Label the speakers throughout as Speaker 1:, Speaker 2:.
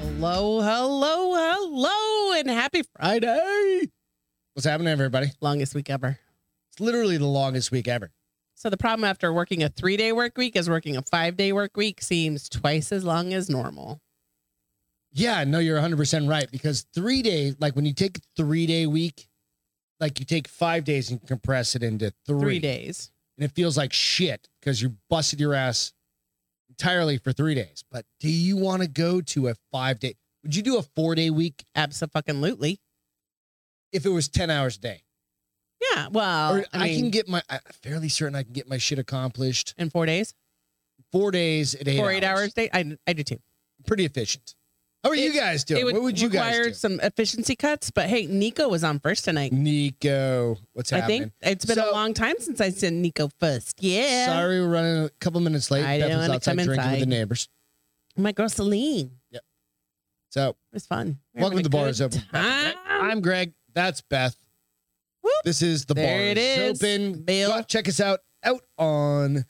Speaker 1: Hello, hello, hello, and happy Friday.
Speaker 2: What's happening, everybody?
Speaker 1: Longest week ever.
Speaker 2: It's literally the longest week ever.
Speaker 1: So, the problem after working a three day work week is working a five day work week seems twice as long as normal.
Speaker 2: Yeah, no, you're 100% right because three day, like when you take a three day week, like you take five days and compress it into three,
Speaker 1: Three days.
Speaker 2: And it feels like shit because you busted your ass entirely for three days. But do you want to go to a five day? Would you do a four day week
Speaker 1: Absolutely.
Speaker 2: if it was 10 hours a day?
Speaker 1: Yeah. Well,
Speaker 2: or
Speaker 1: Oh, I,
Speaker 2: I,
Speaker 1: mean,
Speaker 2: can get my, I'm fairly certain I can get my shit accomplished
Speaker 1: in four days,
Speaker 2: four days at eight
Speaker 1: four
Speaker 2: hours.
Speaker 1: eight hours a day. I, I do too.
Speaker 2: Pretty efficient. How are
Speaker 1: It-
Speaker 2: you guys doing?
Speaker 1: it would
Speaker 2: what would you guys
Speaker 1: require
Speaker 2: do?
Speaker 1: some efficiency cuts, but hey, Nico was on first tonight.
Speaker 2: Nico, what's
Speaker 1: I
Speaker 2: happening?
Speaker 1: think it's been a
Speaker 2: So-
Speaker 1: long time since I sent Nico first. Yeah.
Speaker 2: Sorry, we're running a couple minutes late.
Speaker 1: I
Speaker 2: Beth
Speaker 1: didn't
Speaker 2: was
Speaker 1: wanna
Speaker 2: outside
Speaker 1: come
Speaker 2: drinking with
Speaker 1: inside.
Speaker 2: the neighbors.
Speaker 1: My girl Celine.
Speaker 2: So,
Speaker 1: It was fun. We were
Speaker 2: welcome
Speaker 1: having
Speaker 2: to the
Speaker 1: a
Speaker 2: bar is
Speaker 1: good
Speaker 2: open.
Speaker 1: time.
Speaker 2: I'm Greg. That's Beth.
Speaker 1: Whoop.
Speaker 2: This is the
Speaker 1: There
Speaker 2: bar
Speaker 1: it is,
Speaker 2: open.
Speaker 1: Bill.
Speaker 2: Go out, check us out out on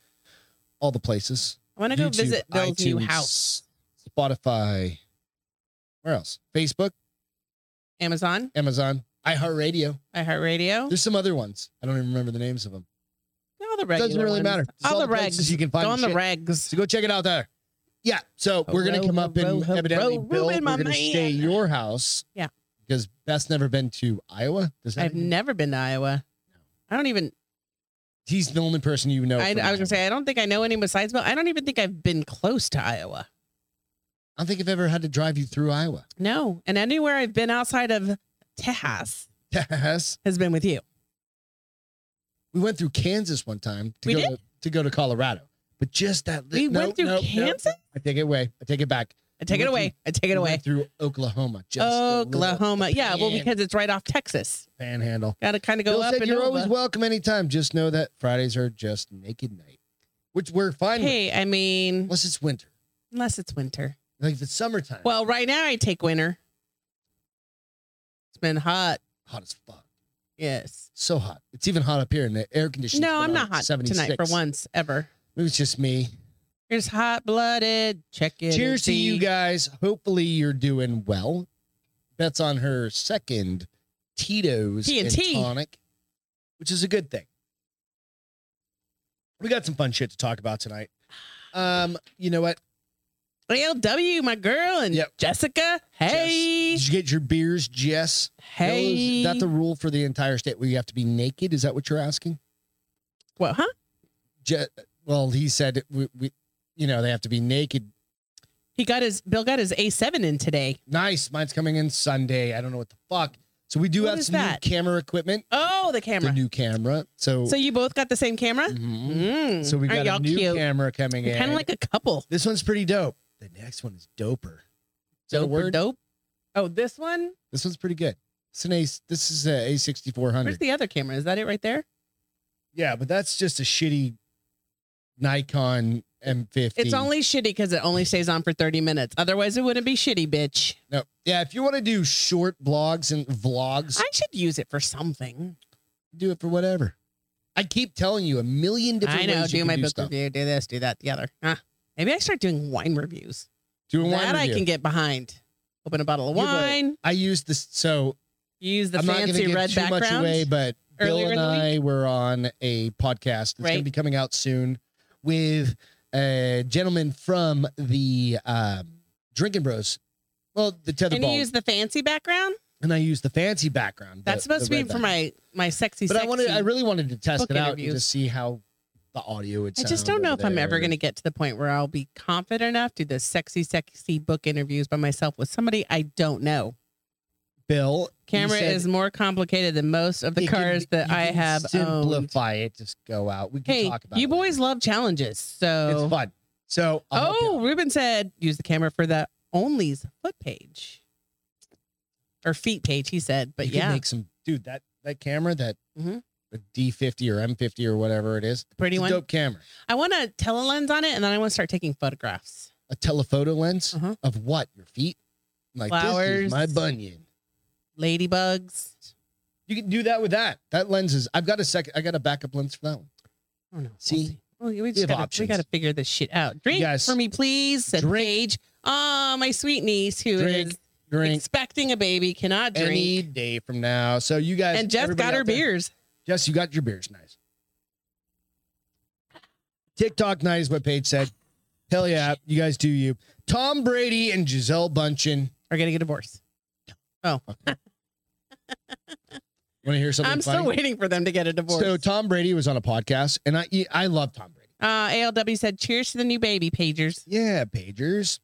Speaker 2: all the places.
Speaker 1: I want to go
Speaker 2: YouTube,
Speaker 1: visit Bill's new
Speaker 2: iTunes,
Speaker 1: house.
Speaker 2: Spotify. Where else? Facebook,
Speaker 1: Amazon,
Speaker 2: Amazon, iHeartRadio.
Speaker 1: iHeartRadio,
Speaker 2: There's some other ones. I don't even remember the names of them.
Speaker 1: all the regular
Speaker 2: Doesn't really
Speaker 1: ones.
Speaker 2: matter. It's
Speaker 1: All, the
Speaker 2: places
Speaker 1: regs.
Speaker 2: you can find
Speaker 1: Go on the
Speaker 2: shit.
Speaker 1: regs.
Speaker 2: So go check it out there. Yeah. So
Speaker 1: Ho,
Speaker 2: we're gonna
Speaker 1: ho,
Speaker 2: come
Speaker 1: ho,
Speaker 2: up and
Speaker 1: ho, ho,
Speaker 2: evidently
Speaker 1: ho,
Speaker 2: Bill,
Speaker 1: Reuben,
Speaker 2: we're
Speaker 1: my
Speaker 2: gonna stay
Speaker 1: man.
Speaker 2: your house.
Speaker 1: Yeah.
Speaker 2: Because Beth's never been to Iowa. Does that
Speaker 1: I've
Speaker 2: mean-
Speaker 1: never been to Iowa. I don't even.
Speaker 2: he's the only person you know.
Speaker 1: I, I was
Speaker 2: from
Speaker 1: gonna
Speaker 2: Iowa.
Speaker 1: say I don't think I know any besides Bill. I don't even think I've been close to Iowa.
Speaker 2: I don't think I've ever had to drive you through Iowa.
Speaker 1: No, and anywhere I've been outside of Tejas
Speaker 2: Yes.
Speaker 1: has been with you.
Speaker 2: We went through Kansas one time to
Speaker 1: We
Speaker 2: go
Speaker 1: did?
Speaker 2: to go to Colorado. But just that
Speaker 1: We
Speaker 2: li- no,
Speaker 1: went through
Speaker 2: no, no.
Speaker 1: Kansas.
Speaker 2: I take it away. I take it back.
Speaker 1: I take
Speaker 2: We
Speaker 1: it
Speaker 2: went
Speaker 1: away. I take
Speaker 2: We
Speaker 1: it away.
Speaker 2: went through Oklahoma. Just a little
Speaker 1: Oklahoma. Yeah, well,
Speaker 2: pan-
Speaker 1: because it's right off Texas.
Speaker 2: panhandle.
Speaker 1: Got to kind of go
Speaker 2: Bill
Speaker 1: up
Speaker 2: said
Speaker 1: and
Speaker 2: you're
Speaker 1: over.
Speaker 2: always welcome anytime. Just know that Fridays are just naked night. Which we're fine with.
Speaker 1: hey, I mean,
Speaker 2: Unless it's winter.
Speaker 1: unless it's winter.
Speaker 2: Like if it's summertime.
Speaker 1: Well, right now I take winter. It's been hot.
Speaker 2: hot as fuck.
Speaker 1: Yes.
Speaker 2: So hot. It's even hot up here in the air conditioning.
Speaker 1: No, I'm not hot tonight for once ever.
Speaker 2: Maybe it's just me.
Speaker 1: You're just hot blooded. Check it.
Speaker 2: Cheers
Speaker 1: and
Speaker 2: to you
Speaker 1: see.
Speaker 2: guys. Hopefully you're doing well. Beth's on her second Tito's and
Speaker 1: T&T.
Speaker 2: tonic, which is a good thing. We got some fun shit to talk about tonight. Um, you know what?
Speaker 1: ALW, my girl, and
Speaker 2: Yep.
Speaker 1: Jessica. Hey.
Speaker 2: Did you get your beers, Jess?
Speaker 1: hey.
Speaker 2: Is that the rule for the entire state where you have to be naked? Is that what you're asking?
Speaker 1: what, huh?
Speaker 2: Je- well, he said we, we, you know, they have to be naked.
Speaker 1: He got his Bill got his A7 in today.
Speaker 2: Nice. Mine's coming in Sunday. I don't know what the fuck. So we do
Speaker 1: What
Speaker 2: have
Speaker 1: is
Speaker 2: some new
Speaker 1: that?
Speaker 2: camera equipment.
Speaker 1: Oh, the camera.
Speaker 2: The new camera. So,
Speaker 1: so you both got the same camera?
Speaker 2: Mhm.
Speaker 1: Mm.
Speaker 2: so we've
Speaker 1: Aren't
Speaker 2: got a
Speaker 1: y'all
Speaker 2: new
Speaker 1: cute?
Speaker 2: camera coming in.
Speaker 1: Kind of like a couple.
Speaker 2: this one's pretty dope. The next one is doper. Is that a
Speaker 1: Dope or
Speaker 2: word?
Speaker 1: Dope. Oh, this one?
Speaker 2: This one's pretty good. It's an A. This is a A sixty four
Speaker 1: Where's
Speaker 2: hundred.
Speaker 1: the other camera? Is that it right there?
Speaker 2: Yeah, but that's just a shitty Nikon M fifty.
Speaker 1: It's only shitty because it only stays on for 30 minutes. Otherwise, it wouldn't be shitty, bitch.
Speaker 2: no. Yeah, if you want to do short blogs and vlogs,
Speaker 1: I should use it for something.
Speaker 2: do it for whatever. I keep telling you a million different
Speaker 1: I know.
Speaker 2: ways you
Speaker 1: Do
Speaker 2: can
Speaker 1: my
Speaker 2: do
Speaker 1: book
Speaker 2: stuff.
Speaker 1: review. Do this. Do that. The other. Huh. Maybe I start doing wine reviews.
Speaker 2: Doing wine
Speaker 1: that I
Speaker 2: review.
Speaker 1: can get behind. Open a bottle of
Speaker 2: Yeah, but
Speaker 1: wine.
Speaker 2: I used this, so
Speaker 1: Use the
Speaker 2: I'm not going to
Speaker 1: fancy
Speaker 2: give
Speaker 1: red
Speaker 2: too
Speaker 1: background.
Speaker 2: much away. But
Speaker 1: earlier
Speaker 2: Bill
Speaker 1: in
Speaker 2: and
Speaker 1: the
Speaker 2: I were on a podcast that's going
Speaker 1: Right.
Speaker 2: to be coming out soon with a gentleman from the um, Drinking Bros. Well, the tether
Speaker 1: and you
Speaker 2: ball,
Speaker 1: use the fancy background.
Speaker 2: and I used the fancy background. the-
Speaker 1: That's supposed
Speaker 2: the
Speaker 1: to
Speaker 2: red
Speaker 1: be for my my sexy.
Speaker 2: But I wanted, I
Speaker 1: sexy.
Speaker 2: really wanted to test
Speaker 1: book
Speaker 2: it out
Speaker 1: interviews.
Speaker 2: and to see how the audio would.
Speaker 1: I
Speaker 2: Sound
Speaker 1: just don't know if I'm ever going
Speaker 2: to.
Speaker 1: to get to the point where I'll be confident enough to do the sexy, sexy book interviews by myself with somebody I don't know.
Speaker 2: Bill he
Speaker 1: Camera
Speaker 2: said-
Speaker 1: is more complicated than most of the
Speaker 2: It can
Speaker 1: cars
Speaker 2: be-
Speaker 1: that
Speaker 2: you
Speaker 1: I
Speaker 2: can
Speaker 1: have owned.
Speaker 2: Simplify it. Just go out. We can
Speaker 1: Hey,
Speaker 2: talk about
Speaker 1: you
Speaker 2: it.
Speaker 1: boys love challenges,
Speaker 2: later.
Speaker 1: so
Speaker 2: It's fun. So, I'll help you
Speaker 1: oh,
Speaker 2: out.
Speaker 1: Ruben said use the camera for the only's foot page or feet page. He said, but
Speaker 2: You could
Speaker 1: yeah,
Speaker 2: make some dude that that camera that
Speaker 1: Mhm.
Speaker 2: the D50 or M50 or whatever it is.
Speaker 1: pretty
Speaker 2: It's a
Speaker 1: one.
Speaker 2: dope camera.
Speaker 1: I want a telelens on it, and then I want to start taking photographs.
Speaker 2: A telephoto lens
Speaker 1: Uh-huh.
Speaker 2: of what? Your feet? I'm like this
Speaker 1: Flowers.
Speaker 2: is my bunion.
Speaker 1: Ladybugs.
Speaker 2: You can do that with that. That lens is. I've got a second. I got a backup lens for that one.
Speaker 1: I don't know. We'll
Speaker 2: See?
Speaker 1: see. Well, we
Speaker 2: We
Speaker 1: just
Speaker 2: have
Speaker 1: gotta, we
Speaker 2: options.
Speaker 1: gotta figure this shit out. Drink
Speaker 2: Yes.
Speaker 1: for me, please. Said
Speaker 2: Drink.
Speaker 1: Paige. Ah, my sweet niece who is
Speaker 2: Drink, Drink
Speaker 1: expecting a baby cannot drink.
Speaker 2: any day from now. So you guys
Speaker 1: and Jeff
Speaker 2: everybody
Speaker 1: got her
Speaker 2: out there-
Speaker 1: beers.
Speaker 2: Jess, you got your beers. Nice. TikTok night is what Paige said. Hell yeah, you guys do you. Tom Brady and Giselle Bundchen.
Speaker 1: Are getting a divorce.
Speaker 2: Want to hear something
Speaker 1: I'm
Speaker 2: funny?
Speaker 1: still waiting for them to get a divorce.
Speaker 2: So Tom Brady was on a podcast, and I I love Tom Brady.
Speaker 1: uh, ALW said, "Cheers to the new baby pagers."
Speaker 2: Yeah, pagers.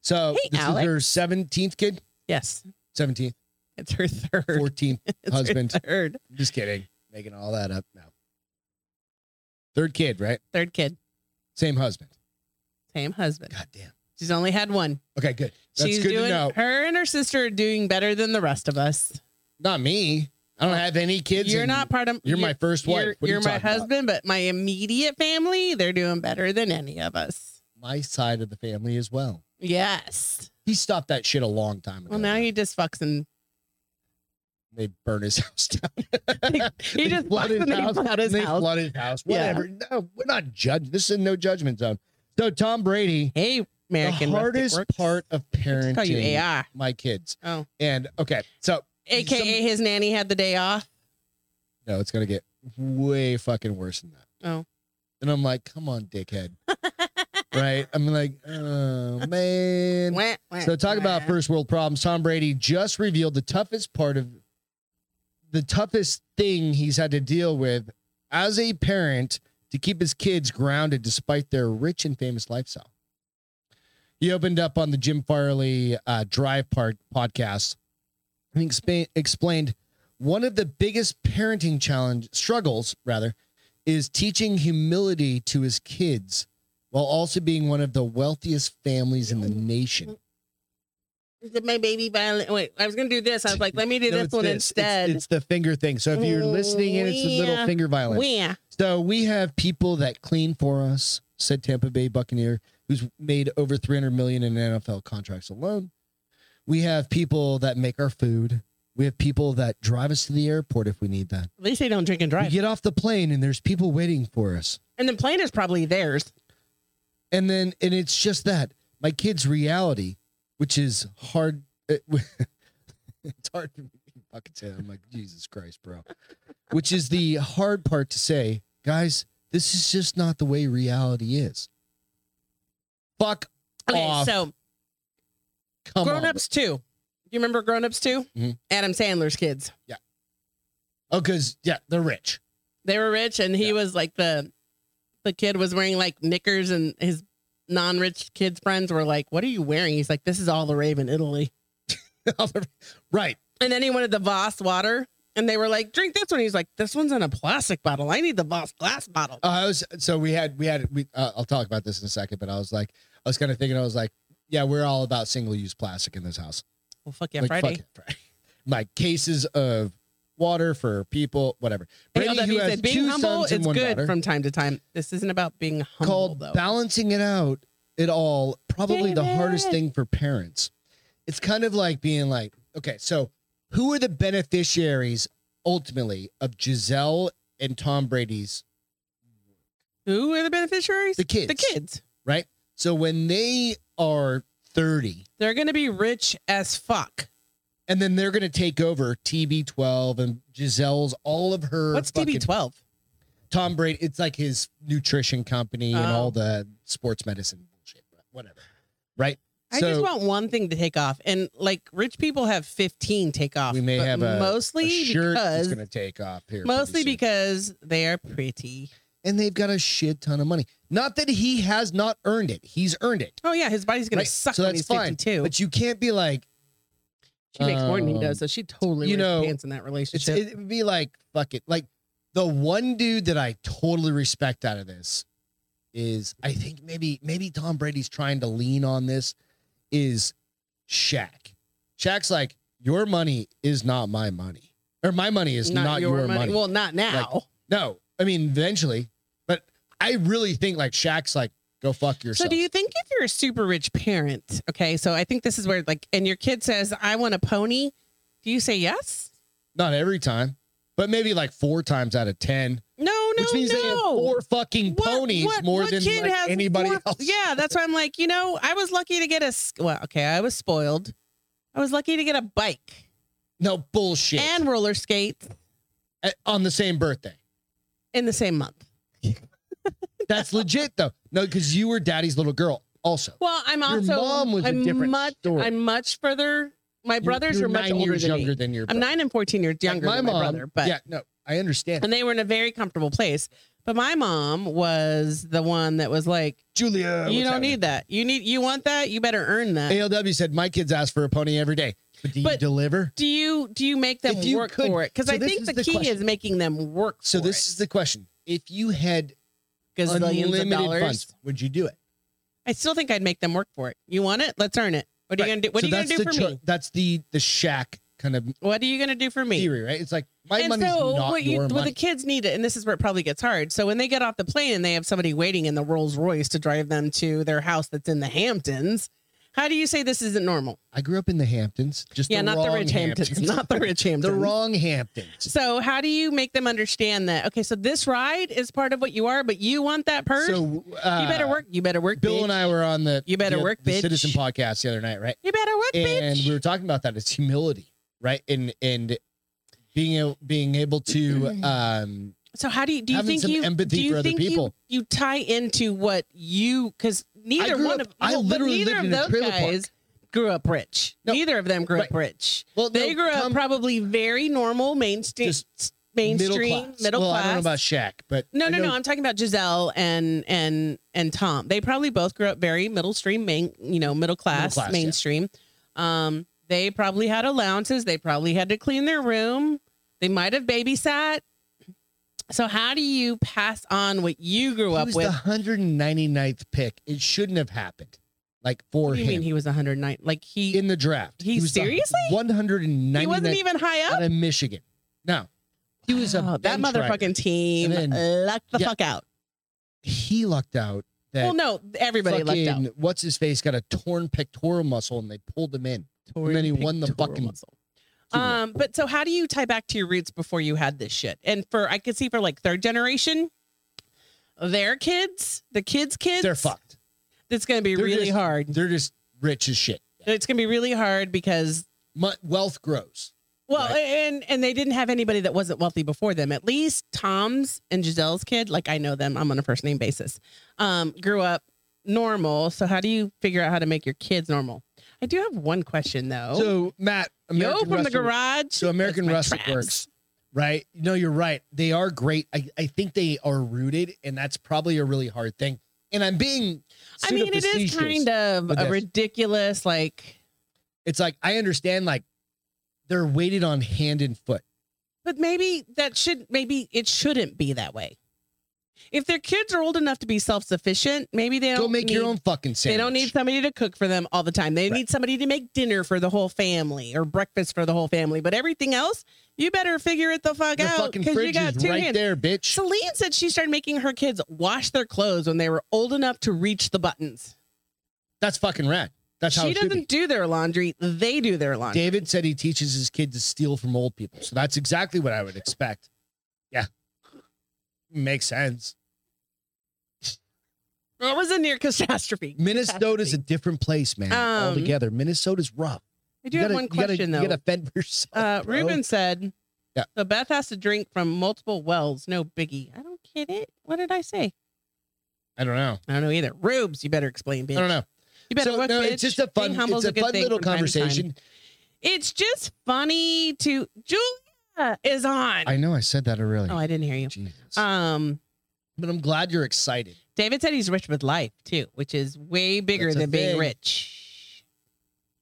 Speaker 2: So
Speaker 1: Hey,
Speaker 2: this
Speaker 1: Alex.
Speaker 2: is her seventeenth kid,
Speaker 1: Yes,
Speaker 2: seventeenth,
Speaker 1: it's her third.
Speaker 2: fourteenth.
Speaker 1: It's her
Speaker 2: husband.
Speaker 1: third,
Speaker 2: Just kidding, making all that up now. Third kid, right?
Speaker 1: third kid,
Speaker 2: Same husband.
Speaker 1: same husband.
Speaker 2: God damn.
Speaker 1: She's only had one.
Speaker 2: Okay, good. That's
Speaker 1: She's
Speaker 2: good
Speaker 1: doing.
Speaker 2: to know.
Speaker 1: Her and her sister are doing better than the rest of us.
Speaker 2: Not me. I don't have any kids.
Speaker 1: Oh. you're
Speaker 2: and
Speaker 1: not part of.
Speaker 2: You're my first wife.
Speaker 1: You're,
Speaker 2: What are
Speaker 1: you're
Speaker 2: you
Speaker 1: my
Speaker 2: talking about?
Speaker 1: husband, but my immediate family, they're doing better than any of us.
Speaker 2: My side of the family as well.
Speaker 1: Yes.
Speaker 2: He stopped that shit a long time ago.
Speaker 1: Well, now he just fucks and
Speaker 2: they burn his house down.
Speaker 1: he
Speaker 2: They
Speaker 1: just
Speaker 2: flood
Speaker 1: fucks
Speaker 2: his
Speaker 1: and they
Speaker 2: house.
Speaker 1: flood his
Speaker 2: they
Speaker 1: house.
Speaker 2: flood his house.
Speaker 1: Yeah.
Speaker 2: Whatever. No, we're not judging. This is a no judgment zone. So Tom Brady,
Speaker 1: Hey, American.
Speaker 2: the
Speaker 1: Rustic
Speaker 2: hardest
Speaker 1: Works.
Speaker 2: part of
Speaker 1: Just
Speaker 2: parenting.
Speaker 1: Call you AI.
Speaker 2: My kids.
Speaker 1: Oh.
Speaker 2: And okay, so
Speaker 1: AKA his nanny had the day off.
Speaker 2: no, it's gonna get way fucking worse than that.
Speaker 1: Oh.
Speaker 2: And I'm like, come on, dickhead. right? I'm like, oh man.
Speaker 1: Wah, wah,
Speaker 2: So talk about
Speaker 1: wah.
Speaker 2: first world problems. Tom Brady just revealed the toughest part of the toughest thing he's had to deal with as a parent to keep his kids grounded despite their rich and famous lifestyle. He opened up on the Jim Farley uh, Drive Part podcast and expa- explained one of the biggest parenting challenge struggles rather is teaching humility to his kids while also being one of the wealthiest families in the nation.
Speaker 1: Did my baby violent. Wait, I was gonna do this. I was like, let me do
Speaker 2: No,
Speaker 1: this
Speaker 2: it's
Speaker 1: one
Speaker 2: this. It's-
Speaker 1: instead. Mm, uh,
Speaker 2: It's, the finger thing. So if you're listening in, it's the little
Speaker 1: Yeah.
Speaker 2: finger violence.
Speaker 1: Wah.
Speaker 2: so we have people that clean for us, said Tampa Bay Buccaneer, who's made over 300 million in NFL contracts alone. We have people that make our food. We have people that drive us to the airport if we need that.
Speaker 1: At least they don't drink and
Speaker 2: We
Speaker 1: drive.
Speaker 2: get off the plane and there's people waiting for us.
Speaker 1: And the plane is probably theirs.
Speaker 2: And then, and it's just that my kid's reality, which is hard. it- it's hard for me to fucking say. That. I'm like, Jesus Christ, bro. Which is the hard part to say, guys. This is just not the way reality is. Fuck
Speaker 1: Okay,
Speaker 2: off.
Speaker 1: so
Speaker 2: Come
Speaker 1: Grown
Speaker 2: on.
Speaker 1: Ups Two. You remember Grown Ups 2
Speaker 2: Mhm.
Speaker 1: Adam Sandler's kids.
Speaker 2: Oh, because yeah, they're rich.
Speaker 1: They were rich, and he
Speaker 2: Yeah.
Speaker 1: was like the the kid was wearing like knickers, and his non-rich kids friends were like, "What are you wearing?" He's like, "This is all the rave in Italy."
Speaker 2: right.
Speaker 1: And then he wanted the Voss water, and they were like, "Drink this one." He's like, "This one's in a plastic bottle. I need the Voss glass bottle."
Speaker 2: Uh, I was so we had we had we. Uh, I'll talk about this in a second, but I was like, I was kind of thinking, I was like, yeah, we're all about single use plastic in this house.
Speaker 1: well, Oh, fuck yeah,
Speaker 2: like,
Speaker 1: Friday.
Speaker 2: fuck it, Friday. My cases of water for people, whatever. Brady,
Speaker 1: ALW
Speaker 2: who has
Speaker 1: said, being
Speaker 2: two
Speaker 1: humble
Speaker 2: sons and
Speaker 1: is
Speaker 2: one
Speaker 1: good
Speaker 2: daughter,
Speaker 1: from time to time. This isn't about being humble,
Speaker 2: called
Speaker 1: though.
Speaker 2: balancing it out at all. Probably the hardest
Speaker 1: David.
Speaker 2: thing for parents. It's kind of like being like, okay, so who are the beneficiaries ultimately of Giselle and Tom Brady's
Speaker 1: Who are the beneficiaries?
Speaker 2: the kids?
Speaker 1: The kids.
Speaker 2: right? So when they are thirty,
Speaker 1: They're gonna be rich as fuck.
Speaker 2: and then they're gonna take over TB12 and Giselle's all of her.
Speaker 1: What's
Speaker 2: fucking-
Speaker 1: TB12?
Speaker 2: Tom Brady, it's like his nutrition company and
Speaker 1: Oh.
Speaker 2: all the sports medicine bullshit, but whatever. Right?
Speaker 1: I just want one thing to take off, and like rich people have fifteen take off.
Speaker 2: We may
Speaker 1: but
Speaker 2: have a-
Speaker 1: mostly
Speaker 2: a shirt is
Speaker 1: because
Speaker 2: going to take off here. pretty
Speaker 1: mostly
Speaker 2: soon.
Speaker 1: because they are pretty.
Speaker 2: and they've got a shit ton of money. Not that he has not earned it; he's earned it.
Speaker 1: Oh yeah, his body's gonna
Speaker 2: Right,
Speaker 1: suck
Speaker 2: so
Speaker 1: when
Speaker 2: that's
Speaker 1: he's
Speaker 2: fine,
Speaker 1: fifty-two.
Speaker 2: But you can't be like
Speaker 1: she makes more than he does, so
Speaker 2: um,
Speaker 1: she totally
Speaker 2: you
Speaker 1: wears
Speaker 2: know,
Speaker 1: pants in that
Speaker 2: it's,
Speaker 1: relationship.
Speaker 2: it would be like fuck it. Like the one dude that I totally respect out of this is I think maybe maybe Tom Brady's trying to lean on this is Shaq. Shaq's like your money is not my money or my money is not, your, money.
Speaker 1: Well, not now.
Speaker 2: No, I mean eventually, but I really think like Shaq's like go fuck yourself.
Speaker 1: So do you think if you're a super rich parent, okay, so I think this is where like and your kid says, I want a pony, do you say yes?
Speaker 2: not every time, but maybe like four times out of ten.
Speaker 1: No, no,
Speaker 2: which means they have
Speaker 1: no.
Speaker 2: four fucking ponies more than
Speaker 1: kid
Speaker 2: like,
Speaker 1: has
Speaker 2: anybody
Speaker 1: four-
Speaker 2: else.
Speaker 1: Yeah, that's why I'm like, you know, I was lucky to get a s- well, okay, I was spoiled. I was lucky to get a bike
Speaker 2: No bullshit.
Speaker 1: and roller skates
Speaker 2: A- on the same birthday.
Speaker 1: in the same month.
Speaker 2: That's legit though. No, because you were daddy's little girl also.
Speaker 1: Well, I'm
Speaker 2: Your
Speaker 1: also
Speaker 2: mom was a
Speaker 1: I'm
Speaker 2: different
Speaker 1: much
Speaker 2: story.
Speaker 1: I'm much further. My
Speaker 2: You're-
Speaker 1: brothers
Speaker 2: you're
Speaker 1: are much
Speaker 2: nine
Speaker 1: older
Speaker 2: years
Speaker 1: than
Speaker 2: younger
Speaker 1: me.
Speaker 2: than your
Speaker 1: I'm
Speaker 2: brother.
Speaker 1: nine and fourteen years
Speaker 2: Like,
Speaker 1: younger than my brother, but
Speaker 2: yeah, no, I understand.
Speaker 1: and they were in a very comfortable place. But my mom was the one that was like, "You
Speaker 2: Julia, what's
Speaker 1: don't
Speaker 2: happening?
Speaker 1: need that. You need you want that. You better earn that."
Speaker 2: ALW said my kids ask for a pony every day, but do you
Speaker 1: But-
Speaker 2: deliver?
Speaker 1: do you do you make them
Speaker 2: If you
Speaker 1: work
Speaker 2: could-
Speaker 1: for it? Because
Speaker 2: so
Speaker 1: I
Speaker 2: this
Speaker 1: think
Speaker 2: is
Speaker 1: the,
Speaker 2: the
Speaker 1: key
Speaker 2: question.
Speaker 1: is making them work.
Speaker 2: So
Speaker 1: for
Speaker 2: this is
Speaker 1: it.
Speaker 2: the question: If you had
Speaker 1: gazillions of
Speaker 2: unlimited
Speaker 1: dollars.
Speaker 2: funds, would you do it?
Speaker 1: I still think I'd make them work for it. You want it? Let's earn it. What are you
Speaker 2: Right.
Speaker 1: gonna do? What
Speaker 2: So
Speaker 1: are you gonna
Speaker 2: that's
Speaker 1: do
Speaker 2: the
Speaker 1: for
Speaker 2: cho-
Speaker 1: me?
Speaker 2: That's the the shack kind of
Speaker 1: What are you gonna do for me?
Speaker 2: theory, right? It's like my
Speaker 1: and
Speaker 2: money's
Speaker 1: so
Speaker 2: not
Speaker 1: what, you,
Speaker 2: your
Speaker 1: what
Speaker 2: money.
Speaker 1: the kids need it, and this is where it probably gets hard. So when they get off the plane and they have somebody waiting in the Rolls Royce to drive them to their house that's in the Hamptons, how do you say this isn't normal?
Speaker 2: I grew up in the Hamptons, just
Speaker 1: yeah,
Speaker 2: the
Speaker 1: not
Speaker 2: wrong
Speaker 1: the rich Hamptons. not the rich Hamptons.
Speaker 2: the wrong Hamptons.
Speaker 1: So how do you make them understand that? Okay, so this ride is part of what you are, but you want that purse.
Speaker 2: So uh,
Speaker 1: you better work. You better work.
Speaker 2: Bill
Speaker 1: bitch.
Speaker 2: and I were on the
Speaker 1: You better
Speaker 2: the-
Speaker 1: work,
Speaker 2: the
Speaker 1: bitch.
Speaker 2: Citizen podcast the other night, right?
Speaker 1: You better work,
Speaker 2: and
Speaker 1: bitch.
Speaker 2: we were talking about that. It's humility, right? And and being a, being able to um
Speaker 1: so how do you do you
Speaker 2: having
Speaker 1: think
Speaker 2: some
Speaker 1: you
Speaker 2: empathy
Speaker 1: do you
Speaker 2: for other
Speaker 1: think you-
Speaker 2: people.
Speaker 1: You, tie into what you because neither
Speaker 2: grew
Speaker 1: one
Speaker 2: up-
Speaker 1: of
Speaker 2: I
Speaker 1: well, but
Speaker 2: literally
Speaker 1: neither
Speaker 2: lived
Speaker 1: of
Speaker 2: in a
Speaker 1: those
Speaker 2: trailer park.
Speaker 1: guys grew up rich.
Speaker 2: No,
Speaker 1: neither of them grew up rich.
Speaker 2: well
Speaker 1: They
Speaker 2: no,
Speaker 1: grew up
Speaker 2: come
Speaker 1: probably very normal mainstream
Speaker 2: Just
Speaker 1: mainstream
Speaker 2: middle class. well, I don't know about Shaq, but
Speaker 1: No,
Speaker 2: I
Speaker 1: no,
Speaker 2: know-
Speaker 1: no. I'm talking about Giselle and and and Tom. They probably both grew up very middle stream, main, you know, middle class,
Speaker 2: class, yeah.
Speaker 1: mainstream. Um, they probably had allowances. They probably had to clean their room. They might have babysat. So how do you pass on what you grew
Speaker 2: he
Speaker 1: up
Speaker 2: was
Speaker 1: with?
Speaker 2: the 199th pick. It shouldn't have happened, like for
Speaker 1: What do you
Speaker 2: him
Speaker 1: mean he was 109? Like he
Speaker 2: in the draft.
Speaker 1: He-
Speaker 2: he was the
Speaker 1: seriously?
Speaker 2: 199th
Speaker 1: he wasn't even high up.
Speaker 2: out of Michigan. No, he was a
Speaker 1: Oh, that
Speaker 2: bench rider.
Speaker 1: motherfucking team
Speaker 2: And
Speaker 1: lucked the
Speaker 2: yeah.
Speaker 1: fuck out.
Speaker 2: He lucked out. That
Speaker 1: Well, no, everybody lucked out.
Speaker 2: fucking, what's his face got a torn pectoral muscle and they pulled him in. and then he won the
Speaker 1: pectoral
Speaker 2: fucking
Speaker 1: muscle. Um, but so how do you tie back to your roots before you had this shit? And for I could see for like third generation, their kids, the kids' kids,
Speaker 2: They're fucked.
Speaker 1: It's gonna be
Speaker 2: They're
Speaker 1: really
Speaker 2: just-
Speaker 1: hard.
Speaker 2: They're just rich as shit.
Speaker 1: It's gonna be really hard because
Speaker 2: Mu- wealth grows.
Speaker 1: well,
Speaker 2: Right.
Speaker 1: and and they didn't have anybody that wasn't wealthy before them. At least Tom's and Giselle's kid, like I know them, I'm on a first name basis, um, grew up normal. So how do you figure out how to make your kids normal? I do have one question though.
Speaker 2: So Matt,
Speaker 1: Oh. Yo,
Speaker 2: American
Speaker 1: from the
Speaker 2: Wrestling-
Speaker 1: garage.
Speaker 2: So American
Speaker 1: That's my
Speaker 2: Wrestling
Speaker 1: tracks.
Speaker 2: works, right? No, you're right. They are great. I, I think they are rooted, and that's probably a really hard thing. And I'm being.
Speaker 1: I mean, it is kind of
Speaker 2: with
Speaker 1: a
Speaker 2: this.
Speaker 1: ridiculous, like,
Speaker 2: It's like I understand, like they're weighted on hand and foot.
Speaker 1: but maybe that should, maybe it shouldn't be that way. If their kids are old enough to be self sufficient, maybe they don't
Speaker 2: Go make your
Speaker 1: need-
Speaker 2: own fucking sandwich.
Speaker 1: They don't need somebody to cook for them all the time. They
Speaker 2: Right.
Speaker 1: need somebody to make dinner for the whole family or breakfast for the whole family. But everything else, you better figure it the fuck
Speaker 2: the
Speaker 1: out
Speaker 2: fucking
Speaker 1: because you
Speaker 2: fridge
Speaker 1: got
Speaker 2: is
Speaker 1: two
Speaker 2: right
Speaker 1: hands.
Speaker 2: there, bitch.
Speaker 1: Celine said she started making her kids wash their clothes when they were old enough to reach the buttons.
Speaker 2: That's fucking rad. That's how
Speaker 1: she
Speaker 2: it should be.
Speaker 1: doesn't do their laundry; they do their laundry.
Speaker 2: David said he teaches his kid to steal from old people. So that's exactly what I would expect. Yeah. Makes sense.
Speaker 1: That was a near catastrophe.
Speaker 2: Minnesota's a
Speaker 1: Fantastic.
Speaker 2: different place, man.
Speaker 1: Um,
Speaker 2: altogether. Minnesota's rough.
Speaker 1: I do have one question
Speaker 2: you
Speaker 1: though.
Speaker 2: gotta, You gotta fend for yourself.
Speaker 1: uh,
Speaker 2: bro.
Speaker 1: Ruben said,
Speaker 2: Yeah.
Speaker 1: "So Beth has to drink from multiple wells. No biggie. I don't get it. What did I say?
Speaker 2: I don't know.
Speaker 1: I don't know either. Rubes, you better explain, bitch.
Speaker 2: I don't know.
Speaker 1: You better
Speaker 2: so
Speaker 1: work,
Speaker 2: no,
Speaker 1: bitch.
Speaker 2: it's just a
Speaker 1: Being
Speaker 2: fun,
Speaker 1: humble
Speaker 2: it's
Speaker 1: is
Speaker 2: a
Speaker 1: good
Speaker 2: fun
Speaker 1: thing
Speaker 2: little
Speaker 1: from time to time.
Speaker 2: conversation.
Speaker 1: It's just funny to Julia is on.
Speaker 2: I know I said that
Speaker 1: oh,
Speaker 2: earlier.
Speaker 1: I didn't hear you.
Speaker 2: Jesus.
Speaker 1: Um,
Speaker 2: but I'm glad you're excited.
Speaker 1: David said he's rich with life too, which is way bigger
Speaker 2: That's a
Speaker 1: than being
Speaker 2: thing.
Speaker 1: rich.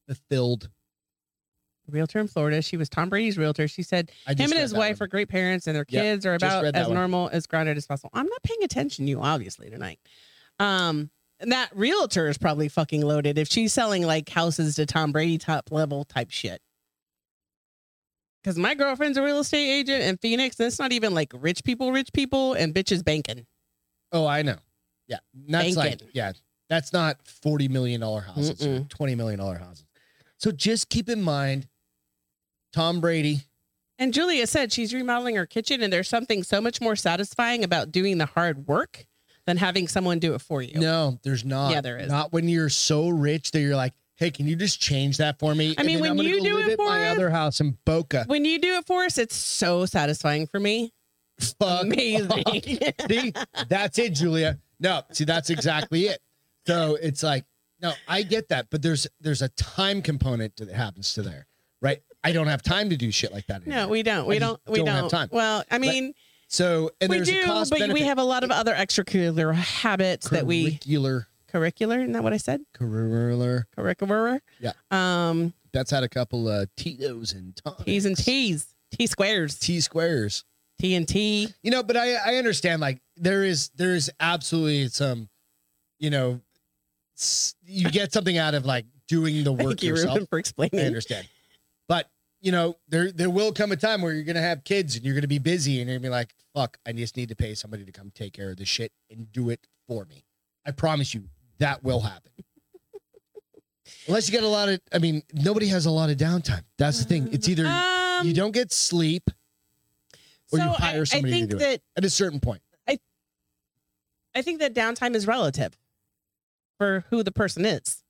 Speaker 2: Fulfilled.
Speaker 1: Realtor in Florida. She was Tom Brady's realtor. She said
Speaker 2: I just
Speaker 1: Him and
Speaker 2: read
Speaker 1: his
Speaker 2: that
Speaker 1: wife
Speaker 2: one.
Speaker 1: are great parents, and their
Speaker 2: Yeah,
Speaker 1: kids are
Speaker 2: just
Speaker 1: about
Speaker 2: read that
Speaker 1: as
Speaker 2: one.
Speaker 1: normal as grounded as possible. I'm not paying attention to you, obviously, tonight. Um, and that realtor is probably fucking loaded if she's selling like houses to Tom Brady top level type shit. Because my girlfriend's a real estate agent in Phoenix, and it's not even like rich people, rich people, and bitches banking.
Speaker 2: Oh, I know. Yeah. That's
Speaker 1: Bank
Speaker 2: like,
Speaker 1: it.
Speaker 2: yeah, that's not $40 million houses or
Speaker 1: Mm-mm.
Speaker 2: $20 million houses. So just keep in mind Tom Brady
Speaker 1: And Julia said she's remodeling her kitchen, and there's something so much more satisfying about doing the hard work than having someone do it for you.
Speaker 2: No, there's not.
Speaker 1: Yeah, there is.
Speaker 2: Not when you're so rich that you're like, hey, can you just change that for me?
Speaker 1: I mean,
Speaker 2: then
Speaker 1: when
Speaker 2: I'm gonna
Speaker 1: you
Speaker 2: go
Speaker 1: do
Speaker 2: live
Speaker 1: it
Speaker 2: at my
Speaker 1: for us-
Speaker 2: other house in Boca.
Speaker 1: When you do it for us, it's so satisfying for me.
Speaker 2: Fuck. off.
Speaker 1: Amazing.
Speaker 2: see, that's it, Julia. No, see, that's exactly it. So it's like, no, I get that, but there's there's a time component to, that happens to there, right? I don't have time to do shit like that.
Speaker 1: no,
Speaker 2: anymore.
Speaker 1: we don't.
Speaker 2: I
Speaker 1: We
Speaker 2: just
Speaker 1: don't. We
Speaker 2: don't
Speaker 1: don't.
Speaker 2: have time.
Speaker 1: Well, I mean,
Speaker 2: so and
Speaker 1: we
Speaker 2: there's
Speaker 1: do, but
Speaker 2: a cost benefit.
Speaker 1: we have a lot of other extracurricular habits that we
Speaker 2: curricular
Speaker 1: curricular. Isn't that what I said?
Speaker 2: curricular.
Speaker 1: Curricular.
Speaker 2: Yeah.
Speaker 1: Um,
Speaker 2: That's had a couple of Tito's and tonics.
Speaker 1: T's and T's, T squares,
Speaker 2: T squares.
Speaker 1: T and T.
Speaker 2: you know but i i understand like there is there is absolutely some you know s- you get something out of like doing the
Speaker 1: I
Speaker 2: work
Speaker 1: think you're
Speaker 2: yourself
Speaker 1: ruined for
Speaker 2: i
Speaker 1: explaining.
Speaker 2: understand but you know there there will come a time where you're gonna have kids and you're gonna be busy and you're gonna be like fuck i just need to pay somebody to come take care of this shit and do it for me i promise you that will happen unless you get a lot of i mean nobody has a lot of downtime that's the thing it's either
Speaker 1: Um,
Speaker 2: you don't get sleep or you
Speaker 1: so
Speaker 2: hire
Speaker 1: I, I
Speaker 2: somebody to
Speaker 1: think
Speaker 2: do it.
Speaker 1: that
Speaker 2: at a certain point
Speaker 1: I think that downtime is relative for who the person is.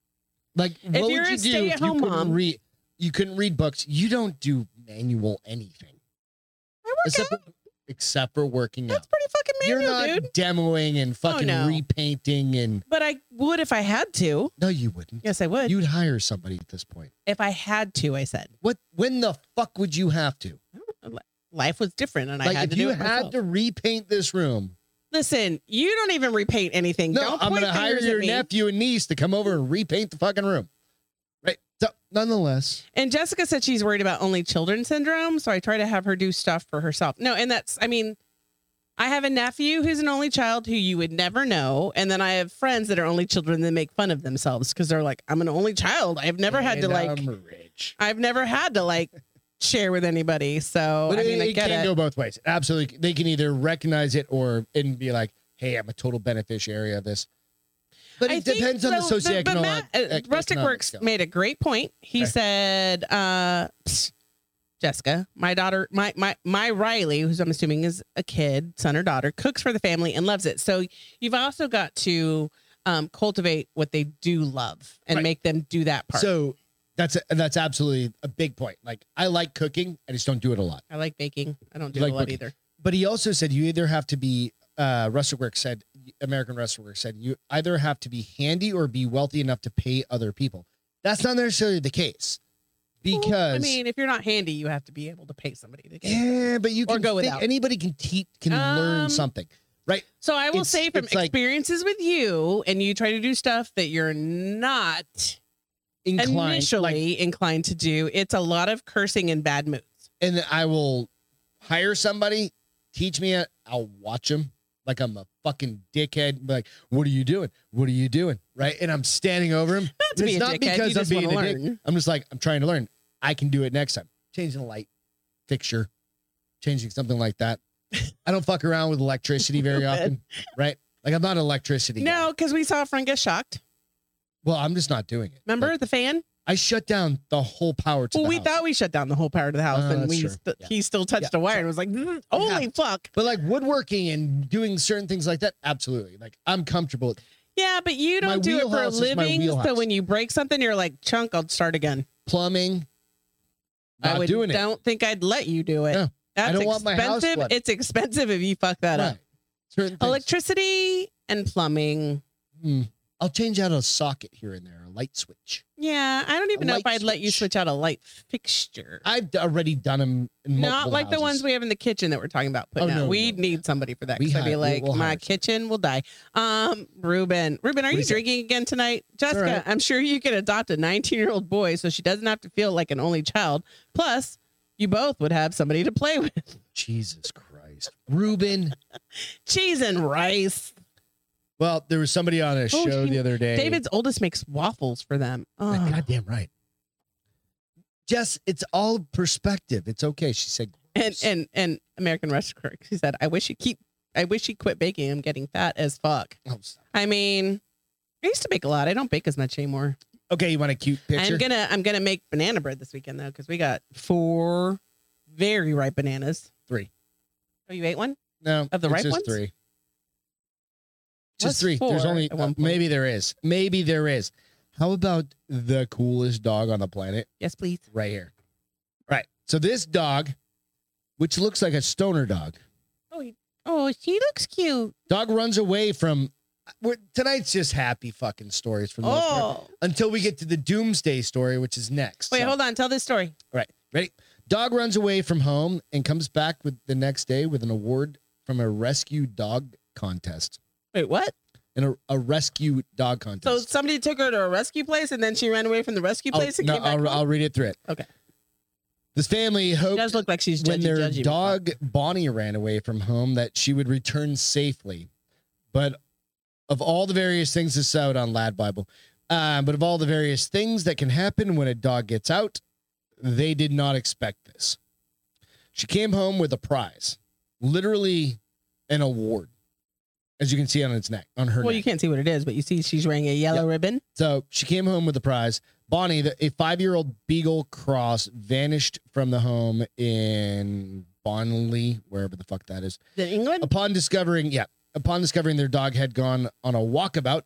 Speaker 2: Like, what
Speaker 1: you're
Speaker 2: would
Speaker 1: a
Speaker 2: you do if you
Speaker 1: stay-at-home
Speaker 2: couldn't
Speaker 1: mom-
Speaker 2: read? You couldn't read books. You don't do manual anything
Speaker 1: I work
Speaker 2: except for,
Speaker 1: out.
Speaker 2: except for working
Speaker 1: That's
Speaker 2: out.
Speaker 1: pretty fucking
Speaker 2: You're
Speaker 1: manual,
Speaker 2: not
Speaker 1: dude. Oh,
Speaker 2: demoing and fucking
Speaker 1: no.
Speaker 2: repainting and
Speaker 1: But I would if I had to.
Speaker 2: no, you wouldn't.
Speaker 1: Yes, I would.
Speaker 2: You'd hire somebody at this point.
Speaker 1: if I had to, I said
Speaker 2: What? When the fuck would you have to?
Speaker 1: life was different, and I
Speaker 2: Like,
Speaker 1: had to
Speaker 2: if you
Speaker 1: do it
Speaker 2: had
Speaker 1: myself.
Speaker 2: to repaint this room,
Speaker 1: Listen, you don't even repaint anything.
Speaker 2: no,
Speaker 1: don't
Speaker 2: I'm
Speaker 1: point
Speaker 2: gonna hire
Speaker 1: fingers at
Speaker 2: your
Speaker 1: me.
Speaker 2: nephew and niece to come over and repaint the fucking room. Right. So, nonetheless,
Speaker 1: And Jessica said she's worried about only children syndrome, so I try to have her do stuff for herself. No, and that's I mean, I have a nephew who's an only child who you would never know, and then I have friends that are only children that make fun of themselves because they're like, "I'm an only child. I've never had to
Speaker 2: and
Speaker 1: like,
Speaker 2: I'm rich.
Speaker 1: I've never had to like share with anybody." So
Speaker 2: But
Speaker 1: Oh, I
Speaker 2: it,
Speaker 1: mean, I
Speaker 2: it
Speaker 1: get
Speaker 2: can
Speaker 1: it.
Speaker 2: go both ways. Absolutely, they can either recognize it or and be like, "Hey, I'm a total beneficiary of this." But
Speaker 1: I
Speaker 2: it
Speaker 1: think
Speaker 2: depends on the
Speaker 1: so- but-
Speaker 2: socioeconomic.
Speaker 1: But Matt, uh,
Speaker 2: ec-
Speaker 1: Rustic
Speaker 2: economic
Speaker 1: Works
Speaker 2: scale.
Speaker 1: made a great point. He
Speaker 2: Okay.
Speaker 1: said, uh, "Psst, Jessica, my daughter, my my my Riley, who's I'm assuming is a kid, son or daughter, cooks for the family and loves it. So you've also got to um, cultivate what they do love and
Speaker 2: Right.
Speaker 1: make them do that part.
Speaker 2: So that's a, that's absolutely a big point. Like I like cooking, I just don't do it a lot.
Speaker 1: I like baking. I don't do it
Speaker 2: You like
Speaker 1: a lot
Speaker 2: baking.
Speaker 1: either.
Speaker 2: But he also said you either have to be. Uh, Russell Works said, American Russell Works said, you either have to be handy or be wealthy enough to pay other people. That's not necessarily the case, because
Speaker 1: I mean, if you're not handy, you have to be able to pay somebody to get. it.
Speaker 2: yeah, but you
Speaker 1: Or
Speaker 2: can
Speaker 1: go
Speaker 2: think-
Speaker 1: without.
Speaker 2: Anybody can teach can learn
Speaker 1: Um,
Speaker 2: something.
Speaker 1: So I will
Speaker 2: It's-
Speaker 1: say from
Speaker 2: it's like-
Speaker 1: experiences with you, and you try to do stuff that you're not
Speaker 2: inclined. Like,
Speaker 1: initially inclined to do. It's a lot of cursing and bad moods.
Speaker 2: and then I will hire somebody, teach me it. I'll watch them like I'm a fucking dickhead. Like, what are you doing? What are you doing? Right. And I'm standing over him.
Speaker 1: Not to
Speaker 2: And
Speaker 1: be
Speaker 2: it's
Speaker 1: a
Speaker 2: not
Speaker 1: dickhead,
Speaker 2: because
Speaker 1: you
Speaker 2: I'm
Speaker 1: just
Speaker 2: being
Speaker 1: wanna
Speaker 2: a dick.
Speaker 1: learn.
Speaker 2: I'm just like, I'm trying to learn. I can do it next time. Changing a light fixture, changing something like that. I don't fuck around with electricity very often. Right. Like I'm not an electricity. guy.
Speaker 1: No, because we saw Frank get shocked.
Speaker 2: Well, I'm just not doing it.
Speaker 1: Remember
Speaker 2: Like,
Speaker 1: the fan?
Speaker 2: I shut down the whole power to
Speaker 1: Well,
Speaker 2: the
Speaker 1: we
Speaker 2: house.
Speaker 1: thought we shut down the whole power to the house,
Speaker 2: Uh,
Speaker 1: and
Speaker 2: that's
Speaker 1: we
Speaker 2: true.
Speaker 1: st-
Speaker 2: Yeah.
Speaker 1: he still touched a wire and was like, "Mm, "Holy fuck!"
Speaker 2: But like woodworking and doing certain things like that, absolutely. Like I'm comfortable.
Speaker 1: Yeah, but you
Speaker 2: My
Speaker 1: don't do it for a
Speaker 2: wheelhouse is my
Speaker 1: living. So
Speaker 2: wheelhouse.
Speaker 1: when you break something, you're like, "Chunk, I'll start again."
Speaker 2: Plumbing, not
Speaker 1: I would,
Speaker 2: doing it.
Speaker 1: don't think I'd let you do it.
Speaker 2: No,
Speaker 1: That's
Speaker 2: don't
Speaker 1: expensive.
Speaker 2: want my house flooded.
Speaker 1: it's expensive if you fuck that up.
Speaker 2: Right. Certain things.
Speaker 1: Electricity and plumbing.
Speaker 2: Hmm. I'll change out a socket here and there, a light switch.
Speaker 1: Yeah, I don't even know if
Speaker 2: light
Speaker 1: I'd let you
Speaker 2: switch.
Speaker 1: switch out a light fixture.
Speaker 2: I've already done them. In
Speaker 1: Not
Speaker 2: multiple
Speaker 1: like the
Speaker 2: houses.
Speaker 1: ones we have in the kitchen that we're talking about putting
Speaker 2: Oh,
Speaker 1: out.
Speaker 2: no,
Speaker 1: we
Speaker 2: no.
Speaker 1: need somebody for that.
Speaker 2: We
Speaker 1: Because I'd be
Speaker 2: hire-
Speaker 1: like,
Speaker 2: we'll hire
Speaker 1: my
Speaker 2: somebody.
Speaker 1: kitchen will die. Um, Ruben, Ruben, are
Speaker 2: What do
Speaker 1: you
Speaker 2: you say?
Speaker 1: drinking again tonight? Jessica,
Speaker 2: right.
Speaker 1: I'm sure you can adopt a 19 year old boy so she doesn't have to feel like an only child. Plus, you both would have somebody to play with.
Speaker 2: Jesus Christ, Ruben.
Speaker 1: Cheese and rice.
Speaker 2: Well, there was somebody on a
Speaker 1: Oh,
Speaker 2: show
Speaker 1: he-
Speaker 2: the other day.
Speaker 1: David's oldest makes waffles for them. Oh,
Speaker 2: Like, goddamn right. Jess, it's all perspective. It's okay. She said.
Speaker 1: and and and American Restaurant. She said, "I wish you keep. I wish you quit baking. I'm getting fat as fuck.
Speaker 2: Oh, stop.
Speaker 1: I mean, I used to bake a lot. I don't bake as much anymore.
Speaker 2: okay, you want a cute picture?
Speaker 1: I'm gonna I'm gonna make banana bread this weekend though because we got four very ripe bananas.
Speaker 2: Three.
Speaker 1: Oh, you ate one?
Speaker 2: No,
Speaker 1: Of the
Speaker 2: it's
Speaker 1: ripe
Speaker 2: just
Speaker 1: ones?
Speaker 2: three. Just
Speaker 1: What's
Speaker 2: three. There's
Speaker 1: four
Speaker 2: only
Speaker 1: at one
Speaker 2: uh,
Speaker 1: point?
Speaker 2: maybe there is. Maybe there is. How about the coolest dog on the planet?
Speaker 1: Yes, please.
Speaker 2: Right here. Right. So this dog, which looks like a stoner dog,
Speaker 1: Oh, she looks cute.
Speaker 2: dog runs away from. We're, tonight's just happy fucking stories from the most part.
Speaker 1: Oh,
Speaker 2: until we get to the doomsday story, which is next.
Speaker 1: wait,
Speaker 2: So-
Speaker 1: hold on. Tell this story.
Speaker 2: Dog runs away from home and comes back with the next day with an award from a rescue dog contest.
Speaker 1: Wait, what?
Speaker 2: And a, a rescue dog
Speaker 1: So
Speaker 2: contest.
Speaker 1: somebody took her to a rescue place, and then she ran away from the rescue place
Speaker 2: I'll,
Speaker 1: and
Speaker 2: Oh, no,
Speaker 1: came back.
Speaker 2: I'll,
Speaker 1: home?
Speaker 2: I'll read it through it.
Speaker 1: Okay.
Speaker 2: This family
Speaker 1: She
Speaker 2: hoped
Speaker 1: does look like she's judgy,
Speaker 2: when their
Speaker 1: judgy.
Speaker 2: dog Bonnie ran away from home that she would return safely. But of all the various things, this is out on Lad Bible. Uh, but of all the various things that can happen when a dog gets out, they did not expect this. She came home with a prize, literally an award, as you can see on its neck, on her
Speaker 1: Well,
Speaker 2: neck.
Speaker 1: you can't see what it is, but you see she's wearing a yellow ribbon.
Speaker 2: So she came home with a prize. Bonnie, the, a five-year-old beagle cross, vanished from the home in Bonley, wherever the fuck that is.
Speaker 1: Is it England?
Speaker 2: Upon discovering, yeah, upon discovering their dog had gone on a walkabout,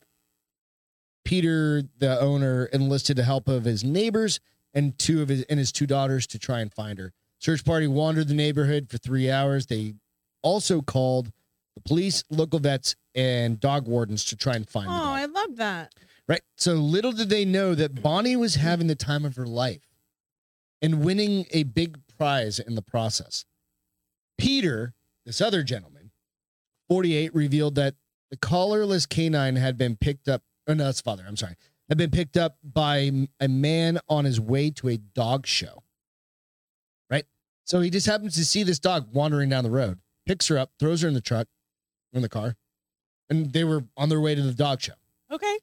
Speaker 2: Peter, the owner, enlisted the help of his neighbors and two of his and his two daughters to try and find her. Search party wandered the neighborhood for three hours. They also called the police, local vets, and dog wardens to try and find.
Speaker 1: Oh,
Speaker 2: the dog.
Speaker 1: I love that.
Speaker 2: Right. So little did they know that Bonnie was having the time of her life and winning a big prize in the process. Peter, this other gentleman, 48, revealed that the collarless canine had been picked up. Oh, no, that's father. I'm sorry. Had been picked up by a man on his way to a dog show. Right. So he just happens to see this dog wandering down the road, picks her up, throws her in the truck, in the car, and they were on their way to the dog show.
Speaker 1: Okay.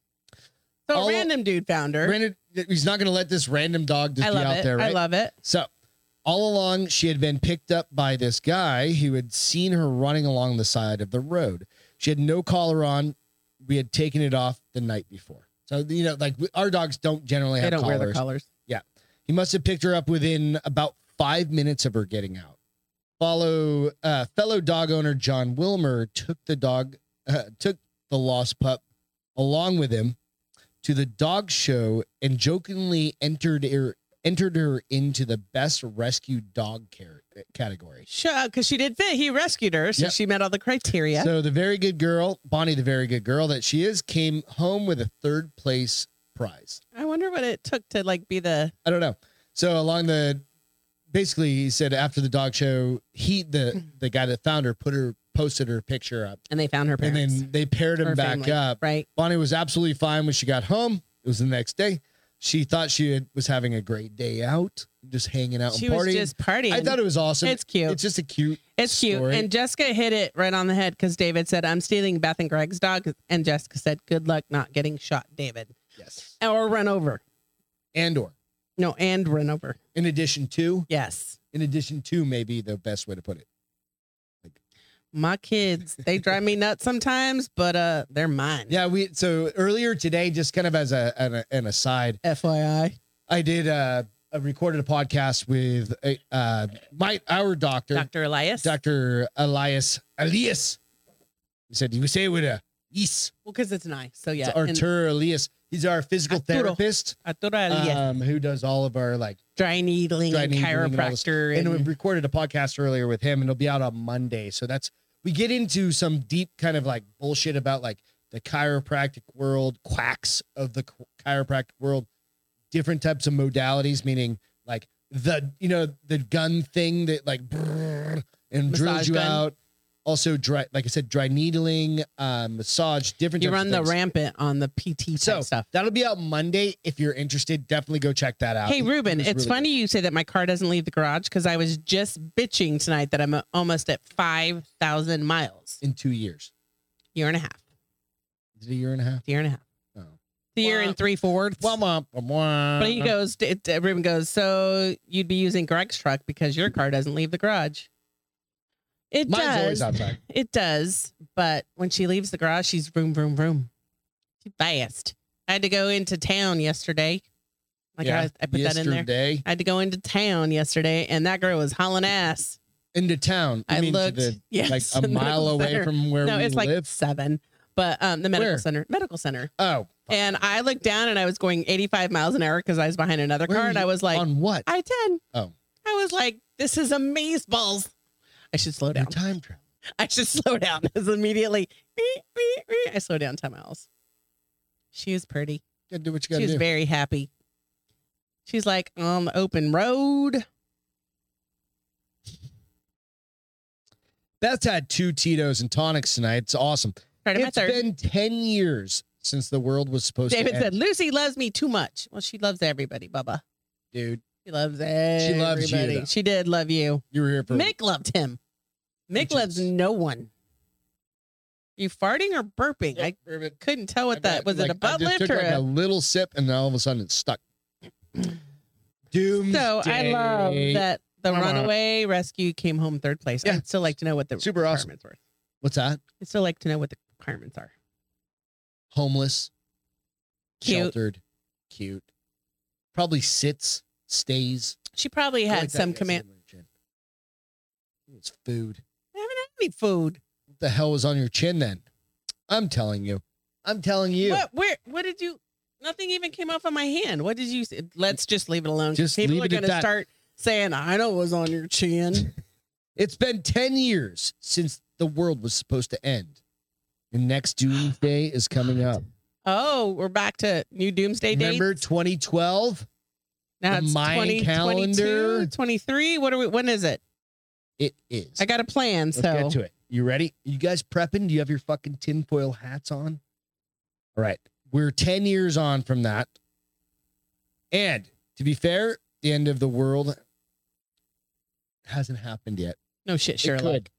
Speaker 1: So
Speaker 2: All-
Speaker 1: a random dude found her.
Speaker 2: Granted, he's not going to let this random dog just
Speaker 1: I
Speaker 2: be
Speaker 1: love
Speaker 2: out
Speaker 1: it.
Speaker 2: there, right?
Speaker 1: I love it.
Speaker 2: so, all along, she had been picked up by this guy who had seen her running along the side of the road. She had no collar on. We had taken it off the night before. So, you know, like we- our dogs don't generally
Speaker 1: They
Speaker 2: have
Speaker 1: don't
Speaker 2: collars.
Speaker 1: wear the colors.
Speaker 2: He must have picked her up within about five minutes of her getting out. Follow uh, fellow dog owner John Wilmer took the dog uh, took the lost pup along with him to the dog show and jokingly entered her entered her into the best rescue dog care category.
Speaker 1: Sure, because she did fit. He rescued her, so
Speaker 2: Yep.
Speaker 1: she met all the criteria.
Speaker 2: So the very good girl, Bonnie, the very good girl that she is, came home with a third place prize.
Speaker 1: I wonder what it took to like be the
Speaker 2: I don't know. So along the, basically, he said after the dog show, he the the guy that found her put her posted her picture up,
Speaker 1: and they found her parents.
Speaker 2: and then they paired him
Speaker 1: Her
Speaker 2: back
Speaker 1: family.
Speaker 2: up.
Speaker 1: right.
Speaker 2: Bonnie was absolutely fine when she got home. It was the next day. She thought she had, was having a great day out, just hanging out
Speaker 1: She
Speaker 2: and
Speaker 1: was
Speaker 2: partying.
Speaker 1: just partying.
Speaker 2: I thought it was awesome.
Speaker 1: it's cute.
Speaker 2: It's just a cute.
Speaker 1: It's cute.
Speaker 2: story.
Speaker 1: And Jessica hit it right on the head because David said, I'm stealing Beth and Greg's dog. And Jessica said, Good luck not getting shot, David.
Speaker 2: Yes.
Speaker 1: Or run over.
Speaker 2: And or
Speaker 1: No, and run over.
Speaker 2: in addition to,
Speaker 1: Yes.
Speaker 2: in addition to, maybe the best way to put it.
Speaker 1: My kids, they drive me nuts sometimes, but uh they're mine.
Speaker 2: Yeah. We so earlier today, just kind of as a an, an aside.
Speaker 1: FYI.
Speaker 2: I did uh I recorded a podcast with a, uh my our doctor,
Speaker 1: Dr.
Speaker 2: Dr.
Speaker 1: Elias.
Speaker 2: Elias Elias. He said, You say it with a yes.
Speaker 1: Well, because it's nice. So yeah.
Speaker 2: It's
Speaker 1: and
Speaker 2: Arturo Elias. He's our physical
Speaker 1: Arturo.
Speaker 2: therapist
Speaker 1: Arturo Elias.
Speaker 2: um, who does all of our like
Speaker 1: dry needling
Speaker 2: dry
Speaker 1: and
Speaker 2: needling and all this.
Speaker 1: chiropractor.
Speaker 2: and
Speaker 1: And,
Speaker 2: we recorded a podcast earlier with him and it'll be out on Monday. So that's we get into some deep kind of like bullshit about like the chiropractic world, quacks of the ch- chiropractic world, different types of modalities, meaning like the you know the gun thing that like brrr, and drills
Speaker 1: Massage
Speaker 2: you
Speaker 1: gun.
Speaker 2: out. Also, dry like I said, dry needling, um, massage, different.
Speaker 1: you
Speaker 2: types of
Speaker 1: run the
Speaker 2: things.
Speaker 1: rampant on the PT type
Speaker 2: So
Speaker 1: stuff.
Speaker 2: that'll be out Monday. If you're interested, definitely go check that out.
Speaker 1: Hey,
Speaker 2: uh, It-
Speaker 1: Ruben,
Speaker 2: it was
Speaker 1: it's
Speaker 2: really
Speaker 1: funny you say that my car doesn't leave the garage because I was just bitching tonight that I'm uh, almost at 5,000 miles,
Speaker 2: good. in two years.
Speaker 1: year and a half,
Speaker 2: Is it a year and a half?
Speaker 1: year and a half,
Speaker 2: Oh.
Speaker 1: the year
Speaker 2: Wah.
Speaker 1: and three fourths.
Speaker 2: Wah, wah, wah, wah.
Speaker 1: but he goes, it, uh, Ruben goes, so you'd be using Greg's truck because your car doesn't leave the garage. It
Speaker 2: Mine's
Speaker 1: does.
Speaker 2: always outside.
Speaker 1: It does, but when she leaves the garage, she's vroom vroom vroom. She's fast. I had to go into town yesterday Like
Speaker 2: Yeah.
Speaker 1: I, I put that in there.
Speaker 2: Yesterday.
Speaker 1: I had to go into town yesterday, and that girl was hauling ass.
Speaker 2: into town. You
Speaker 1: I
Speaker 2: mean to
Speaker 1: looked,
Speaker 2: the-
Speaker 1: yes,
Speaker 2: like a
Speaker 1: the medical
Speaker 2: mile away
Speaker 1: center.
Speaker 2: from where
Speaker 1: no,
Speaker 2: we
Speaker 1: it's like
Speaker 2: live.
Speaker 1: seven, but um, the medical
Speaker 2: Where?
Speaker 1: center, medical center.
Speaker 2: oh,
Speaker 1: And I looked down, and I was going 85 miles an hour because I was behind another
Speaker 2: Where
Speaker 1: car,
Speaker 2: are
Speaker 1: and
Speaker 2: you
Speaker 1: I was like,
Speaker 2: on what?
Speaker 1: I ten.
Speaker 2: Oh.
Speaker 1: I was like, this is amazeballs. I should slow
Speaker 2: Your
Speaker 1: down.
Speaker 2: time travel.
Speaker 1: I should slow down. It's immediately. "Beep, beep, beep." I slow down ten miles. She was pretty.
Speaker 2: You gotta do what you
Speaker 1: She
Speaker 2: gotta
Speaker 1: was
Speaker 2: do.
Speaker 1: very happy. She's like on the open road.
Speaker 2: That's had two Tito's and tonics tonight. It's awesome.
Speaker 1: Tried to my
Speaker 2: It's
Speaker 1: third.
Speaker 2: been ten years since the world was supposed
Speaker 1: David
Speaker 2: to end,
Speaker 1: said, "Lucy loves me too much." Well, she loves everybody, Bubba.
Speaker 2: dude.
Speaker 1: She loves everybody.
Speaker 2: loves you, though.
Speaker 1: She did love you.
Speaker 2: You were here for
Speaker 1: Mick loved him. Mick
Speaker 2: Peaches.
Speaker 1: loves no one. You farting or burping? I couldn't tell what that was.
Speaker 2: Like,
Speaker 1: it a butt
Speaker 2: I
Speaker 1: lift
Speaker 2: just took
Speaker 1: or
Speaker 2: like
Speaker 1: a-
Speaker 2: a little sip, and then all of a sudden it stuck. Doomsday.
Speaker 1: So I love that the
Speaker 2: Come on.
Speaker 1: runaway rescue came home third place.
Speaker 2: Yeah.
Speaker 1: I'd still like to know what the
Speaker 2: Super awesome.
Speaker 1: requirements were.
Speaker 2: What's that?
Speaker 1: I'd still like to know what the requirements are.
Speaker 2: Homeless,
Speaker 1: Cute.
Speaker 2: sheltered, cute. Probably sits, stays.
Speaker 1: She probably
Speaker 2: I
Speaker 1: had
Speaker 2: like that
Speaker 1: some
Speaker 2: guy's
Speaker 1: command.
Speaker 2: name, Jen. It's food.
Speaker 1: I haven't had any food.
Speaker 2: What the hell was on your chin then? I'm telling you. I'm telling you.
Speaker 1: What? Where? What did you? Nothing even came off of my hand. What did you? Say? Let's just leave it alone. 'cause
Speaker 2: Just
Speaker 1: people
Speaker 2: leave
Speaker 1: are
Speaker 2: it at
Speaker 1: gonna
Speaker 2: that.
Speaker 1: start saying, "I know it was on your chin."
Speaker 2: It's been 10 years since the world was supposed to end. And next doomsday is coming up.
Speaker 1: oh, we're back to new doomsday date.
Speaker 2: Remember 2012?
Speaker 1: Now
Speaker 2: the
Speaker 1: it's
Speaker 2: Mayan
Speaker 1: 20,
Speaker 2: calendar?
Speaker 1: 22, 23. What are we? When is it?
Speaker 2: It is.
Speaker 1: I got a plan.
Speaker 2: Let's
Speaker 1: so
Speaker 2: get to it. You ready? You guys prepping? Do you have your fucking tinfoil hats on? All right. We're 10 years on from that. And to be fair, the end of the world hasn't happened yet.
Speaker 1: no shit,
Speaker 2: It
Speaker 1: Sherlock.
Speaker 2: could.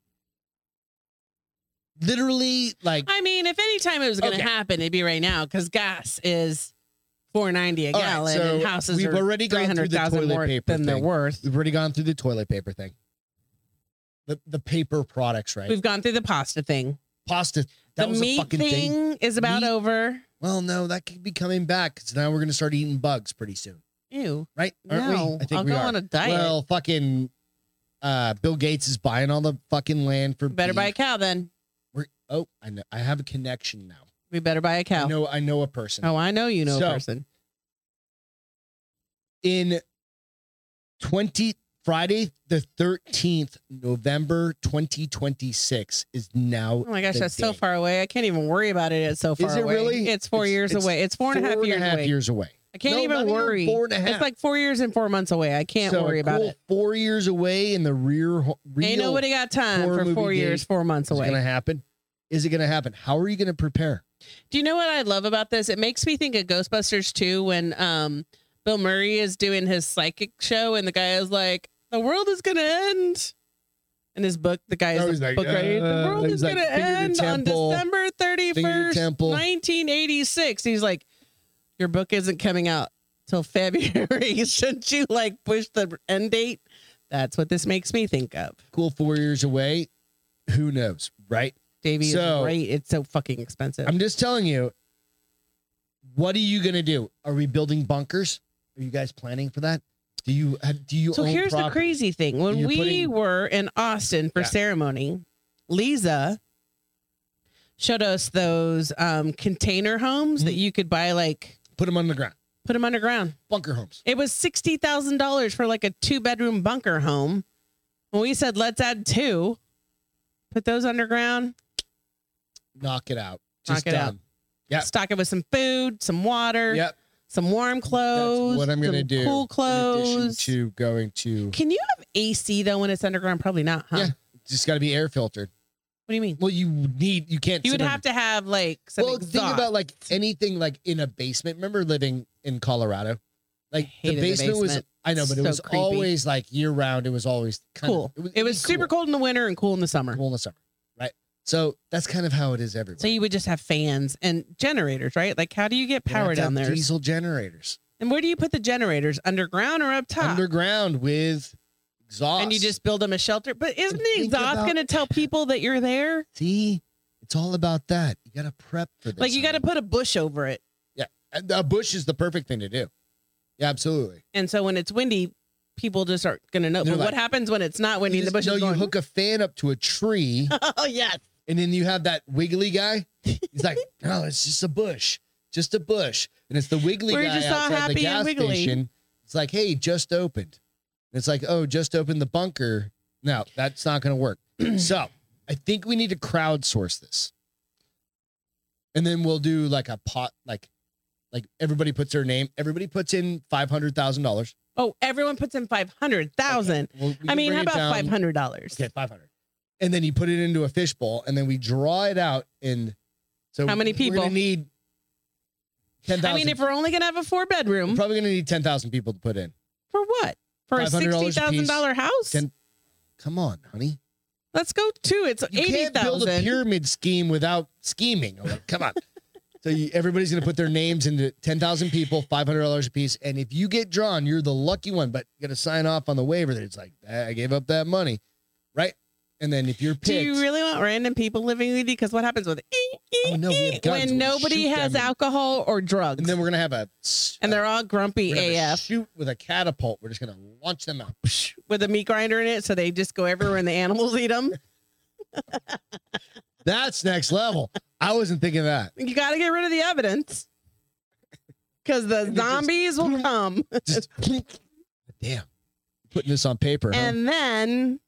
Speaker 2: Literally, like
Speaker 1: I mean, if any time it was going to
Speaker 2: Okay.
Speaker 1: happen, it'd be right now because gas is four ninety a
Speaker 2: All right,
Speaker 1: gallon,
Speaker 2: so
Speaker 1: and houses
Speaker 2: we've
Speaker 1: are
Speaker 2: already
Speaker 1: three
Speaker 2: gone through
Speaker 1: hundred
Speaker 2: the
Speaker 1: thousand
Speaker 2: toilet
Speaker 1: more than
Speaker 2: paper
Speaker 1: they're
Speaker 2: thing.
Speaker 1: worth.
Speaker 2: we've already gone through the toilet paper thing. The the paper products, right?
Speaker 1: We've gone through the pasta thing.
Speaker 2: Pasta. That
Speaker 1: the
Speaker 2: was a
Speaker 1: meat
Speaker 2: fucking
Speaker 1: thing,
Speaker 2: thing.
Speaker 1: is about
Speaker 2: Meat?
Speaker 1: over.
Speaker 2: Well, no, that could be coming back because now we're gonna start eating bugs pretty soon,
Speaker 1: Ew,
Speaker 2: right? Aren't we?
Speaker 1: no!
Speaker 2: I think
Speaker 1: I'll
Speaker 2: we
Speaker 1: go
Speaker 2: are.
Speaker 1: on a diet.
Speaker 2: Well, fucking uh, Bill Gates is buying all the fucking land for
Speaker 1: better buy a
Speaker 2: beef.
Speaker 1: cow then.
Speaker 2: We're, oh, I know. I have a connection now.
Speaker 1: We better buy a
Speaker 2: I
Speaker 1: cow.
Speaker 2: know. I know a person.
Speaker 1: Oh, I know you know
Speaker 2: So-
Speaker 1: a person.
Speaker 2: in 20 Friday the 13th November 2026 is now
Speaker 1: Oh my gosh,
Speaker 2: the
Speaker 1: that's so
Speaker 2: day.
Speaker 1: far away. I can't even worry about it. It's so far
Speaker 2: it
Speaker 1: away.
Speaker 2: really?
Speaker 1: It's four
Speaker 2: It's-
Speaker 1: years
Speaker 2: it's
Speaker 1: away. It's four and a half
Speaker 2: Four
Speaker 1: years away.
Speaker 2: years away.
Speaker 1: I can't
Speaker 2: No, not
Speaker 1: even worry.
Speaker 2: Four and a half.
Speaker 1: It's like four years and four months away. I can't
Speaker 2: So a
Speaker 1: worry about
Speaker 2: cool
Speaker 1: it.
Speaker 2: Four years away in the rear. ho- Real
Speaker 1: Ain't nobody got time
Speaker 2: horror
Speaker 1: for
Speaker 2: movie
Speaker 1: four
Speaker 2: date
Speaker 1: years, four months
Speaker 2: is
Speaker 1: away.
Speaker 2: going to happen. Is it going to happen? How are you going to prepare?
Speaker 1: Do you know what I love about this? It makes me think of Ghostbusters 2 when um Bill Murray is doing his psychic show and the guy is like, the world is gonna end. In his book, the guy
Speaker 2: Oh,
Speaker 1: is
Speaker 2: he's
Speaker 1: the
Speaker 2: like,
Speaker 1: book writer,
Speaker 2: uh,
Speaker 1: the world
Speaker 2: he's
Speaker 1: is
Speaker 2: like,
Speaker 1: gonna
Speaker 2: finger to
Speaker 1: end on
Speaker 2: temple,
Speaker 1: December thirty
Speaker 2: Finger
Speaker 1: first,
Speaker 2: temple.
Speaker 1: nineteen eighty six. He's like, Your book isn't coming out till February. Shouldn't you like push the end date? That's what this makes me think of.
Speaker 2: Cool. Four years away. Who knows? Right.
Speaker 1: Davey
Speaker 2: So-
Speaker 1: is right. It's so fucking expensive.
Speaker 2: I'm just telling you. What are you going to do? Are we building bunkers? Are you guys planning for that? Do you have, do you
Speaker 1: So
Speaker 2: own
Speaker 1: here's the
Speaker 2: property?
Speaker 1: crazy thing. When
Speaker 2: You're
Speaker 1: we
Speaker 2: putting-
Speaker 1: were in Austin for
Speaker 2: Yeah.
Speaker 1: ceremony, Lisa showed us those um, container homes that
Speaker 2: Mhm.
Speaker 1: you could buy, like
Speaker 2: Put them on the ground.
Speaker 1: put them underground.
Speaker 2: Bunker homes.
Speaker 1: It was sixty thousand dollars for like a two bedroom bunker home. When we said let's add two, put those underground,
Speaker 2: Knock it out.
Speaker 1: Knock
Speaker 2: Just
Speaker 1: it out.
Speaker 2: done. Yep.
Speaker 1: stock it with some food, some water,
Speaker 2: Yep.
Speaker 1: some warm clothes.
Speaker 2: That's what I'm gonna
Speaker 1: some
Speaker 2: do.
Speaker 1: Cool
Speaker 2: In
Speaker 1: clothes.
Speaker 2: addition to going to,
Speaker 1: Can you have AC though when it's underground? Probably not, huh?
Speaker 2: Yeah.
Speaker 1: What
Speaker 2: just got to be air filtered.
Speaker 1: do you mean?
Speaker 2: Well, you need, you can't.
Speaker 1: You
Speaker 2: sit
Speaker 1: would
Speaker 2: on-
Speaker 1: have to have like some
Speaker 2: Well, think
Speaker 1: exhaust.
Speaker 2: about like anything like in a basement. Remember living in Colorado? Like the
Speaker 1: hated the
Speaker 2: basement, was,
Speaker 1: basement.
Speaker 2: I know, but it
Speaker 1: So
Speaker 2: was
Speaker 1: creepy.
Speaker 2: always like year round. It was always kind
Speaker 1: cool.
Speaker 2: Of,
Speaker 1: it was super cold in the winter and cool in the summer.
Speaker 2: cool in the summer, right? So that's kind of how it is everywhere.
Speaker 1: So you would just have fans and generators, right? Like, how do you get
Speaker 2: You have
Speaker 1: power
Speaker 2: to have
Speaker 1: down there?
Speaker 2: Diesel generators
Speaker 1: And where do you put the generators? Underground or up top?
Speaker 2: underground with exhaust.
Speaker 1: and you just build them a shelter. But isn't the
Speaker 2: think
Speaker 1: exhaust
Speaker 2: about-
Speaker 1: going to tell people that you're there?
Speaker 2: see, it's all about that. You got to prep for this.
Speaker 1: Like, you got to
Speaker 2: honey.
Speaker 1: put a bush over it.
Speaker 2: a bush is the perfect thing to do. Yeah, absolutely.
Speaker 1: And so when it's windy, people just aren't gonna know.
Speaker 2: They're
Speaker 1: But what
Speaker 2: like-
Speaker 1: happens when it's not windy?
Speaker 2: You
Speaker 1: and The bush
Speaker 2: just know
Speaker 1: is
Speaker 2: you
Speaker 1: going,
Speaker 2: hook a fan up to a tree,
Speaker 1: Oh yes.
Speaker 2: and then you have that wiggly guy. He's like, "No, it's just a bush, just a bush," and it's the wiggly
Speaker 1: We're
Speaker 2: guy
Speaker 1: just all
Speaker 2: outside
Speaker 1: happy
Speaker 2: the
Speaker 1: and
Speaker 2: gas
Speaker 1: wiggly.
Speaker 2: station. It's like, "Hey, just opened." And it's like, "Oh, just opened the bunker." No, that's not going to work. so, I think we need to crowdsource this, and then we'll do like a pot, like, like everybody puts their name. Everybody puts in five hundred thousand dollars.
Speaker 1: Oh, everyone puts in five hundred thousand. I mean, how about five hundred dollars?
Speaker 2: Okay, five hundred. And then you put it into a fishbowl, and then we draw it out. And so,
Speaker 1: How many
Speaker 2: We're
Speaker 1: people?
Speaker 2: gonna need ten
Speaker 1: I
Speaker 2: thousand.
Speaker 1: mean, if we're only gonna have a four
Speaker 2: we're
Speaker 1: bedroom,
Speaker 2: probably gonna need ten thousand people to put in.
Speaker 1: for what? For a
Speaker 2: $500
Speaker 1: sixty
Speaker 2: a
Speaker 1: thousand dollar house?
Speaker 2: Ten- Come on, honey.
Speaker 1: Let's go two. It's
Speaker 2: You
Speaker 1: eighty
Speaker 2: can't build a
Speaker 1: thousand.
Speaker 2: pyramid scheme without scheming. I'm like, Come on. so you, everybody's gonna put their names into ten thousand people, five hundred dollars a piece. And if you get drawn, you're the lucky one. But you gotta sign off on the waiver that it's like "Eh, I gave up that money, right? And then if you're picked,
Speaker 1: Do you really want random people living with you? Because what happens with e,
Speaker 2: Oh, no, we have guns.
Speaker 1: when
Speaker 2: We'll
Speaker 1: nobody
Speaker 2: shoot
Speaker 1: has
Speaker 2: them.
Speaker 1: alcohol or drugs,
Speaker 2: and then we're gonna have a s-
Speaker 1: and they're all grumpy
Speaker 2: We're gonna
Speaker 1: AF
Speaker 2: Shoot with a catapult. We're just gonna launch them out.
Speaker 1: with a meat grinder in it, so they just go everywhere and the animals eat them.
Speaker 2: That's next level. I wasn't thinking of that.
Speaker 1: You got to get rid of the evidence because the
Speaker 2: And it just-
Speaker 1: zombies will come,
Speaker 2: Just damn. Putting this on paper. huh?
Speaker 1: and then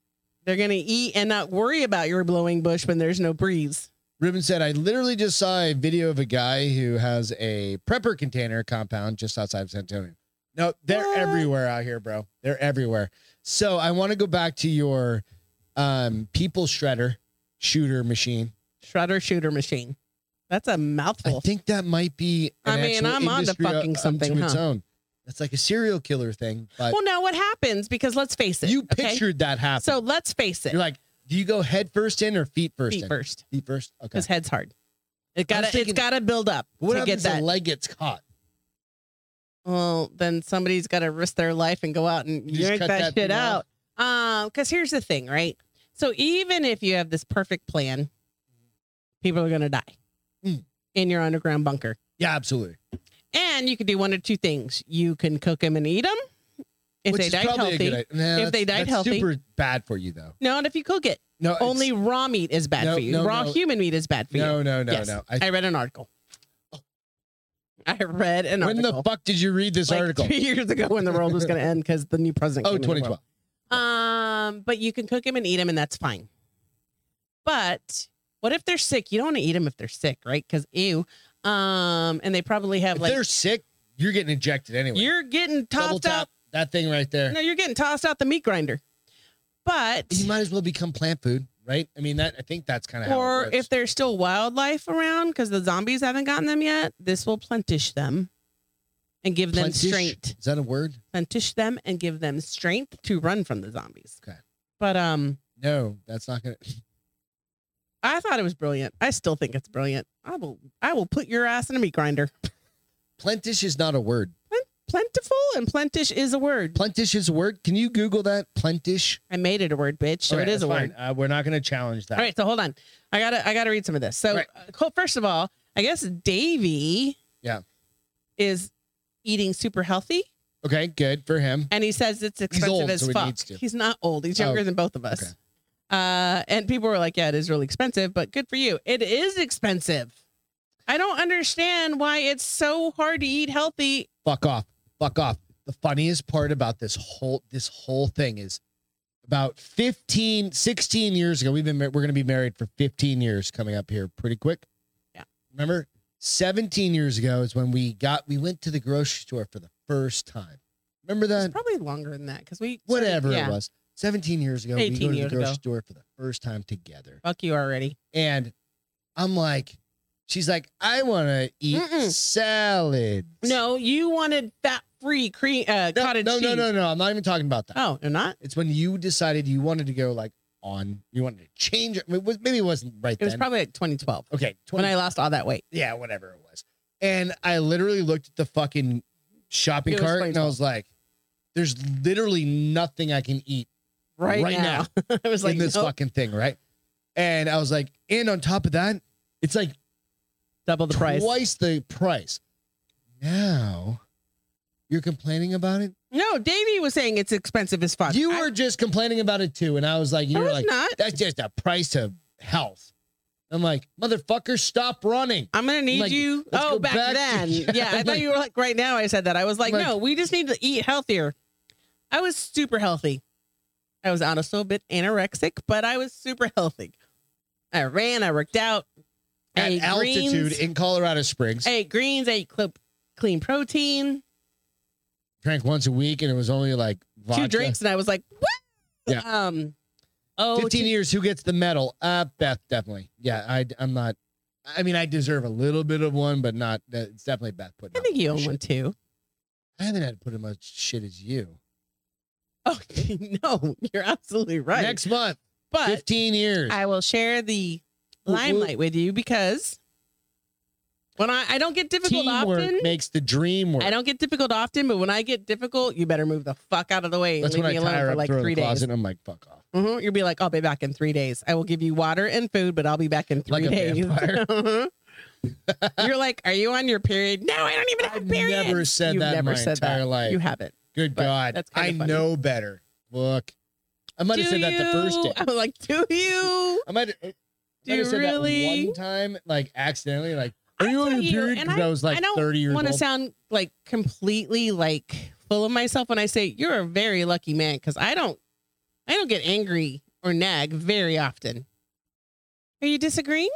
Speaker 1: they're gonna eat and not worry about your blowing bush when there's no breeze.
Speaker 2: Ruben said, I literally just saw a video of a guy who has a prepper container compound just outside of San Antonio. No, they're
Speaker 1: What?
Speaker 2: everywhere out here, bro. They're everywhere. So I want to go back to your um people shredder shooter machine.
Speaker 1: Shredder shooter machine. That's a
Speaker 2: I
Speaker 1: mouthful.
Speaker 2: think that might be.
Speaker 1: I mean,
Speaker 2: actual
Speaker 1: I'm onto
Speaker 2: industry, uh,
Speaker 1: fucking
Speaker 2: unto
Speaker 1: something,
Speaker 2: its
Speaker 1: huh?
Speaker 2: own. That's like a serial killer thing, but
Speaker 1: Well, now what happens? Because let's face it,
Speaker 2: Uh, you
Speaker 1: okay?
Speaker 2: pictured that happen.
Speaker 1: So let's face it,
Speaker 2: You're like, do you go head first in or feet first?
Speaker 1: feet
Speaker 2: in?
Speaker 1: first.
Speaker 2: Feet first. Okay.
Speaker 1: because head's hard. It
Speaker 2: I was
Speaker 1: got to it's
Speaker 2: thinking-
Speaker 1: got to build up
Speaker 2: What
Speaker 1: to
Speaker 2: happens
Speaker 1: get
Speaker 2: if
Speaker 1: that.
Speaker 2: the leg gets caught?
Speaker 1: well, then somebody's got to risk their life and go out and
Speaker 2: You just
Speaker 1: yank
Speaker 2: cut
Speaker 1: that,
Speaker 2: that
Speaker 1: shit
Speaker 2: thing off.
Speaker 1: out. Um, because here's the thing, right? So even if you have this perfect plan, people are gonna die
Speaker 2: Mm.
Speaker 1: in your underground bunker.
Speaker 2: Yeah, absolutely.
Speaker 1: And you could do one of two things: you can cook them and eat them if
Speaker 2: Which
Speaker 1: they
Speaker 2: is
Speaker 1: died
Speaker 2: probably a good
Speaker 1: healthy.
Speaker 2: idea. Nah,
Speaker 1: If they
Speaker 2: that's-
Speaker 1: died
Speaker 2: that's
Speaker 1: healthy.
Speaker 2: super bad for you though.
Speaker 1: No, and if you cook it,
Speaker 2: No, Uh, it's-
Speaker 1: only raw meat is bad
Speaker 2: No,
Speaker 1: for you.
Speaker 2: no,
Speaker 1: raw
Speaker 2: no.
Speaker 1: human meat is bad for you.
Speaker 2: no, no, no,
Speaker 1: Yes.
Speaker 2: no. I,
Speaker 1: I read an article. I read an
Speaker 2: when
Speaker 1: article.
Speaker 2: the fuck did you read this
Speaker 1: like
Speaker 2: article?
Speaker 1: two years ago when the world was going to end because the new president.
Speaker 2: Oh,
Speaker 1: came into the
Speaker 2: 2012.
Speaker 1: world. Um, but you can cook them and eat them, and that's fine. But what if they're sick? You don't want to eat them if they're sick, right? Because ew. Um, and they probably have
Speaker 2: If
Speaker 1: like
Speaker 2: they're sick, you're getting ejected anyway.
Speaker 1: you're getting
Speaker 2: Double
Speaker 1: tossed out.
Speaker 2: tap that thing right there.
Speaker 1: No, you're getting tossed out the meat grinder. But
Speaker 2: You might as well become plant food, right? I mean, that I think that's kind of how.
Speaker 1: or
Speaker 2: it works.
Speaker 1: if there's still wildlife around because the zombies haven't gotten them yet, this will plentish them and give them
Speaker 2: Plentish?
Speaker 1: strength.
Speaker 2: is that a word?
Speaker 1: plentish them and give them strength to run from the zombies.
Speaker 2: Okay.
Speaker 1: But um
Speaker 2: No, that's not gonna.
Speaker 1: I thought it was brilliant. I still think it's brilliant. I will I will put your ass in a meat grinder.
Speaker 2: Plentish is not a word.
Speaker 1: Plentiful and plentish is a word.
Speaker 2: Plentish is a word. Can you Google that? Plentish.
Speaker 1: I made Oh, it a word, bitch. So it
Speaker 2: Okay,
Speaker 1: is
Speaker 2: that's
Speaker 1: a
Speaker 2: fine.
Speaker 1: word.
Speaker 2: Uh, we're not going to challenge that.
Speaker 1: All right, so hold on. I gotta I gotta read some of this. So
Speaker 2: Right.
Speaker 1: uh, cool. first of all, I guess Davy
Speaker 2: Yeah.
Speaker 1: is eating super healthy
Speaker 2: Okay, good for him.
Speaker 1: and he says it's expensive
Speaker 2: old,
Speaker 1: as
Speaker 2: so he
Speaker 1: fuck.
Speaker 2: needs to.
Speaker 1: He's not old. He's
Speaker 2: Oh,
Speaker 1: younger than both of us.
Speaker 2: okay.
Speaker 1: Uh, and people were like, "Yeah, it is really expensive, but good for you. It is expensive. I don't understand why it's so hard to eat healthy.
Speaker 2: Fuck off. Fuck off. The funniest part about this whole this whole thing is about 15 16 years ago we've been mar- we're going to be married for 15 years coming up here pretty quick.
Speaker 1: Yeah.
Speaker 2: Remember 17 years ago is when we got we went to the grocery store for the first time. Remember
Speaker 1: It's
Speaker 2: that?
Speaker 1: probably longer than that because we
Speaker 2: Whatever
Speaker 1: yeah,
Speaker 2: it was. 17 years ago we
Speaker 1: 18
Speaker 2: go to the
Speaker 1: years
Speaker 2: grocery
Speaker 1: ago.
Speaker 2: store for the first time together.
Speaker 1: Fuck you already.
Speaker 2: And I'm like, she's like, I want to eat
Speaker 1: Mm-mm.
Speaker 2: salad.
Speaker 1: No, you wanted fat free cream uh,
Speaker 2: no,
Speaker 1: cottage
Speaker 2: no,
Speaker 1: cheese.
Speaker 2: no, no, no. I'm not even talking about that.
Speaker 1: Oh, you're not.
Speaker 2: It's when you decided you wanted to go like on, you wanted to change it. It was- Maybe it wasn't right
Speaker 1: It was
Speaker 2: then. Oh,
Speaker 1: probably like 2012
Speaker 2: okay, 20,
Speaker 1: when I lost all that weight.
Speaker 2: yeah, whatever it was. And I literally looked at the fucking shopping
Speaker 1: It was
Speaker 2: cart and I was like, there's literally nothing I can eat
Speaker 1: Right,
Speaker 2: Right
Speaker 1: now, I was like,
Speaker 2: in this
Speaker 1: nope,
Speaker 2: fucking thing, right? And I was like, and on top of that, it's like
Speaker 1: double the price.
Speaker 2: twice the price. Now You're complaining about it?
Speaker 1: No, Davey was saying it's expensive as fuck.
Speaker 2: You
Speaker 1: I-
Speaker 2: were just complaining about it too. And I was like, you
Speaker 1: I
Speaker 2: were
Speaker 1: was
Speaker 2: like,
Speaker 1: not.
Speaker 2: that's just a price of health. I'm like, motherfucker, stop running.
Speaker 1: I'm gonna need
Speaker 2: like,
Speaker 1: you.
Speaker 2: let's go
Speaker 1: Oh, back,
Speaker 2: back to-
Speaker 1: then.
Speaker 2: Yeah,
Speaker 1: yeah, I
Speaker 2: I'm
Speaker 1: thought you were like right now. I said that. I was like,
Speaker 2: I'm like-
Speaker 1: no, we just need to eat healthier. I was super healthy. I was honestly a bit anorexic, but I was super healthy. I ran. I worked out.
Speaker 2: At
Speaker 1: ate
Speaker 2: altitude
Speaker 1: greens,
Speaker 2: in Colorado Springs,
Speaker 1: ate greens. I ate cl- clean protein.
Speaker 2: drank once a week, and it was only like vodka.
Speaker 1: Two drinks, and I was like, what?
Speaker 2: Yeah.
Speaker 1: Um. Oh,
Speaker 2: 15
Speaker 1: to-
Speaker 2: years, who gets the medal? Uh, Beth, definitely. Yeah, I, I'm not. I mean, I deserve a little bit of one, but not. It's definitely Beth putting
Speaker 1: I
Speaker 2: up
Speaker 1: think you
Speaker 2: with
Speaker 1: own
Speaker 2: shit.
Speaker 1: one too.
Speaker 2: I haven't had to put as much shit as you.
Speaker 1: Oh no, you're absolutely right.
Speaker 2: Next month,
Speaker 1: but
Speaker 2: 15 years.
Speaker 1: I will share the
Speaker 2: Woo, woo.
Speaker 1: limelight with you because when I, I don't get difficult
Speaker 2: Teamwork
Speaker 1: often.
Speaker 2: makes the dream work.
Speaker 1: I don't get difficult often, but when I get difficult, you better move the fuck out of the way and
Speaker 2: That's
Speaker 1: leave
Speaker 2: when I
Speaker 1: me alone
Speaker 2: tire
Speaker 1: for
Speaker 2: up,
Speaker 1: like
Speaker 2: throw in
Speaker 1: three
Speaker 2: the
Speaker 1: days.
Speaker 2: closet. I'm like, fuck off.
Speaker 1: Mhm. You'll be like, I'll be back in three days. I will give you water and food, but I'll be back in three
Speaker 2: Like a
Speaker 1: days.
Speaker 2: vampire.
Speaker 1: Mhm. You're like, are you on your period? No, I don't even have
Speaker 2: I've
Speaker 1: a period.
Speaker 2: never said
Speaker 1: You've
Speaker 2: that in
Speaker 1: never
Speaker 2: my
Speaker 1: said
Speaker 2: entire
Speaker 1: that.
Speaker 2: life.
Speaker 1: You haven't.
Speaker 2: Good
Speaker 1: But
Speaker 2: God.
Speaker 1: that's
Speaker 2: I
Speaker 1: kinda funny.
Speaker 2: know better. Look. I might have
Speaker 1: Do
Speaker 2: said that the first
Speaker 1: you?
Speaker 2: day.
Speaker 1: I'm like, do you?
Speaker 2: I might have,
Speaker 1: Do
Speaker 2: might have
Speaker 1: you
Speaker 2: said that
Speaker 1: really?
Speaker 2: one time, like accidentally, like,
Speaker 1: I
Speaker 2: are you on
Speaker 1: tell
Speaker 2: your
Speaker 1: you,
Speaker 2: period?
Speaker 1: and
Speaker 2: Because I was like
Speaker 1: I don't
Speaker 2: 30 years
Speaker 1: want to
Speaker 2: old.
Speaker 1: sound like completely like full of myself when I say you're a very lucky man because I don't, I don't get angry or nag very often. Are you disagreeing?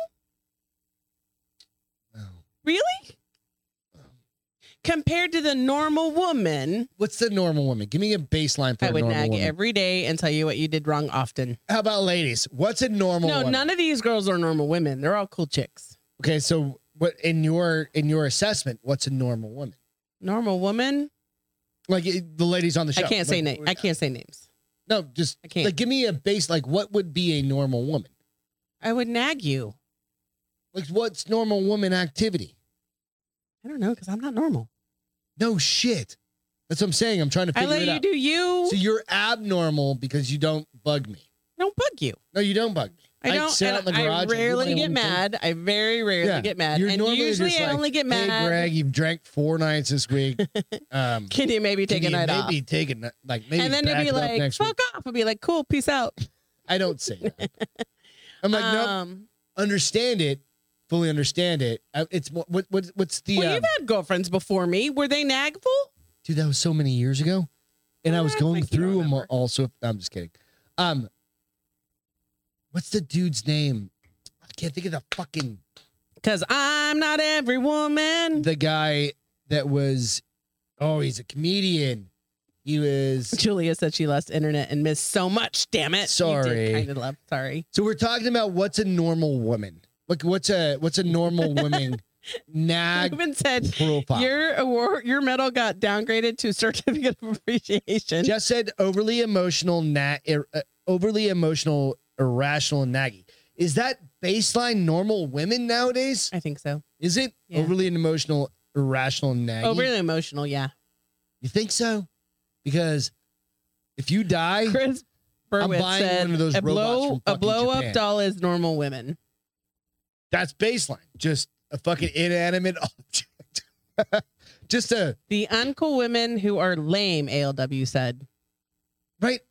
Speaker 2: Oh.
Speaker 1: Really? Compared to the normal woman,
Speaker 2: What's the normal woman? Give me a baseline for
Speaker 1: I
Speaker 2: a
Speaker 1: would
Speaker 2: normal
Speaker 1: nag
Speaker 2: woman.
Speaker 1: every day and tell you what you did wrong often.
Speaker 2: How about ladies? What's a normal
Speaker 1: no,
Speaker 2: woman?
Speaker 1: none of these girls are normal women. They're all cool chicks.
Speaker 2: Okay, so what in your in your assessment, what's a normal woman?
Speaker 1: Normal woman.
Speaker 2: Like it- the ladies on the show.
Speaker 1: I can't say
Speaker 2: Like,
Speaker 1: name. I can't say names.
Speaker 2: No, just
Speaker 1: I can't.
Speaker 2: like give me a base. Like what would be a normal woman?
Speaker 1: I would nag you.
Speaker 2: Like what's normal woman activity?
Speaker 1: I don't know because I'm not normal.
Speaker 2: No shit. That's what I'm saying. I'm trying to
Speaker 1: I
Speaker 2: figure
Speaker 1: let
Speaker 2: it
Speaker 1: you
Speaker 2: out.
Speaker 1: do you.
Speaker 2: so you're abnormal because you don't bug me.
Speaker 1: I don't bug you.
Speaker 2: No, you don't bug me.
Speaker 1: I
Speaker 2: I
Speaker 1: don't.
Speaker 2: sit
Speaker 1: and
Speaker 2: out in the
Speaker 1: I
Speaker 2: garage and do my
Speaker 1: rarely
Speaker 2: own
Speaker 1: get
Speaker 2: thing.
Speaker 1: mad. I very rarely
Speaker 2: Yeah,
Speaker 1: get mad,
Speaker 2: You're
Speaker 1: and
Speaker 2: normally
Speaker 1: usually
Speaker 2: just
Speaker 1: I
Speaker 2: like,
Speaker 1: only get
Speaker 2: Hey,
Speaker 1: mad.
Speaker 2: Greg, you've drank four nights this week. Um,
Speaker 1: can you maybe take
Speaker 2: can
Speaker 1: a
Speaker 2: you
Speaker 1: night off?
Speaker 2: maybe take a ni- like maybe
Speaker 1: and then
Speaker 2: back
Speaker 1: you'd be
Speaker 2: it up
Speaker 1: like,
Speaker 2: next
Speaker 1: "Fuck
Speaker 2: week.
Speaker 1: off!" I'd be like, "Cool, peace out."
Speaker 2: I don't say that. I'm like, no,
Speaker 1: um,
Speaker 2: understand it, fully understand it. I- It's more- what what what's the
Speaker 1: Well,
Speaker 2: um,
Speaker 1: you've had girlfriends before me. Were they nagful?
Speaker 2: dude? That was so many years ago, and I
Speaker 1: Well,
Speaker 2: was
Speaker 1: that's
Speaker 2: going
Speaker 1: like you don't
Speaker 2: through them
Speaker 1: remember.
Speaker 2: also. I'm just kidding. Um, what's the dude's name? I can't think of the fucking
Speaker 1: Because I'm not every woman.
Speaker 2: the guy that was. Oh, he's a comedian. He was.
Speaker 1: Julia said she lost internet and missed so much. Damn it!
Speaker 2: Sorry.
Speaker 1: kind of love. Sorry.
Speaker 2: So we're talking about what's a normal woman. Like what's a what's a normal woman nag
Speaker 1: Ruben said
Speaker 2: profile?
Speaker 1: your award, your medal got downgraded to certificate of appreciation.
Speaker 2: Just said overly emotional, na- ir- uh, overly emotional, irrational, and naggy. Is that baseline normal women nowadays?
Speaker 1: I think so.
Speaker 2: Is it
Speaker 1: Yeah.
Speaker 2: overly emotional, irrational, and naggy?
Speaker 1: Oh, really emotional. Yeah.
Speaker 2: You think so? Because if you die,
Speaker 1: Chris
Speaker 2: I'm
Speaker 1: Berwick
Speaker 2: buying
Speaker 1: said
Speaker 2: one of those
Speaker 1: a
Speaker 2: robots
Speaker 1: blow
Speaker 2: from
Speaker 1: a
Speaker 2: fucking
Speaker 1: blow up
Speaker 2: Japan."
Speaker 1: doll is normal women.
Speaker 2: that's baseline. Just a fucking inanimate object. Just a
Speaker 1: The uncool women who are lame, ALW said.
Speaker 2: right.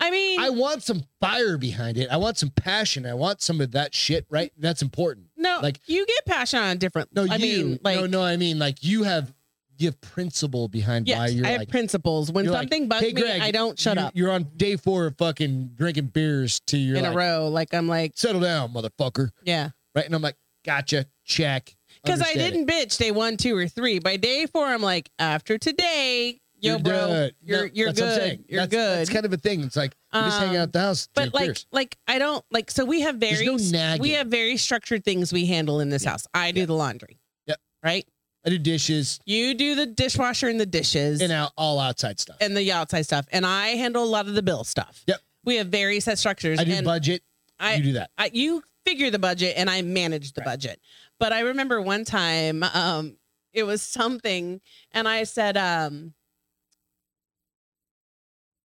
Speaker 1: I mean,
Speaker 2: I want some fire behind it. I want some passion. I want some of that shit. Right. That's important.
Speaker 1: no,
Speaker 2: like-
Speaker 1: like you get passion on different.
Speaker 2: No,
Speaker 1: I
Speaker 2: you.
Speaker 1: mean, like
Speaker 2: no, no. I mean, like you have you have principle behind why
Speaker 1: yes,
Speaker 2: you're
Speaker 1: I have
Speaker 2: like
Speaker 1: principles. When
Speaker 2: you're like,
Speaker 1: something bugs
Speaker 2: "Hey, Greg,
Speaker 1: me, I don't shut
Speaker 2: you,
Speaker 1: up
Speaker 2: You're on day four of fucking drinking beers to your
Speaker 1: in
Speaker 2: like,
Speaker 1: a row. Like I'm like,
Speaker 2: settle down, motherfucker.
Speaker 1: yeah,
Speaker 2: Right? And I'm like, gotcha, check.
Speaker 1: because I
Speaker 2: understand it.
Speaker 1: didn't bitch day one, two, or three. By day four, I'm like, after today, yo,
Speaker 2: You're
Speaker 1: bro,
Speaker 2: good.
Speaker 1: you're
Speaker 2: No,
Speaker 1: you're
Speaker 2: that's what I'm
Speaker 1: good,
Speaker 2: saying.
Speaker 1: you're
Speaker 2: that's,
Speaker 1: good.
Speaker 2: That's kind of a thing. It's like you just hang out
Speaker 1: Um,
Speaker 2: at the house,
Speaker 1: but
Speaker 2: drink
Speaker 1: like
Speaker 2: beers.
Speaker 1: like i don't like so we have
Speaker 2: There's
Speaker 1: very
Speaker 2: no nagging.
Speaker 1: we have very structured things we handle in this house i do
Speaker 2: Yeah.
Speaker 1: the laundry
Speaker 2: Yep.
Speaker 1: right
Speaker 2: I do dishes
Speaker 1: you do the dishwasher and the dishes
Speaker 2: and
Speaker 1: and,
Speaker 2: out all outside stuff.
Speaker 1: the outside stuff and i handle a lot of the bill stuff
Speaker 2: Yep.
Speaker 1: we have very set structures
Speaker 2: I do
Speaker 1: and
Speaker 2: budget. you
Speaker 1: I,
Speaker 2: do that.
Speaker 1: I you figure the budget and i manage the
Speaker 2: Right.
Speaker 1: budget but i remember one time um it was something and i said um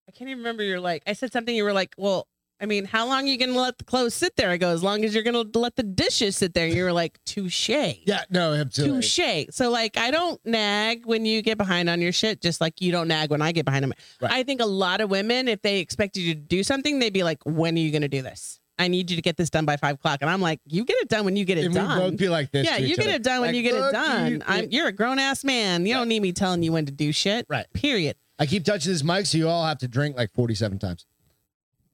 Speaker 1: i can't even remember you're like i said something you were like well I mean, how long you going to let the clothes sit there? I go, as long as you're going to let the dishes sit there. And you were like, touche.
Speaker 2: Yeah, no, absolutely.
Speaker 1: Touche. So, like, I don't nag when you get behind on your shit, just like you don't nag when I get behind on it.
Speaker 2: Right.
Speaker 1: I think a lot of women, if they expected you to do something, they'd be like, when are you going to do this? I need you to get this done by five o'clock. And I'm like, you get it done when you get it
Speaker 2: and
Speaker 1: done.
Speaker 2: we both be like this.
Speaker 1: yeah,
Speaker 2: to
Speaker 1: you
Speaker 2: each
Speaker 1: get
Speaker 2: other.
Speaker 1: it done when
Speaker 2: Like,
Speaker 1: you get
Speaker 2: look,
Speaker 1: it done.
Speaker 2: you-
Speaker 1: I'm, you're a grown ass man. You don't need me telling you when to do shit.
Speaker 2: Right.
Speaker 1: Period.
Speaker 2: I keep touching this mic, so you all have to drink like 47 times.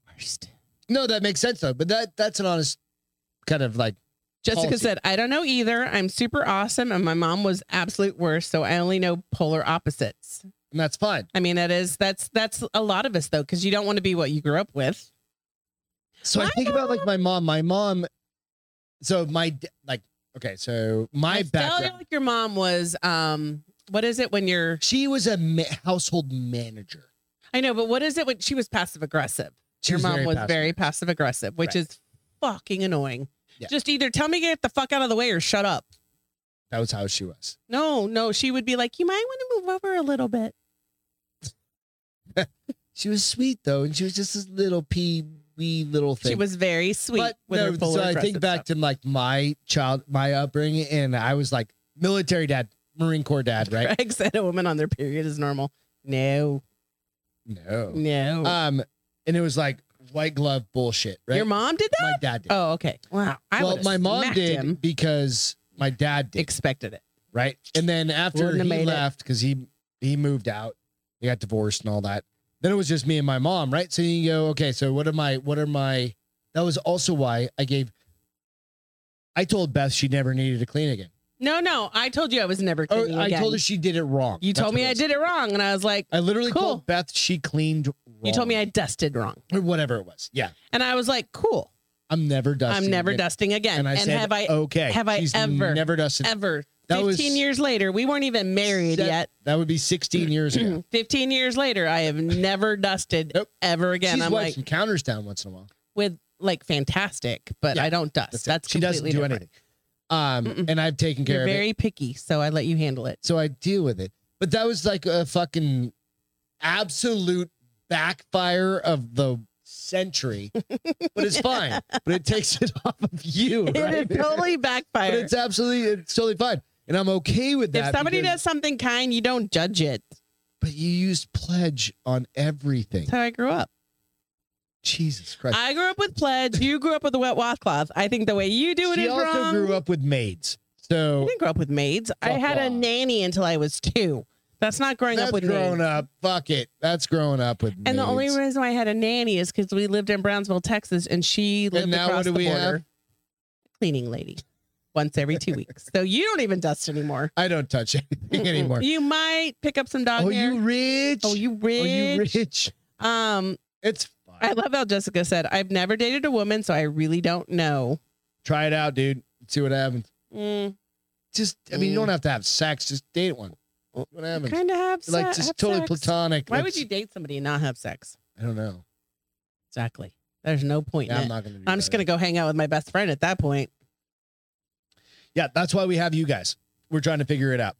Speaker 1: Worst.
Speaker 2: No, that makes sense though. But that that's an honest kind of like
Speaker 1: Jessica
Speaker 2: Policy.
Speaker 1: said, I don't know either. I'm super awesome, and my mom was absolute worst. So I only know polar opposites.
Speaker 2: and that's fine.
Speaker 1: I mean, that is that's that's a lot of us though, because you don't want to be what you grew up with.
Speaker 2: So I
Speaker 1: My
Speaker 2: think about like my mom. My mom. So my d- like okay. So my
Speaker 1: I felt
Speaker 2: background.
Speaker 1: like your mom was um, what is it when you're?
Speaker 2: She was a ma- household manager.
Speaker 1: I know, but what is it when she was passive aggressive?
Speaker 2: She
Speaker 1: Your mom was
Speaker 2: passive.
Speaker 1: very passive aggressive, which
Speaker 2: Right.
Speaker 1: is fucking annoying.
Speaker 2: Yeah.
Speaker 1: Just either tell me to get the fuck out of the way or shut up.
Speaker 2: That was how she was.
Speaker 1: No, no, she would be like, you might want to move over a little bit.
Speaker 2: She was sweet though, and she was just this little pee wee little thing.
Speaker 1: She was very sweet with her polar
Speaker 2: so I think
Speaker 1: aggressive
Speaker 2: back
Speaker 1: stuff.
Speaker 2: to like my child, my upbringing, and I was like military dad, Marine Corps dad, right?
Speaker 1: Greg said a woman on their period is normal. No,
Speaker 2: No.
Speaker 1: no.
Speaker 2: Um, and it was like white glove bullshit, right?
Speaker 1: Your mom did that?
Speaker 2: my dad did.
Speaker 1: Oh, okay. Wow. I
Speaker 2: well,
Speaker 1: would've
Speaker 2: my mom
Speaker 1: smacked
Speaker 2: did
Speaker 1: him.
Speaker 2: because my dad did,
Speaker 1: Expected it.
Speaker 2: right? And then after
Speaker 1: Wouldn't have
Speaker 2: he
Speaker 1: made it.
Speaker 2: left, because he he moved out, he got divorced and all that. Then it was just me and my mom, right? So you go, okay, so what are my what are my? That was also why I gave. I told Beth she never needed to clean again.
Speaker 1: No, no. I told you I was never
Speaker 2: Oh,
Speaker 1: cleaning
Speaker 2: I
Speaker 1: again.
Speaker 2: told her she did it wrong.
Speaker 1: you
Speaker 2: That's
Speaker 1: told
Speaker 2: what
Speaker 1: me I
Speaker 2: it was.
Speaker 1: did it wrong, and I was like,
Speaker 2: I literally
Speaker 1: Cool.
Speaker 2: told Beth she cleaned. Wrong,
Speaker 1: you told me I dusted wrong,
Speaker 2: or whatever it was. Yeah,
Speaker 1: and I was like, cool.
Speaker 2: I'm never dusting.
Speaker 1: I'm never
Speaker 2: again.
Speaker 1: dusting again.
Speaker 2: And I said,
Speaker 1: have I
Speaker 2: okay.
Speaker 1: have I
Speaker 2: She's
Speaker 1: ever-
Speaker 2: never dusted?
Speaker 1: ever?
Speaker 2: That was-
Speaker 1: Fifteen years later, we weren't even married
Speaker 2: That-
Speaker 1: yet.
Speaker 2: That would be 16 years ago.
Speaker 1: Fifteen years later, I have never dusted
Speaker 2: Nope.
Speaker 1: ever again.
Speaker 2: She's
Speaker 1: I'm
Speaker 2: wiped
Speaker 1: like
Speaker 2: some counters down once in a while.
Speaker 1: with like fantastic, but
Speaker 2: Yeah,
Speaker 1: I don't dust.
Speaker 2: That's
Speaker 1: That's,
Speaker 2: it. she doesn't do
Speaker 1: completely different.
Speaker 2: anything. Um,
Speaker 1: Mm-mm.
Speaker 2: and I've taken care
Speaker 1: You're
Speaker 2: of it,
Speaker 1: very picky, so I let you handle it.
Speaker 2: so I deal with it. But that was like a fucking absolute backfire of the century. but it's fine. But it takes it off of you. Right?
Speaker 1: It totally
Speaker 2: but
Speaker 1: backfired.
Speaker 2: it's absolutely it's totally fine, and I'm okay with that.
Speaker 1: If somebody
Speaker 2: because-
Speaker 1: does something kind, you don't judge it.
Speaker 2: but you used pledge on everything.
Speaker 1: That's how I grew up.
Speaker 2: Jesus Christ!
Speaker 1: I grew up with pledge. You grew up with a wet washcloth. I think the way you do it
Speaker 2: she
Speaker 1: is
Speaker 2: also
Speaker 1: wrong.
Speaker 2: grew up with maids,
Speaker 1: I
Speaker 2: so
Speaker 1: didn't grow up with maids. I
Speaker 2: Fuck
Speaker 1: had a
Speaker 2: off.
Speaker 1: nanny until I was two. That's not growing
Speaker 2: that's
Speaker 1: up with
Speaker 2: grown
Speaker 1: maids.
Speaker 2: up. Fuck it, that's growing up with.
Speaker 1: And the only
Speaker 2: maids.
Speaker 1: reason why I had a nanny is because we lived in Brownsville, Texas, and she lived
Speaker 2: now what
Speaker 1: across
Speaker 2: do
Speaker 1: the
Speaker 2: we
Speaker 1: border.
Speaker 2: have?
Speaker 1: Cleaning lady, once every two weeks. So you don't even dust anymore.
Speaker 2: I don't touch anything anymore.
Speaker 1: You might pick up some dog
Speaker 2: Oh,
Speaker 1: hair.
Speaker 2: you rich?
Speaker 1: oh, you rich.
Speaker 2: Oh, you rich?
Speaker 1: Um,
Speaker 2: It's fine.
Speaker 1: I love how Jessica said, "I've never dated a woman, so I really don't know."
Speaker 2: Try it out, dude. See what happens.
Speaker 1: Mm,
Speaker 2: Just, I mean, you don't have to have sex. Just date one. See What happens?
Speaker 1: kind of have se-
Speaker 2: like, just
Speaker 1: have
Speaker 2: totally
Speaker 1: sex.
Speaker 2: platonic.
Speaker 1: Why would
Speaker 2: Let's-
Speaker 1: you date somebody and not have sex?
Speaker 2: I don't know.
Speaker 1: Exactly. There's no point. in
Speaker 2: Yeah, I'm
Speaker 1: it.
Speaker 2: not gonna. Do
Speaker 1: I'm
Speaker 2: that.
Speaker 1: just gonna go hang out with my best friend at that point.
Speaker 2: Yeah, that's why we have you guys. We're trying to figure it out.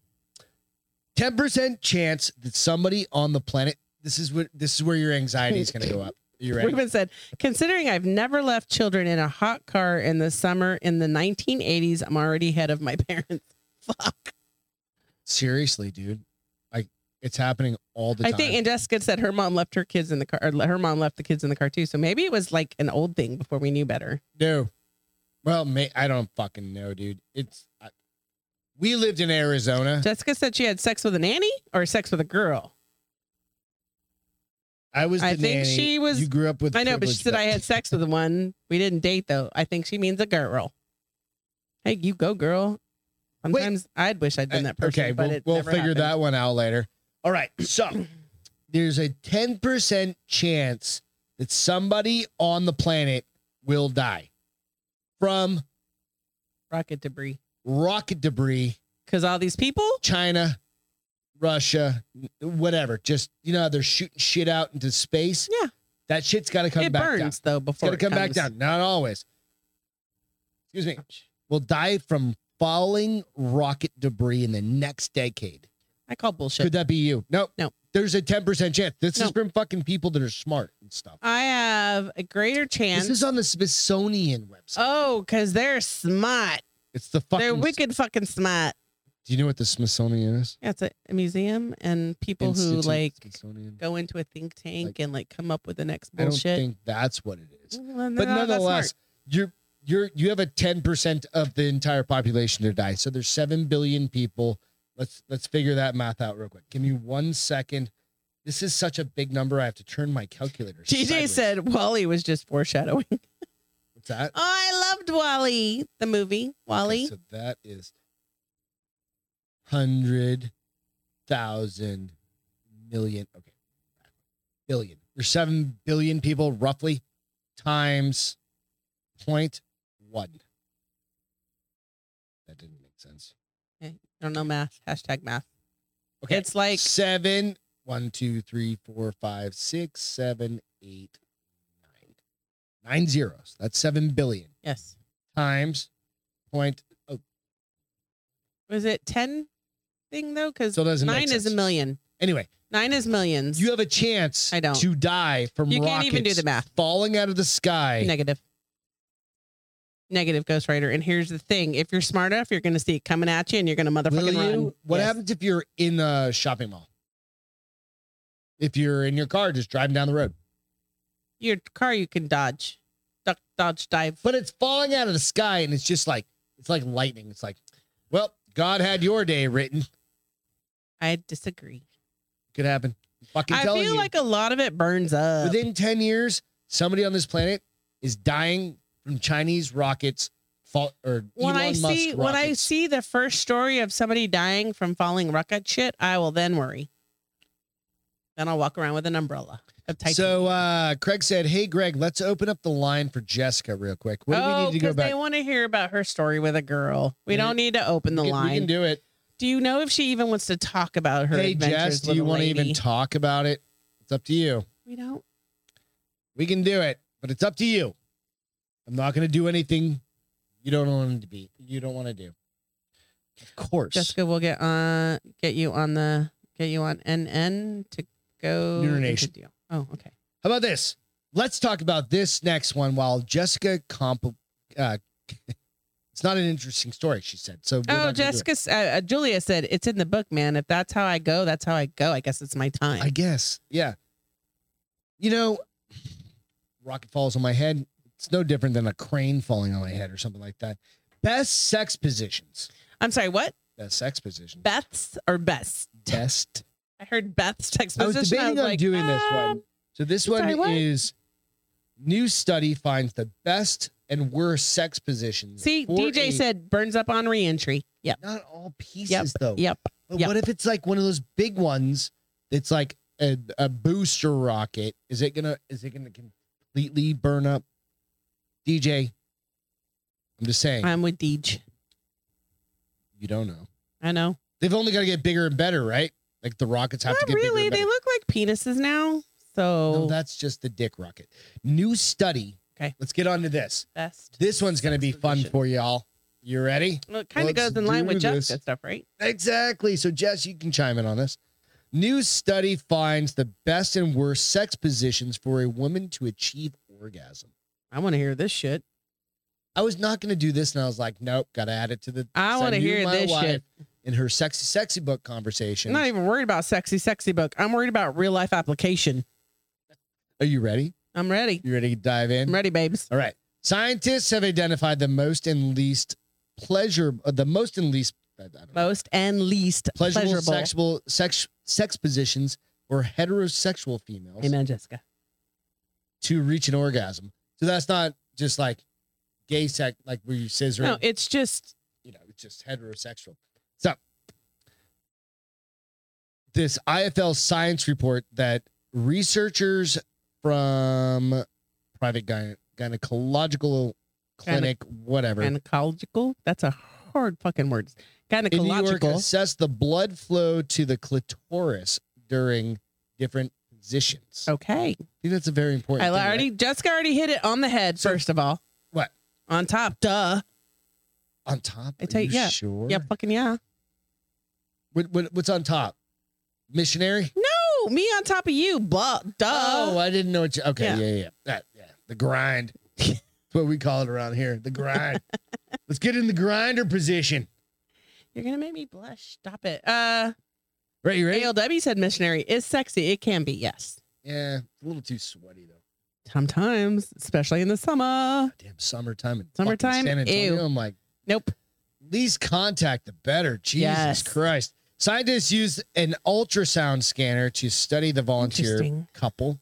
Speaker 2: 10% chance that somebody on the planet this is what this is where your anxiety is going to go up. Are you ready?
Speaker 1: Ruben said, considering I've never left children in a hot car in the summer in the 1980s, I'm already ahead of my parents. Fuck.
Speaker 2: Seriously, dude. Like it's happening all the
Speaker 1: I
Speaker 2: time.
Speaker 1: think, and Jessica said her mom left her kids in the car. Or her mom left the kids in the car too. So maybe it was like an old thing before we knew better.
Speaker 2: no. Well, may, I don't fucking know, dude. It's I, We lived in Arizona.
Speaker 1: Jessica said she had sex with a nanny or sex with a girl.
Speaker 2: I was the
Speaker 1: I think
Speaker 2: nanny.
Speaker 1: she was-
Speaker 2: You grew up with
Speaker 1: I know, but she
Speaker 2: privileged
Speaker 1: said I
Speaker 2: men.
Speaker 1: had sex with one. We didn't date though. I think she means a girl. Hey, you go, girl.
Speaker 2: Wait.
Speaker 1: Sometimes I'd wish I'd been that
Speaker 2: Uh,
Speaker 1: person.
Speaker 2: Okay,
Speaker 1: but
Speaker 2: we'll,
Speaker 1: it
Speaker 2: we'll
Speaker 1: never
Speaker 2: figure
Speaker 1: happened.
Speaker 2: that one out later. All right, so there's a 10% chance that somebody on the planet will die from
Speaker 1: rocket debris
Speaker 2: rocket debris,
Speaker 1: because all these people.
Speaker 2: China, Russia, whatever. Just, you know, how they're shooting shit out into space.
Speaker 1: Yeah.
Speaker 2: That shit's got to come
Speaker 1: it
Speaker 2: back
Speaker 1: burns
Speaker 2: down.
Speaker 1: though
Speaker 2: It's
Speaker 1: before
Speaker 2: got to come back
Speaker 1: comes.
Speaker 2: down. Not always. Excuse me.
Speaker 1: Ouch.
Speaker 2: Will die from falling rocket debris in the next decade.
Speaker 1: I call bullshit.
Speaker 2: Could that be you? No.
Speaker 1: No.
Speaker 2: There's a 10% chance. This is
Speaker 1: No.
Speaker 2: from fucking people that are smart and stuff.
Speaker 1: I have a greater chance.
Speaker 2: This is on the Smithsonian website.
Speaker 1: oh, because they're smart.
Speaker 2: it's the fucking.
Speaker 1: They're wicked fucking smart.
Speaker 2: Do you know what the Smithsonian is?
Speaker 1: Yeah, it's a, a museum and people
Speaker 2: Institute
Speaker 1: who like
Speaker 2: Smithsonian.
Speaker 1: go into a think tank
Speaker 2: Like-
Speaker 1: and like come up with the next
Speaker 2: I don't
Speaker 1: bullshit.
Speaker 2: think that's what it is.
Speaker 1: Well, then
Speaker 2: but
Speaker 1: they're not that
Speaker 2: nonetheless,
Speaker 1: smart.
Speaker 2: you're you're you have a 10% of the entire population to die. So there's 7 billion people. Let's let's figure that math out real quick. Give me 1 second. This is such a big number. I have to turn my calculator.
Speaker 1: TJ
Speaker 2: sideways.
Speaker 1: said Wally was just foreshadowing. Oh,
Speaker 2: What's that? Okay,
Speaker 1: I loved Wally, the movie. Wally.
Speaker 2: so that is 100,000 million. Okay. Billion. There's 7 billion people roughly times point 0.1. That didn't make sense.
Speaker 1: I don't know math. Hashtag math.
Speaker 2: Okay.
Speaker 1: It's like
Speaker 2: seven. One, two, three, four, five, six, seven, eight, nine. Nine zeros. That's seven billion
Speaker 1: yes.
Speaker 2: times point.
Speaker 1: Was it ten thing though? Because
Speaker 2: So it doesn't make
Speaker 1: nine is a
Speaker 2: sense.
Speaker 1: million.
Speaker 2: Anyway,
Speaker 1: Nine is millions.
Speaker 2: you have a chance
Speaker 1: I don't.
Speaker 2: to die from
Speaker 1: You
Speaker 2: rockets
Speaker 1: can't even do the math.
Speaker 2: falling out of the sky.
Speaker 1: Negative. Negative Ghost Rider. And here's the thing: if you're smart enough, you're going to see it coming at you, and you're going to
Speaker 2: Will
Speaker 1: motherfucking
Speaker 2: you?
Speaker 1: run.
Speaker 2: What
Speaker 1: Yes.
Speaker 2: happens if you're in a shopping mall? If you're in your car just driving down the road,
Speaker 1: Your car you can dodge, duck, dodge, dive.
Speaker 2: but it's falling out of the sky and it's just like it's like lightning. It's like, well, God had your day written.
Speaker 1: I disagree.
Speaker 2: Could happen. Fucking
Speaker 1: I
Speaker 2: telling
Speaker 1: feel
Speaker 2: you.
Speaker 1: like a lot of it burns up.
Speaker 2: within 10 years, somebody on this planet is dying from Chinese rockets fall, or
Speaker 1: when
Speaker 2: Elon
Speaker 1: I
Speaker 2: Musk
Speaker 1: see
Speaker 2: rockets.
Speaker 1: when I see the first story of somebody dying from falling rocket shit, I will then worry. Then I'll walk around with an umbrella of Titan.
Speaker 2: So uh, Craig said, "Hey Greg, let's open up the line for Jessica real quick. What do we
Speaker 1: oh,
Speaker 2: need to go
Speaker 1: because
Speaker 2: back?
Speaker 1: they want to hear about her story with a girl. We
Speaker 2: Yeah.
Speaker 1: don't need to open the
Speaker 2: we, can,
Speaker 1: line.
Speaker 2: we can do it.
Speaker 1: Do you know if she even wants to talk about her
Speaker 2: hey
Speaker 1: adventures
Speaker 2: Jess, do you
Speaker 1: want
Speaker 2: want to even talk about it? It's up to you.
Speaker 1: we don't.
Speaker 2: We can do it, but it's up to you. I'm not going to do anything you don't want to be. You don't want to do. Of course,
Speaker 1: Jessica will get uh get you on the get you on NN to go
Speaker 2: Neuronation.
Speaker 1: into deal. Oh, okay.
Speaker 2: How about this? Let's talk about this next one while Jessica comp. Uh, it's not an interesting story, she said. So we're not
Speaker 1: oh,
Speaker 2: gonna do it.
Speaker 1: Jessica, s- uh, uh, Julia said it's in the book, man. If that's how I go, that's how I go. I guess it's my time.
Speaker 2: I guess, yeah. You know, rocket falls on my head. It's no different than a crane falling on my head or something like that. Best sex positions.
Speaker 1: I, am sorry, what?
Speaker 2: Best sex positions.
Speaker 1: Beth's or best?
Speaker 2: Best.
Speaker 1: I heard Beth's text
Speaker 2: I was
Speaker 1: position.
Speaker 2: debating on
Speaker 1: like,
Speaker 2: doing this
Speaker 1: ah.
Speaker 2: one. So this
Speaker 1: I'm sorry,
Speaker 2: one
Speaker 1: what?
Speaker 2: is new study finds the best and worst sex positions.
Speaker 1: See,
Speaker 2: for
Speaker 1: DJ
Speaker 2: a-
Speaker 1: said burns up on reentry. Yep.
Speaker 2: not all pieces
Speaker 1: Yep.
Speaker 2: though.
Speaker 1: Yep.
Speaker 2: But
Speaker 1: Yep.
Speaker 2: what if it's like one of those big ones that's like a, a booster rocket? Is it gonna is it gonna completely burn up? DJ, I'm just saying
Speaker 1: I'm with Deej.
Speaker 2: you don't know.
Speaker 1: I know.
Speaker 2: They've only got to get bigger and better, right? Like the rockets have to
Speaker 1: Not
Speaker 2: get
Speaker 1: really.
Speaker 2: bigger.
Speaker 1: They
Speaker 2: And
Speaker 1: look like penises now. So
Speaker 2: better. No, that's just the dick rocket. New study.
Speaker 1: Okay.
Speaker 2: Let's get on to this.
Speaker 1: best.
Speaker 2: This one's gonna be fun
Speaker 1: Exposition.
Speaker 2: for y'all. You ready?
Speaker 1: Well, it kind of
Speaker 2: Let's
Speaker 1: goes in line
Speaker 2: do
Speaker 1: with
Speaker 2: this.
Speaker 1: Jessica stuff, right?
Speaker 2: Exactly. So, Jess, you can chime in on this. New study finds the best and worst sex positions for a woman to achieve orgasm.
Speaker 1: I want to hear this shit.
Speaker 2: I was not going to do this, and I was like, nope, got to add it to the.
Speaker 1: I
Speaker 2: so
Speaker 1: want to
Speaker 2: knew
Speaker 1: hear
Speaker 2: my
Speaker 1: this
Speaker 2: wife
Speaker 1: shit.
Speaker 2: In her sexy, sexy book
Speaker 1: I'm
Speaker 2: conversation.
Speaker 1: not even worried about sexy, sexy book. I'm worried about real life application.
Speaker 2: Are you ready?
Speaker 1: I'm ready.
Speaker 2: You ready to dive in?
Speaker 1: I'm ready, babes.
Speaker 2: All right. Scientists have identified the most and least pleasure, uh, the most and least I don't know.
Speaker 1: Most and least
Speaker 2: pleasurable,
Speaker 1: pleasurable.
Speaker 2: sexual sex sex positions for heterosexual females.
Speaker 1: Amen, Jessica.
Speaker 2: to reach an orgasm. So that's not just like gay sex, like where you scissor,
Speaker 1: No, it's just
Speaker 2: you know, it's just heterosexual. So this IFL science report that researchers from private gyne- gynecological clinic, whatever,
Speaker 1: gynecological. That's a hard fucking word.
Speaker 2: in New York
Speaker 1: Gynecological.
Speaker 2: assessed the blood flow to the clitoris during different positions.
Speaker 1: Okay.
Speaker 2: I think that's a very important
Speaker 1: Oh. I
Speaker 2: thing, right?
Speaker 1: already Jessica already hit it on the head,
Speaker 2: So-
Speaker 1: first of all.
Speaker 2: What?
Speaker 1: On top. Duh.
Speaker 2: on top.
Speaker 1: I
Speaker 2: Are
Speaker 1: tell you-
Speaker 2: you
Speaker 1: yeah.
Speaker 2: sure?
Speaker 1: Yeah, fucking yeah.
Speaker 2: What, what, what's on top? missionary?
Speaker 1: Oh, me on top of you. Blah.
Speaker 2: oh,
Speaker 1: Duh.
Speaker 2: I didn't know what you. Okay,
Speaker 1: Yeah.
Speaker 2: yeah, yeah, yeah. That- yeah. The grind. That's what we call it around here. The grind. Let's get in the grinder position.
Speaker 1: You're gonna make me blush. Stop it. Uh,
Speaker 2: Right, you ready?
Speaker 1: ALW said missionary is sexy. It can be yes.
Speaker 2: Yeah, it's a little too sweaty though.
Speaker 1: Sometimes, especially in the summer.
Speaker 2: Damn, summertime in fucking
Speaker 1: Summertime?
Speaker 2: San Antonio.
Speaker 1: Ew.
Speaker 2: I'm like,
Speaker 1: Nope.
Speaker 2: least contact, the better. Jesus
Speaker 1: Yes.
Speaker 2: Christ. Scientists used an ultrasound scanner to study the volunteer
Speaker 1: Interesting.
Speaker 2: couple.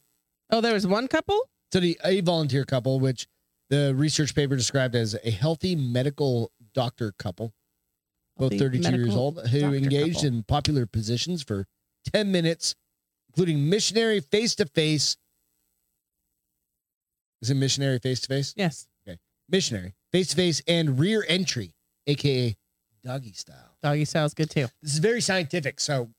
Speaker 1: Oh, there was one couple.
Speaker 2: study a volunteer couple, which the research paper described as a healthy medical doctor couple, both
Speaker 1: Healthy
Speaker 2: 32 years
Speaker 1: medical
Speaker 2: old, who
Speaker 1: doctor
Speaker 2: engaged
Speaker 1: couple.
Speaker 2: in popular positions for 10 minutes, including missionary face to face. Is it missionary face to face?
Speaker 1: Yes.
Speaker 2: Missionary face to face and rear entry, aka doggy style.
Speaker 1: Doggy style's good too.
Speaker 2: This is very scientific. So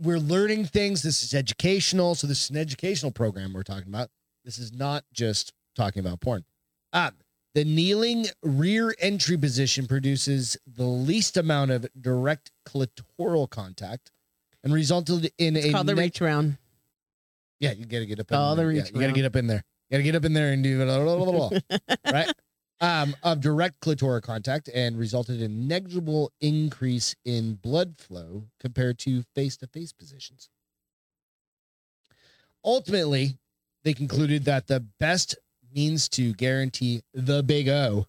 Speaker 2: we're learning things. This is educational. So this is an educational program we're talking about. This is not just talking about porn. Uh, the kneeling rear entry position produces the least amount of direct clitoral contact and resulted in
Speaker 1: It's
Speaker 2: a
Speaker 1: called the
Speaker 2: neg-
Speaker 1: reach round.
Speaker 2: yeah, you gotta get up.
Speaker 1: All
Speaker 2: in
Speaker 1: the
Speaker 2: there. Yeah,
Speaker 1: reach
Speaker 2: you gotta get up in there. You gotta get up in there and do blah, blah, blah, blah, blah. right. Um, of direct clitoral contact and resulted in negligible increase in blood flow compared to face-to-face positions. Ultimately, they concluded that the best means to guarantee the big O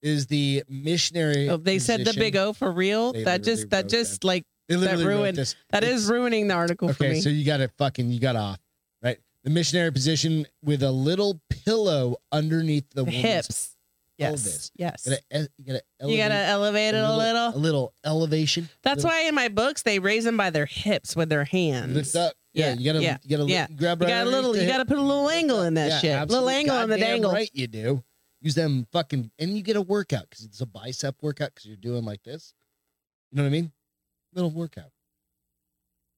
Speaker 2: is the missionary.
Speaker 1: Oh, they said the big O for real.
Speaker 2: They
Speaker 1: That just that
Speaker 2: literally wrote
Speaker 1: just like
Speaker 2: that
Speaker 1: ruined- that is ruining the article for
Speaker 2: Okay,
Speaker 1: me.
Speaker 2: so you got it fucking you got off. Right? The missionary position with a little pillow underneath the,
Speaker 1: the
Speaker 2: woman's-
Speaker 1: hips. Yes.
Speaker 2: pelvis.
Speaker 1: Yes.
Speaker 2: You gotta, e- you gotta
Speaker 1: you
Speaker 2: elevate
Speaker 1: gotta elevate it a little.
Speaker 2: A little elevation.
Speaker 1: That's
Speaker 2: little-
Speaker 1: why in my books they raise them by their hips with their hands.
Speaker 2: lift up. Yeah,
Speaker 1: Yeah,
Speaker 2: you gotta
Speaker 1: yeah,
Speaker 2: you gotta li-
Speaker 1: yeah.
Speaker 2: grab
Speaker 1: You
Speaker 2: right
Speaker 1: got a little.
Speaker 2: underneath
Speaker 1: You
Speaker 2: the
Speaker 1: got to
Speaker 2: hip.
Speaker 1: put a little angle in that
Speaker 2: Yeah,
Speaker 1: shit. Little
Speaker 2: absolutely.
Speaker 1: angle in the
Speaker 2: Goddamn
Speaker 1: dangle.
Speaker 2: Right, you do. Use them fucking, and you get a workout because it's a bicep workout because you're doing like this. You know what I mean? Little workout.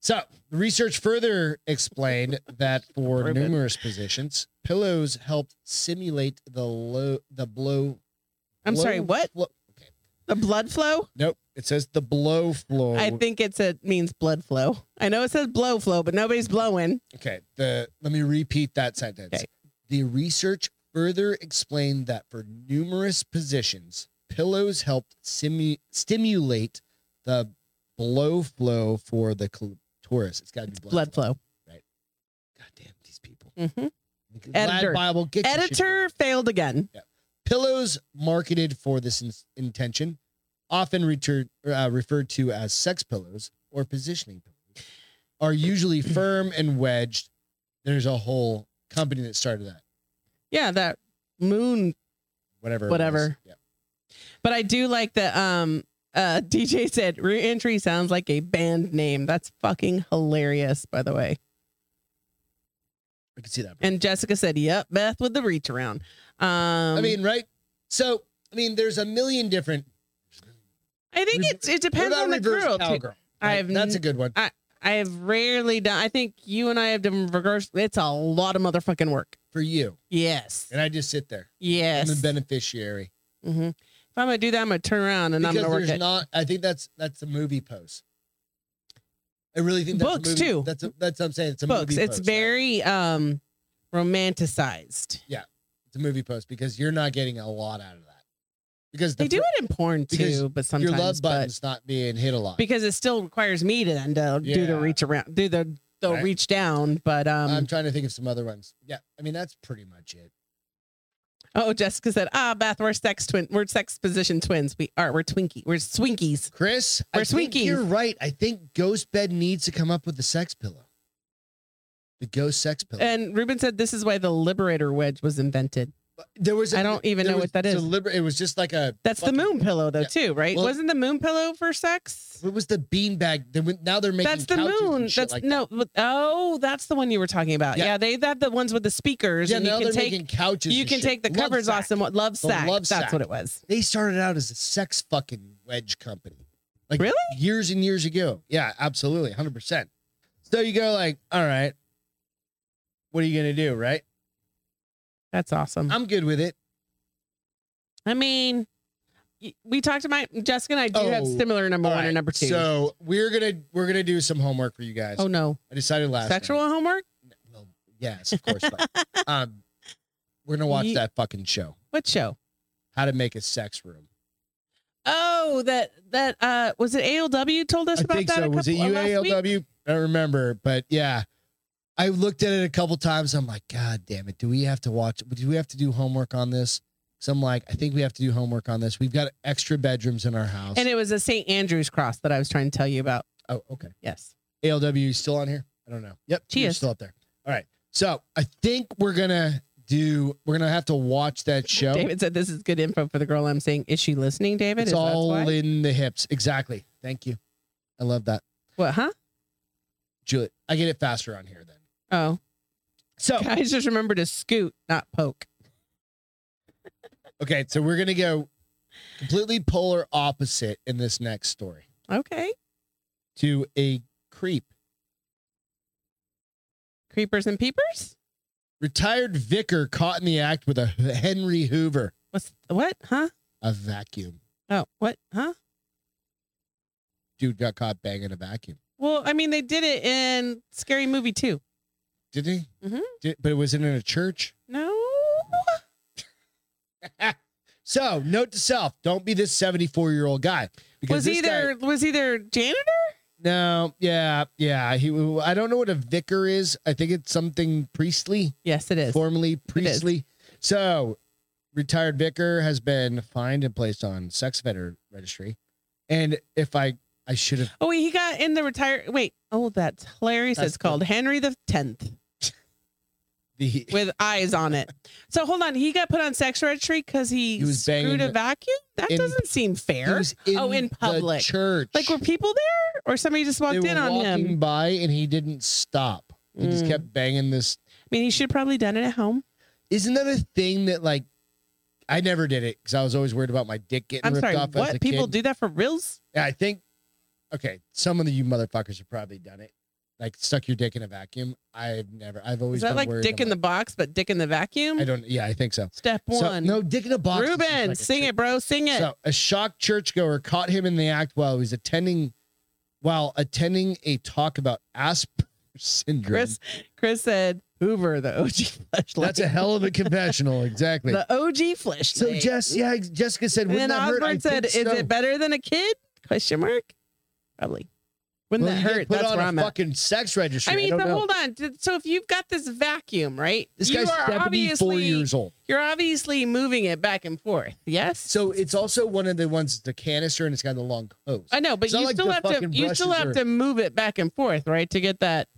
Speaker 2: So the research further explained that for
Speaker 1: Ribbon.
Speaker 2: numerous positions, pillows help simulate the low, the blow.
Speaker 1: I'm
Speaker 2: blow
Speaker 1: sorry, what?
Speaker 2: flow- okay.
Speaker 1: The blood flow.
Speaker 2: Nope. It says the blow flow.
Speaker 1: I think it's a means blood flow. I know it says blow flow, but nobody's blowing.
Speaker 2: Okay, the let me repeat that sentence.
Speaker 1: Okay.
Speaker 2: The research further explained that for numerous positions, pillows helped simu- stimulate the blow flow for the clitoris. It's got to be
Speaker 1: It's blood flow.
Speaker 2: God damn these people.
Speaker 1: Mhm.
Speaker 2: Glad
Speaker 1: Editor.
Speaker 2: Bible get your shit
Speaker 1: Editor failed again.
Speaker 2: Pillows marketed for this in- intention, often retur- uh, referred to as sex pillows or positioning pillows, are usually firm and wedged. There's a whole company that started that.
Speaker 1: Yeah, that moon
Speaker 2: Whatever. it
Speaker 1: Whatever.
Speaker 2: was. Yeah.
Speaker 1: But I do like the um uh DJ said reentry sounds like a band name. That's fucking hilarious, by the way.
Speaker 2: I can see that.
Speaker 1: And Jessica said, Yep, Beth with the reach around. Um
Speaker 2: I mean, right? So, I mean, there's a million different.
Speaker 1: I think
Speaker 2: re-
Speaker 1: it's it
Speaker 2: What
Speaker 1: depends
Speaker 2: about
Speaker 1: on the
Speaker 2: reverse
Speaker 1: girl. too.
Speaker 2: cowgirl? Right?
Speaker 1: I've
Speaker 2: That's a
Speaker 1: n-
Speaker 2: good one.
Speaker 1: I have rarely done I think you and I have done reverse it's a lot of motherfucking work.
Speaker 2: For you.
Speaker 1: Yes.
Speaker 2: And I just sit there.
Speaker 1: Yes.
Speaker 2: I'm the beneficiary.
Speaker 1: Mhm. If I'm gonna do that, I'm gonna turn around and
Speaker 2: because
Speaker 1: I'm gonna work
Speaker 2: there's
Speaker 1: it.
Speaker 2: not, I think that's that's a movie pose. I really think that's a
Speaker 1: Books,
Speaker 2: movie-
Speaker 1: too.
Speaker 2: That's a, that's what I'm saying. It's a
Speaker 1: books.
Speaker 2: movie.
Speaker 1: It's
Speaker 2: pose, right?
Speaker 1: very um romanticized.
Speaker 2: It's a movie post because you're not getting a lot out of that. Because the
Speaker 1: They do
Speaker 2: fir-
Speaker 1: it in porn
Speaker 2: because
Speaker 1: too, but sometimes
Speaker 2: your love
Speaker 1: but-
Speaker 2: button's not being hit a lot.
Speaker 1: because it still requires me to then to do
Speaker 2: Yeah.
Speaker 1: the reach around, do the the
Speaker 2: Right.
Speaker 1: reach down. But um,
Speaker 2: I'm trying to think of some other ones. Yeah, I mean that's pretty much it.
Speaker 1: oh, Jessica said, ah, Beth, we're sex twin, we're sex position twins. We are, we're twinkie, we're swinkies.
Speaker 2: Chris, I
Speaker 1: We're
Speaker 2: think
Speaker 1: Swinkies.
Speaker 2: you're right. I think Ghost Bed needs to come up with the sex pillow. The ghost sex pillow.
Speaker 1: And Ruben said this is why the liberator wedge was invented.
Speaker 2: But there was
Speaker 1: I don't even
Speaker 2: there
Speaker 1: know
Speaker 2: was-
Speaker 1: what that
Speaker 2: it's a
Speaker 1: is.
Speaker 2: liber- it was just like a
Speaker 1: That's the
Speaker 2: fucking-
Speaker 1: moon pillow though
Speaker 2: yeah.
Speaker 1: too, right?
Speaker 2: Well-
Speaker 1: Wasn't the moon pillow for sex?
Speaker 2: What was the beanbag? They went- Now they're making
Speaker 1: That's the
Speaker 2: couches and
Speaker 1: moon.
Speaker 2: shit
Speaker 1: That's
Speaker 2: like
Speaker 1: no. but- Oh, that's the one you were talking about.
Speaker 2: Yeah.
Speaker 1: Yeah, they had the ones with the
Speaker 2: that.
Speaker 1: speakers,
Speaker 2: Yeah,
Speaker 1: and you
Speaker 2: now
Speaker 1: can
Speaker 2: they're
Speaker 1: take
Speaker 2: making couches.
Speaker 1: you
Speaker 2: and
Speaker 1: can take
Speaker 2: shit.
Speaker 1: the
Speaker 2: Love
Speaker 1: covers
Speaker 2: sack.
Speaker 1: off. Some love
Speaker 2: The
Speaker 1: sack.
Speaker 2: love
Speaker 1: that's
Speaker 2: sack.
Speaker 1: what it was.
Speaker 2: They started out as a sex fucking wedge company. Like
Speaker 1: Really?
Speaker 2: Years and years ago. Yeah, absolutely, hundred percent. So you go like, all right, what are you gonna do? Right?
Speaker 1: That's awesome.
Speaker 2: I'm good with it.
Speaker 1: I mean, we talked about Jessica and I do have
Speaker 2: Oh,
Speaker 1: similar number
Speaker 2: All
Speaker 1: one
Speaker 2: right,
Speaker 1: and number two.
Speaker 2: So we're gonna we're gonna do some homework for you guys.
Speaker 1: oh no,
Speaker 2: I decided last night.
Speaker 1: sexual homework?
Speaker 2: Well, yes, of course. but, um, we're gonna watch
Speaker 1: Ye-
Speaker 2: that fucking show,
Speaker 1: What show?
Speaker 2: How to Make a Sex Room.
Speaker 1: Oh, that that uh was it ALW told us
Speaker 2: I
Speaker 1: about
Speaker 2: think
Speaker 1: that?
Speaker 2: so.
Speaker 1: a
Speaker 2: Was it
Speaker 1: couple- uh, last week?
Speaker 2: UALW? I don't remember, but yeah, I looked at it a couple times. I'm like, God damn it! Do we have to watch? Do we have to do homework on this? So I'm like, I think we have to do homework on this. We've got extra bedrooms in our house.
Speaker 1: And it was a St. Andrew's cross that I was trying to tell you about.
Speaker 2: oh, okay.
Speaker 1: Yes.
Speaker 2: ALW is still on here? I don't know. Yep,
Speaker 1: She
Speaker 2: you're
Speaker 1: is.
Speaker 2: still up there. All right. So I think we're gonna do. We're gonna have to watch that show.
Speaker 1: David said this is good info for the girl I'm seeing. Is she listening, David?
Speaker 2: it's
Speaker 1: is that
Speaker 2: all
Speaker 1: why?
Speaker 2: in the hips. Exactly. Thank you. I love that,
Speaker 1: what, huh?
Speaker 2: Juliet. I get it faster on here then.
Speaker 1: Oh.
Speaker 2: So
Speaker 1: Guys just remember to scoot, not poke.
Speaker 2: Okay, so we're gonna go completely polar opposite in this next story
Speaker 1: Okay.
Speaker 2: to a creep.
Speaker 1: Creepers and peepers?
Speaker 2: Retired vicar caught in the act with a Henry Hoover,
Speaker 1: What's what? Huh?
Speaker 2: a vacuum.
Speaker 1: Oh, what? Huh?
Speaker 2: Dude got caught banging a vacuum,
Speaker 1: Well, I mean, they did it in Scary Movie too.
Speaker 2: did he?
Speaker 1: Mhm.
Speaker 2: Did, but it was in a church.
Speaker 1: No.
Speaker 2: so, note to self: don't be this seventy-four-year-old guy.
Speaker 1: Was
Speaker 2: this guy-
Speaker 1: either was either janitor?
Speaker 2: no, yeah, yeah. He, I don't know what a vicar is. I think it's something priestly.
Speaker 1: Yes, it is.
Speaker 2: formerly
Speaker 1: is.
Speaker 2: priestly. So, retired vicar has been fined and placed on sex offender registry. And if I, I should have.
Speaker 1: Oh, wait, he got in the retire. Wait, oh, that's hilarious.
Speaker 2: That's
Speaker 1: it's called Henry the Tenth
Speaker 2: The,
Speaker 1: with eyes on it. So hold on, he got put on sex registry because he,
Speaker 2: He was banging
Speaker 1: screwed a
Speaker 2: the-
Speaker 1: vacuum. That
Speaker 2: in-
Speaker 1: doesn't seem
Speaker 2: he
Speaker 1: fair.
Speaker 2: was in
Speaker 1: Oh, in
Speaker 2: the
Speaker 1: public.
Speaker 2: church.
Speaker 1: Like were people there, or somebody just
Speaker 2: they
Speaker 1: walked
Speaker 2: were
Speaker 1: in on
Speaker 2: walking
Speaker 1: him?
Speaker 2: by, and he didn't stop. He just
Speaker 1: Mm.
Speaker 2: kept banging this.
Speaker 1: I mean, he should have probably done it at home.
Speaker 2: Isn't that a thing that like? I never did it because I was always worried about my dick getting
Speaker 1: I'm
Speaker 2: ripped
Speaker 1: sorry,
Speaker 2: off. as a
Speaker 1: what people
Speaker 2: kid.
Speaker 1: do that for reals?
Speaker 2: And I think, okay, some of the you motherfuckers have probably done it, like stuck your dick in a vacuum. I've never. I've always
Speaker 1: Is that
Speaker 2: been
Speaker 1: like
Speaker 2: worried.
Speaker 1: Dick
Speaker 2: I'm
Speaker 1: in the box, but Dick in the vacuum?
Speaker 2: I don't. Yeah, I think so.
Speaker 1: Step
Speaker 2: So-
Speaker 1: one.
Speaker 2: no, Dick in a box. is just
Speaker 1: Ruben,
Speaker 2: like a
Speaker 1: sing
Speaker 2: church-
Speaker 1: it, bro, sing it.
Speaker 2: So a shocked churchgoer caught him in the act while he was attending, while attending a talk about Asperger's syndrome.
Speaker 1: Chris, Chris said Hoover, the OG flashlight.
Speaker 2: That's a hell of a confessional, exactly.
Speaker 1: The OG flashlight.
Speaker 2: so Jess, yeah, Jessica said.
Speaker 1: and
Speaker 2: Wouldn't
Speaker 1: then
Speaker 2: that hurt? I
Speaker 1: Osborne said,
Speaker 2: think
Speaker 1: "Is
Speaker 2: so."
Speaker 1: it better than a kid?" Question mark. Probably. Wouldn't
Speaker 2: Well,
Speaker 1: that
Speaker 2: you get
Speaker 1: hurt?
Speaker 2: Put
Speaker 1: That's
Speaker 2: on
Speaker 1: where
Speaker 2: a
Speaker 1: I'm at.
Speaker 2: fucking sex registry.
Speaker 1: I mean,
Speaker 2: don't
Speaker 1: but
Speaker 2: know.
Speaker 1: hold on. Did- So if you've got this vacuum, right?
Speaker 2: This
Speaker 1: you
Speaker 2: guy's
Speaker 1: are
Speaker 2: seventy-four
Speaker 1: obviously
Speaker 2: years old.
Speaker 1: you're obviously moving it back and forth. Yes.
Speaker 2: So it's also one of the ones that's the canister and it's got the long hose.
Speaker 1: I know, but
Speaker 2: It's not
Speaker 1: you
Speaker 2: like
Speaker 1: still
Speaker 2: the
Speaker 1: have to
Speaker 2: fucking
Speaker 1: you still
Speaker 2: brushes
Speaker 1: have
Speaker 2: are-
Speaker 1: to move it back and forth, right, to get that.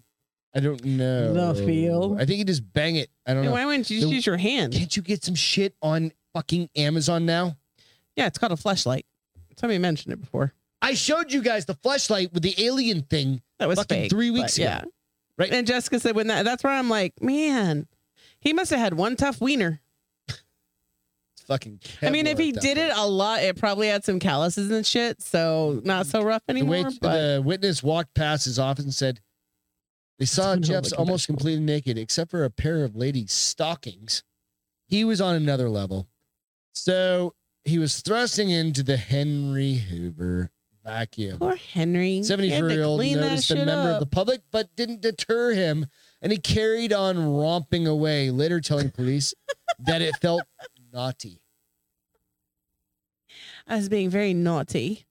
Speaker 2: I don't know.
Speaker 1: The feel.
Speaker 2: I think you just bang it. I don't
Speaker 1: Hey,
Speaker 2: know.
Speaker 1: why wouldn't you just
Speaker 2: The-
Speaker 1: use your hand?
Speaker 2: Can't you get some shit on fucking Amazon now?
Speaker 1: Yeah, it's called a flashlight. Somebody mentioned it before.
Speaker 2: I showed you guys the flashlight with the alien thing.
Speaker 1: That was
Speaker 2: Fucking
Speaker 1: fake,
Speaker 2: three
Speaker 1: but
Speaker 2: weeks ago.
Speaker 1: Yeah.
Speaker 2: Right.
Speaker 1: And Jessica said when that that's where I'm like, man, he must have had one tough wiener.
Speaker 2: It's fucking.
Speaker 1: I mean, if
Speaker 2: Kevlar
Speaker 1: he
Speaker 2: at that
Speaker 1: did it
Speaker 2: point.
Speaker 1: a lot, it probably had some calluses and shit, so not so rough
Speaker 2: the,
Speaker 1: anymore.
Speaker 2: wait,
Speaker 1: but
Speaker 2: the witness walked past his office and said they saw
Speaker 1: an
Speaker 2: Jeff's
Speaker 1: unholy
Speaker 2: almost completely naked, except for a pair of ladies' stockings. He was on another level, so he was thrusting into the Henry Hoover vacuum.
Speaker 1: poor Henry,
Speaker 2: 74 year old noticed a member of the public but didn't deter him and he carried on romping away, later telling police that it felt naughty.
Speaker 1: I was being very naughty.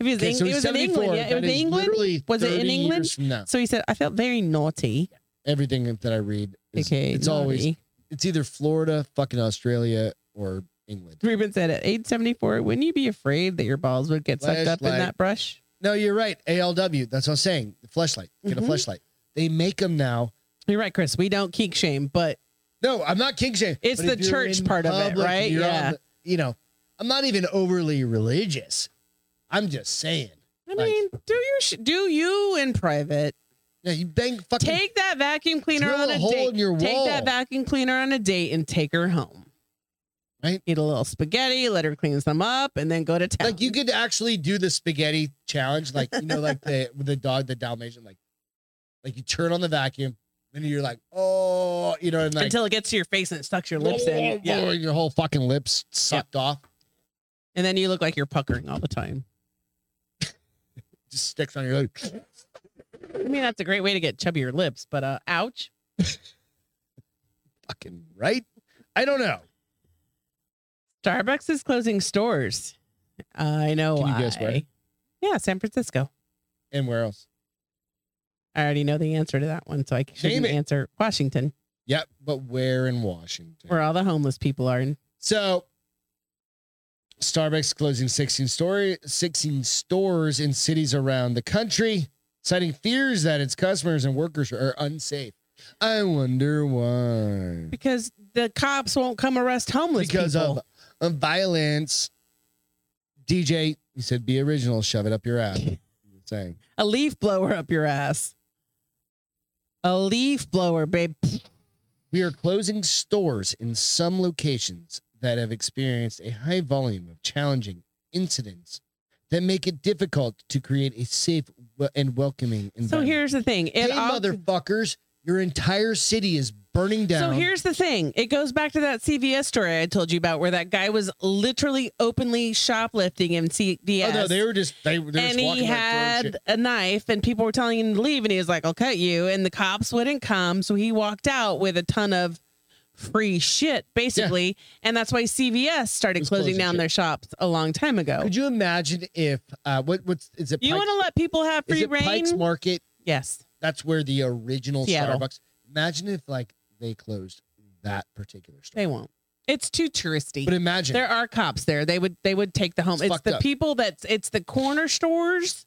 Speaker 1: If he was,
Speaker 2: Okay,
Speaker 1: Eng-
Speaker 2: so
Speaker 1: it
Speaker 2: he's
Speaker 1: was in
Speaker 2: 74.
Speaker 1: England. Yeah, it
Speaker 2: That
Speaker 1: was
Speaker 2: is
Speaker 1: England.
Speaker 2: literally
Speaker 1: Was it in
Speaker 2: 30 years
Speaker 1: England?
Speaker 2: From now.
Speaker 1: So he said, I felt very naughty.
Speaker 2: Everything that I read, is,
Speaker 1: okay,
Speaker 2: it's always
Speaker 1: naughty.
Speaker 2: it's either Florida, fucking Australia, or England.
Speaker 1: Ruben said at age 74, wouldn't you be afraid that your balls would get sucked up in
Speaker 2: Flashlight.
Speaker 1: that brush?
Speaker 2: No, you're right. ALW. That's what I'm saying. The flashlight. Get
Speaker 1: Mhm.
Speaker 2: a flashlight. They make them now.
Speaker 1: You're right, Chris. We don't kink shame, but
Speaker 2: No, I'm not king shaming.
Speaker 1: It's
Speaker 2: but if
Speaker 1: the
Speaker 2: you're
Speaker 1: church
Speaker 2: in
Speaker 1: part of it,
Speaker 2: public and
Speaker 1: right?
Speaker 2: you're on
Speaker 1: Yeah.
Speaker 2: the- you know, I'm not even overly religious. I'm just saying.
Speaker 1: I
Speaker 2: Like-
Speaker 1: mean, do your sh- do you in private?
Speaker 2: Yeah, you bang fucking.
Speaker 1: Take that vacuum cleaner
Speaker 2: Drill
Speaker 1: on
Speaker 2: a
Speaker 1: a,
Speaker 2: hole
Speaker 1: date.
Speaker 2: in your
Speaker 1: take
Speaker 2: wall.
Speaker 1: that vacuum cleaner on a date and take her home.
Speaker 2: Right.
Speaker 1: Eat a little spaghetti, let her clean some up, and then go to town.
Speaker 2: like you could actually do the spaghetti challenge, like you know, like the with the dog, the Dalmatian, like like you turn on the vacuum, and you're like, oh, you know, and like "Oh,"
Speaker 1: until it gets to your face and it sucks your lips in. Yeah.
Speaker 2: your whole fucking lips sucked off.
Speaker 1: And then you look like you're puckering all the time.
Speaker 2: Just sticks on your leg.
Speaker 1: I mean, that's a great way to get chubbier lips, but uh, ouch.
Speaker 2: Fucking right. I don't know.
Speaker 1: Starbucks is closing stores. I know.
Speaker 2: Can you guess
Speaker 1: why.
Speaker 2: where?
Speaker 1: Yeah, San Francisco.
Speaker 2: And where else?
Speaker 1: I already know the answer to that one, so I shouldn't
Speaker 2: it.
Speaker 1: answer Washington,
Speaker 2: Yep, but where in Washington?
Speaker 1: where all the homeless people are. And
Speaker 2: So Starbucks closing 16 story 16 stores in cities around the country, citing fears that its customers and workers are unsafe. I wonder why.
Speaker 1: because the cops won't come arrest homeless
Speaker 2: Because
Speaker 1: people.
Speaker 2: of, of violence. DJ, you said be original, shove it up your ass. You're saying.
Speaker 1: a leaf blower up your ass. A leaf blower, babe.
Speaker 2: We are closing stores in some locations that have experienced a high volume of challenging incidents that make it difficult to create a safe w- and welcoming environment.
Speaker 1: So here's the thing. It
Speaker 2: hey,
Speaker 1: all-
Speaker 2: motherfuckers, your entire city is burning
Speaker 1: so
Speaker 2: down.
Speaker 1: here's the thing. It goes back to that CVS story I told you about where that guy was literally openly shoplifting in CVS.
Speaker 2: Oh no, they were just they, were- they were
Speaker 1: and
Speaker 2: just walking
Speaker 1: he
Speaker 2: like throwing shit.
Speaker 1: had a knife and people were telling him to leave and he was like i'll cut you and the cops wouldn't come so he walked out with a ton of free shit basically and that's why cvs started
Speaker 2: Was
Speaker 1: closing
Speaker 2: closing
Speaker 1: down
Speaker 2: shit.
Speaker 1: their shops a long time ago
Speaker 2: Could you imagine if uh what what's is it
Speaker 1: you
Speaker 2: Pike's,
Speaker 1: want to let people have
Speaker 2: is
Speaker 1: free
Speaker 2: it Pike's
Speaker 1: reign
Speaker 2: Market?
Speaker 1: yes
Speaker 2: That's where the original
Speaker 1: Seattle.
Speaker 2: Starbucks. Imagine if like they closed that particular store.
Speaker 1: they won't it's too touristy
Speaker 2: But imagine
Speaker 1: there are cops there they would they would take the home
Speaker 2: It's
Speaker 1: it's,
Speaker 2: fucked
Speaker 1: the
Speaker 2: up.
Speaker 1: people that's it's the corner stores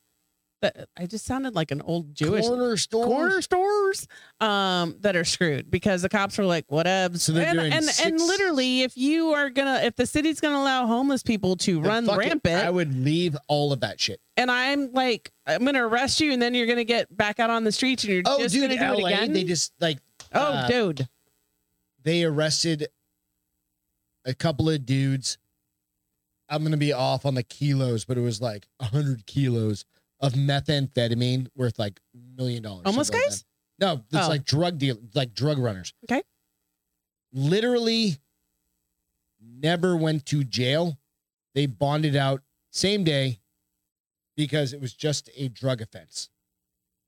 Speaker 1: that i just sounded like an old jewish
Speaker 2: corner stores.
Speaker 1: corner stores um, that are screwed because the cops are like, whatever.
Speaker 2: So they're
Speaker 1: and,
Speaker 2: doing
Speaker 1: and, and
Speaker 2: six-
Speaker 1: literally, if you are gonna, if the city's gonna allow homeless people to
Speaker 2: Then
Speaker 1: run
Speaker 2: fuck it.
Speaker 1: rampant,
Speaker 2: I would leave all of that shit.
Speaker 1: and I'm like, I'm gonna arrest you, and then you're gonna get back out on the streets, and you're
Speaker 2: Oh,
Speaker 1: just
Speaker 2: dude,
Speaker 1: gonna do
Speaker 2: LA,
Speaker 1: it again.
Speaker 2: they just like
Speaker 1: oh,
Speaker 2: uh,
Speaker 1: dude,
Speaker 2: they arrested a couple of dudes. I'm gonna be off on the kilos, but it was like hundred kilos of methamphetamine worth like million dollars.
Speaker 1: homeless
Speaker 2: something like
Speaker 1: guys.
Speaker 2: that. no, it's
Speaker 1: Oh.
Speaker 2: like drug deal, like drug runners.
Speaker 1: Okay.
Speaker 2: Literally, never went to jail. They bonded out same day because it was just a drug offense.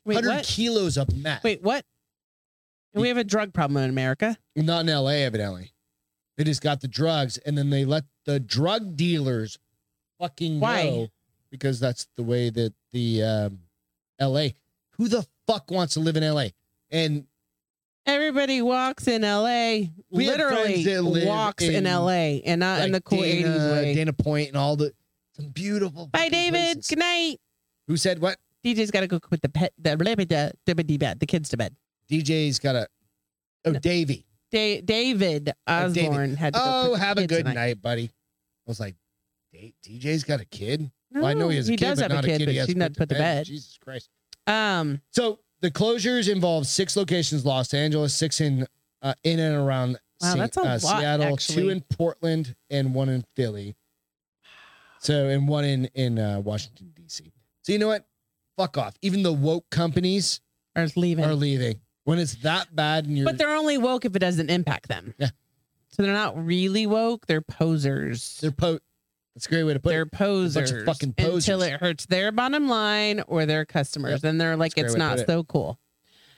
Speaker 1: Wait,
Speaker 2: 100
Speaker 1: what?
Speaker 2: kilos of meth.
Speaker 1: Wait, what? And we have a drug problem in America.
Speaker 2: Not in LA, evidently. They just got the drugs and then they let the drug dealers fucking
Speaker 1: Why?
Speaker 2: know because that's the way that the um, LA. Who the fuck wants to live in LA? And
Speaker 1: Everybody walks in L.A.
Speaker 2: We have
Speaker 1: literally
Speaker 2: friends that live
Speaker 1: walks in,
Speaker 2: in,
Speaker 1: L.A. and not in
Speaker 2: like
Speaker 1: the cool
Speaker 2: Dana,
Speaker 1: 80s way.
Speaker 2: Dana Point and all the some beautiful.
Speaker 1: Bye,
Speaker 2: fucking
Speaker 1: David.
Speaker 2: places.
Speaker 1: Good night.
Speaker 2: Who said what?
Speaker 1: DJ's got to go put the pet the the the bed the kids to bed.
Speaker 2: DJ's got a. Oh,
Speaker 1: No.
Speaker 2: Davey.
Speaker 1: Da- David
Speaker 2: Oh, David.
Speaker 1: Osborne had to go
Speaker 2: Oh,
Speaker 1: put the
Speaker 2: have a
Speaker 1: kids
Speaker 2: good
Speaker 1: tonight.
Speaker 2: night. buddy. I was like, "D- DJ's got a kid.
Speaker 1: No,
Speaker 2: well, I know he has a kid,
Speaker 1: does
Speaker 2: but
Speaker 1: have
Speaker 2: not
Speaker 1: a kid,
Speaker 2: he
Speaker 1: but
Speaker 2: has
Speaker 1: she's not put to bed.
Speaker 2: Jesus Christ.
Speaker 1: Um,
Speaker 2: So the closures involve six locations: Los Angeles, six in uh, in and around
Speaker 1: Wow,
Speaker 2: Se-
Speaker 1: that's a
Speaker 2: uh,
Speaker 1: lot,
Speaker 2: Seattle, two
Speaker 1: actually.
Speaker 2: in Portland, and one in Philly. So and one in in uh, Washington D.C. So you know what? Fuck off. Even the woke companies
Speaker 1: or is leaving,
Speaker 2: are leaving when it's that bad, and you're
Speaker 1: but they're only woke if it doesn't impact them.
Speaker 2: Yeah.
Speaker 1: So they're not really woke. They're posers.
Speaker 2: they're po. That's a great way to put
Speaker 1: They're
Speaker 2: it. bunch
Speaker 1: posers,
Speaker 2: of fucking
Speaker 1: until
Speaker 2: posers.
Speaker 1: it hurts their bottom line or their customers,
Speaker 2: Yep.
Speaker 1: and they're like,
Speaker 2: That's a
Speaker 1: "It's
Speaker 2: great way to
Speaker 1: not
Speaker 2: put it.
Speaker 1: so cool."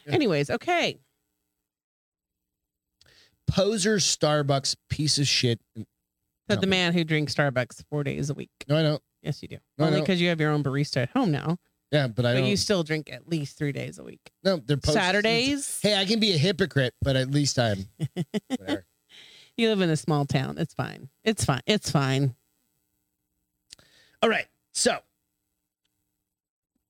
Speaker 2: Yeah.
Speaker 1: Anyways, okay.
Speaker 2: Poser Starbucks piece of shit.
Speaker 1: So
Speaker 2: No.
Speaker 1: the man who drinks Starbucks four days a week.
Speaker 2: No, I don't.
Speaker 1: Yes, you do.
Speaker 2: No, I
Speaker 1: Only
Speaker 2: don't.
Speaker 1: because you have your own barista at home now,
Speaker 2: Yeah, but I
Speaker 1: but
Speaker 2: don't.
Speaker 1: you still drink at least three days a week.
Speaker 2: no, they're posers.
Speaker 1: Saturdays.
Speaker 2: Hey, I can be a hypocrite, but at least I'm. whatever.
Speaker 1: You live in a small town. It's fine. It's fine. It's fine.
Speaker 2: All right. So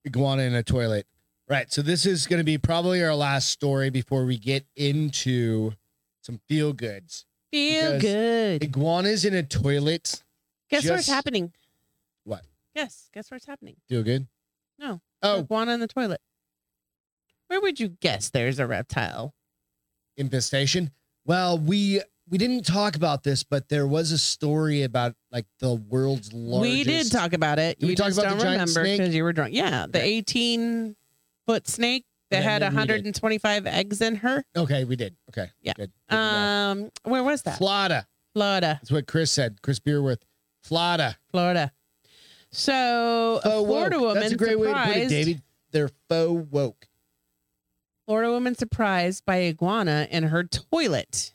Speaker 2: iguana in a toilet. Right. So this is going to be probably our last story before we get into some feel goods.
Speaker 1: Feel
Speaker 2: Because
Speaker 1: good.
Speaker 2: Iguanas in a toilet.
Speaker 1: Guess what's
Speaker 2: just-
Speaker 1: happening?
Speaker 2: What?
Speaker 1: Guess. Guess what's happening?
Speaker 2: Feel good?
Speaker 1: No.
Speaker 2: Oh,
Speaker 1: Iguana in the toilet. Where would you guess there's a reptile?
Speaker 2: infestation. Well, we we didn't talk about this, but there was a story about like the world's largest.
Speaker 1: We did talk about it.
Speaker 2: Did we
Speaker 1: you
Speaker 2: talk
Speaker 1: just
Speaker 2: about
Speaker 1: don't
Speaker 2: the giant
Speaker 1: remember
Speaker 2: snake?
Speaker 1: because you were drunk. Yeah, the
Speaker 2: Okay.
Speaker 1: 18 foot snake that
Speaker 2: Okay,
Speaker 1: had
Speaker 2: maybe we did.
Speaker 1: 125 eggs in her.
Speaker 2: Okay, we did. Okay.
Speaker 1: Yeah. Uh,
Speaker 2: Good. Good to know.
Speaker 1: Um, where was that?
Speaker 2: Flata.
Speaker 1: Florida.
Speaker 2: That's what Chris said. Chris Beerworth. Florida.
Speaker 1: Florida. So a
Speaker 2: Faux
Speaker 1: Florida
Speaker 2: woke.
Speaker 1: woman
Speaker 2: Oh, That's a great
Speaker 1: surprised.
Speaker 2: way to put it, David. They're faux woke.
Speaker 1: Florida woman surprised by iguana in her toilet.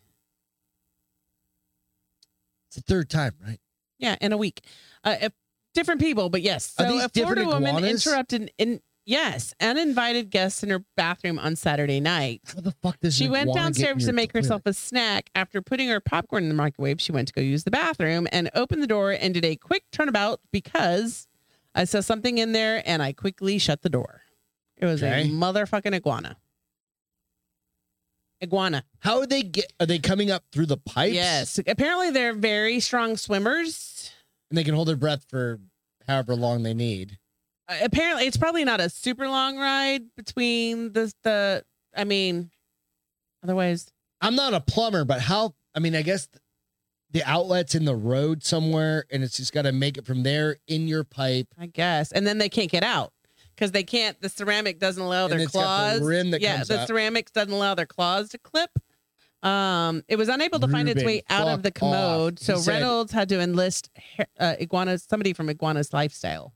Speaker 2: It's the third time, right?
Speaker 1: Yeah, in a week. Uh, if, different people, but yes.
Speaker 2: Are
Speaker 1: So
Speaker 2: these
Speaker 1: a
Speaker 2: different
Speaker 1: Florida woman
Speaker 2: iguanas?
Speaker 1: interrupted in yes, uninvited guests in her bathroom on Saturday night.
Speaker 2: How the fuck does
Speaker 1: She
Speaker 2: an
Speaker 1: went
Speaker 2: iguana get in
Speaker 1: downstairs
Speaker 2: your
Speaker 1: to make
Speaker 2: toilet?
Speaker 1: herself a snack. After putting her popcorn in the microwave, she went to go use the bathroom and opened the door and did a quick turnabout because I saw something in there and I quickly shut the door. It was
Speaker 2: Okay.
Speaker 1: a motherfucking iguana. Iguana.
Speaker 2: How are they get? Are they coming up through the pipes?
Speaker 1: Yes. Apparently they're very strong swimmers.
Speaker 2: and they can hold their breath for however long they need.
Speaker 1: Uh, apparently it's probably not a super long ride between the the I mean otherwise
Speaker 2: I'm not a plumber, but how? I mean, I guess th- the outlet's in the road somewhere, and it's just got to make it from there in your pipe.
Speaker 1: I guess. And then they can't get out because they can't. The ceramic doesn't allow
Speaker 2: And
Speaker 1: their
Speaker 2: it's got the
Speaker 1: claws.
Speaker 2: rim that
Speaker 1: yeah,
Speaker 2: comes
Speaker 1: the
Speaker 2: up.
Speaker 1: ceramic doesn't allow their claws to clip. Um, it was unable to find its
Speaker 2: Ruben,
Speaker 1: way out of the
Speaker 2: fuck off.
Speaker 1: commode,
Speaker 2: He
Speaker 1: so
Speaker 2: said-
Speaker 1: Reynolds had to enlist ha- uh, iguanas, somebody from Iguanas Lifestyle.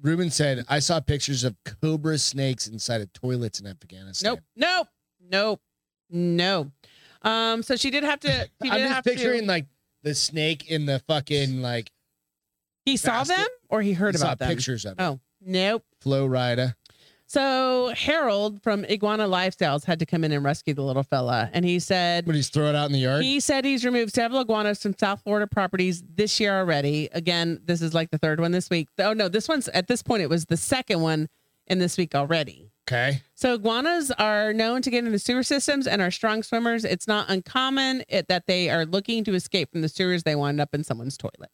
Speaker 2: Ruben said, "I saw pictures of cobra snakes inside of toilets in Afghanistan."
Speaker 1: Nope, nope, nope, no. Um, so she did have to. She did
Speaker 2: I'm
Speaker 1: have
Speaker 2: just
Speaker 1: to.
Speaker 2: picturing like the snake in the fucking like.
Speaker 1: he saw
Speaker 2: basket.
Speaker 1: them, or he heard
Speaker 2: I saw
Speaker 1: about them.
Speaker 2: pictures of it.
Speaker 1: Oh, nope.
Speaker 2: Flow rider.
Speaker 1: So Harold from Iguana Lifestyles had to come in and rescue the little fella, and he said
Speaker 2: When he's throw it out in the yard.
Speaker 1: He said he's removed several iguanas from South Florida properties this year already. Again, this is like the third one this week. Oh no, this one's at this point it was the second one in this week already.
Speaker 2: okay.
Speaker 1: So iguanas are known to get into sewer systems and are strong swimmers. It's not uncommon it, that they are looking to escape from the sewers. They wind up in someone's toilet.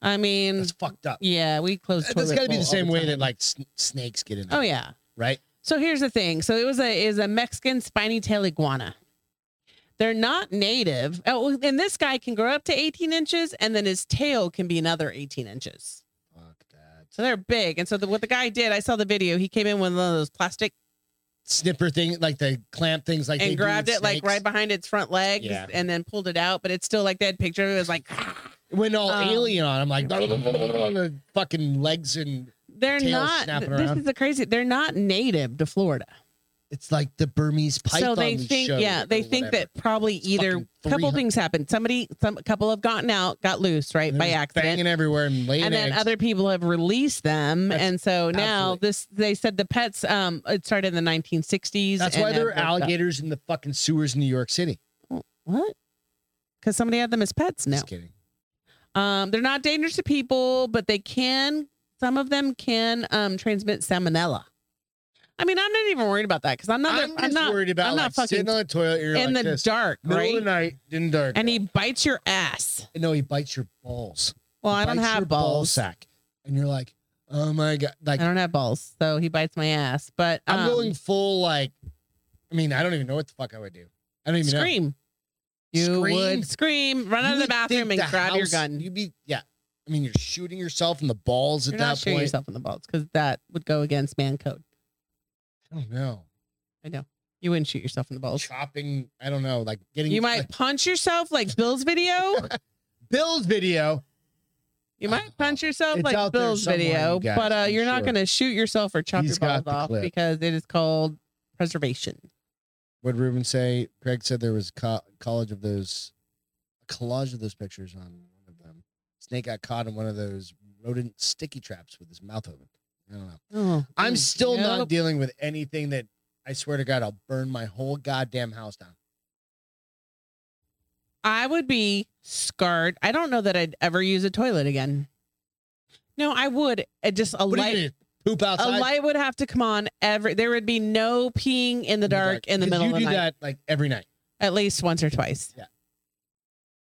Speaker 1: I mean,
Speaker 2: That's fucked up.
Speaker 1: yeah, we close.
Speaker 2: That's
Speaker 1: toilet
Speaker 2: got to be
Speaker 1: bowl
Speaker 2: the
Speaker 1: all
Speaker 2: same way
Speaker 1: time.
Speaker 2: that like sn- snakes get in.
Speaker 1: Oh
Speaker 2: there,
Speaker 1: yeah.
Speaker 2: Right.
Speaker 1: So here's the thing. So it was a is a Mexican spiny tail iguana. They're not native. Oh, and this guy can grow up to 18 inches, and then his tail can be another 18 inches.
Speaker 2: Fuck that.
Speaker 1: So they're big. And so the, what the guy did, I saw the video. He came in with one of those plastic
Speaker 2: Snipper thing, like the clamp things, like they
Speaker 1: and
Speaker 2: do
Speaker 1: grabbed
Speaker 2: with
Speaker 1: it like
Speaker 2: snakes.
Speaker 1: right behind its front legs,
Speaker 2: Yeah.
Speaker 1: and then pulled it out. But it's still like that picture. It was like
Speaker 2: Went all
Speaker 1: Um,
Speaker 2: alien on. I'm like, the fucking legs and
Speaker 1: they're
Speaker 2: Tail
Speaker 1: not.
Speaker 2: snapping
Speaker 1: This
Speaker 2: around.
Speaker 1: is the crazy. They're not native to Florida.
Speaker 2: it's like the Burmese python.
Speaker 1: so they
Speaker 2: we
Speaker 1: think
Speaker 2: showed
Speaker 1: yeah
Speaker 2: or
Speaker 1: they think
Speaker 2: whatever.
Speaker 1: that probably either
Speaker 2: fucking
Speaker 1: couple
Speaker 2: 300
Speaker 1: things happened somebody some a couple have gotten out got loose right
Speaker 2: And
Speaker 1: by
Speaker 2: they're just
Speaker 1: accident
Speaker 2: banging everywhere and laying
Speaker 1: and then
Speaker 2: eggs.
Speaker 1: other people have released them
Speaker 2: That's
Speaker 1: and so now
Speaker 2: absolutely-
Speaker 1: this they said the pets um it started in the 1960s
Speaker 2: That's
Speaker 1: and
Speaker 2: why
Speaker 1: have
Speaker 2: there are
Speaker 1: worked up-
Speaker 2: alligators in the fucking sewers in New York City.
Speaker 1: what because somebody had them as pets now
Speaker 2: Just kidding.
Speaker 1: um they're not dangerous to people but they can some of them can um transmit salmonella i mean i'm not even worried about that because i'm not
Speaker 2: I'm,
Speaker 1: i'm,
Speaker 2: just
Speaker 1: not
Speaker 2: worried about
Speaker 1: I'm
Speaker 2: like,
Speaker 1: not fucking
Speaker 2: sitting on the toilet. You're
Speaker 1: in
Speaker 2: like
Speaker 1: the
Speaker 2: this,
Speaker 1: dark
Speaker 2: middle
Speaker 1: right
Speaker 2: of the night in the dark.
Speaker 1: and he bites your ass
Speaker 2: no, he bites your balls.
Speaker 1: Well, I don't
Speaker 2: Bites your
Speaker 1: have
Speaker 2: ball
Speaker 1: balls.
Speaker 2: sack, and you're like, oh my god,
Speaker 1: I
Speaker 2: like
Speaker 1: don't have balls, so he bites my ass. But
Speaker 2: I'm
Speaker 1: um,
Speaker 2: going full like. I mean, I don't even know what the fuck I would do. I don't even know.
Speaker 1: scream. You
Speaker 2: Scream?
Speaker 1: would scream, run
Speaker 2: You
Speaker 1: out of the
Speaker 2: would
Speaker 1: bathroom, and
Speaker 2: think the
Speaker 1: grab your
Speaker 2: house-
Speaker 1: gun.
Speaker 2: You'd be yeah. I mean, you're shooting yourself in the balls at
Speaker 1: You're
Speaker 2: that
Speaker 1: not shooting
Speaker 2: point.
Speaker 1: yourself in the balls because that would go against man code.
Speaker 2: I don't know.
Speaker 1: You wouldn't shoot yourself in the balls.
Speaker 2: Chopping. I don't know. Like getting.
Speaker 1: You might punch yourself like Bill's video.
Speaker 2: Bill's video.
Speaker 1: You might punch yourself
Speaker 2: It's out
Speaker 1: like
Speaker 2: there
Speaker 1: Bill's
Speaker 2: somewhere,
Speaker 1: video,
Speaker 2: you guys,
Speaker 1: but uh,
Speaker 2: I'm
Speaker 1: you're not
Speaker 2: sure.
Speaker 1: going to shoot yourself or chop
Speaker 2: He's
Speaker 1: your balls
Speaker 2: got the
Speaker 1: off
Speaker 2: clip.
Speaker 1: because it is called preservation.
Speaker 2: What did Ruben say? Craig said there was co- college of those, a collage of those pictures on one of them. Snake got caught in one of those rodent sticky traps with his mouth open. I don't know.
Speaker 1: Oh,
Speaker 2: I'm
Speaker 1: mm,
Speaker 2: still not
Speaker 1: nope.
Speaker 2: dealing with anything that I swear to God I'll burn my whole goddamn house down.
Speaker 1: I would be scarred. I don't know that I'd ever use a toilet again. No, I would. It just a
Speaker 2: What do you
Speaker 1: light
Speaker 2: mean? Poop
Speaker 1: a
Speaker 2: outside.
Speaker 1: light would have to come on every there would be no peeing in the dark in the
Speaker 2: 'Cause
Speaker 1: middle
Speaker 2: You
Speaker 1: of the
Speaker 2: do
Speaker 1: night
Speaker 2: that like every night.
Speaker 1: at least once or twice.
Speaker 2: Yeah.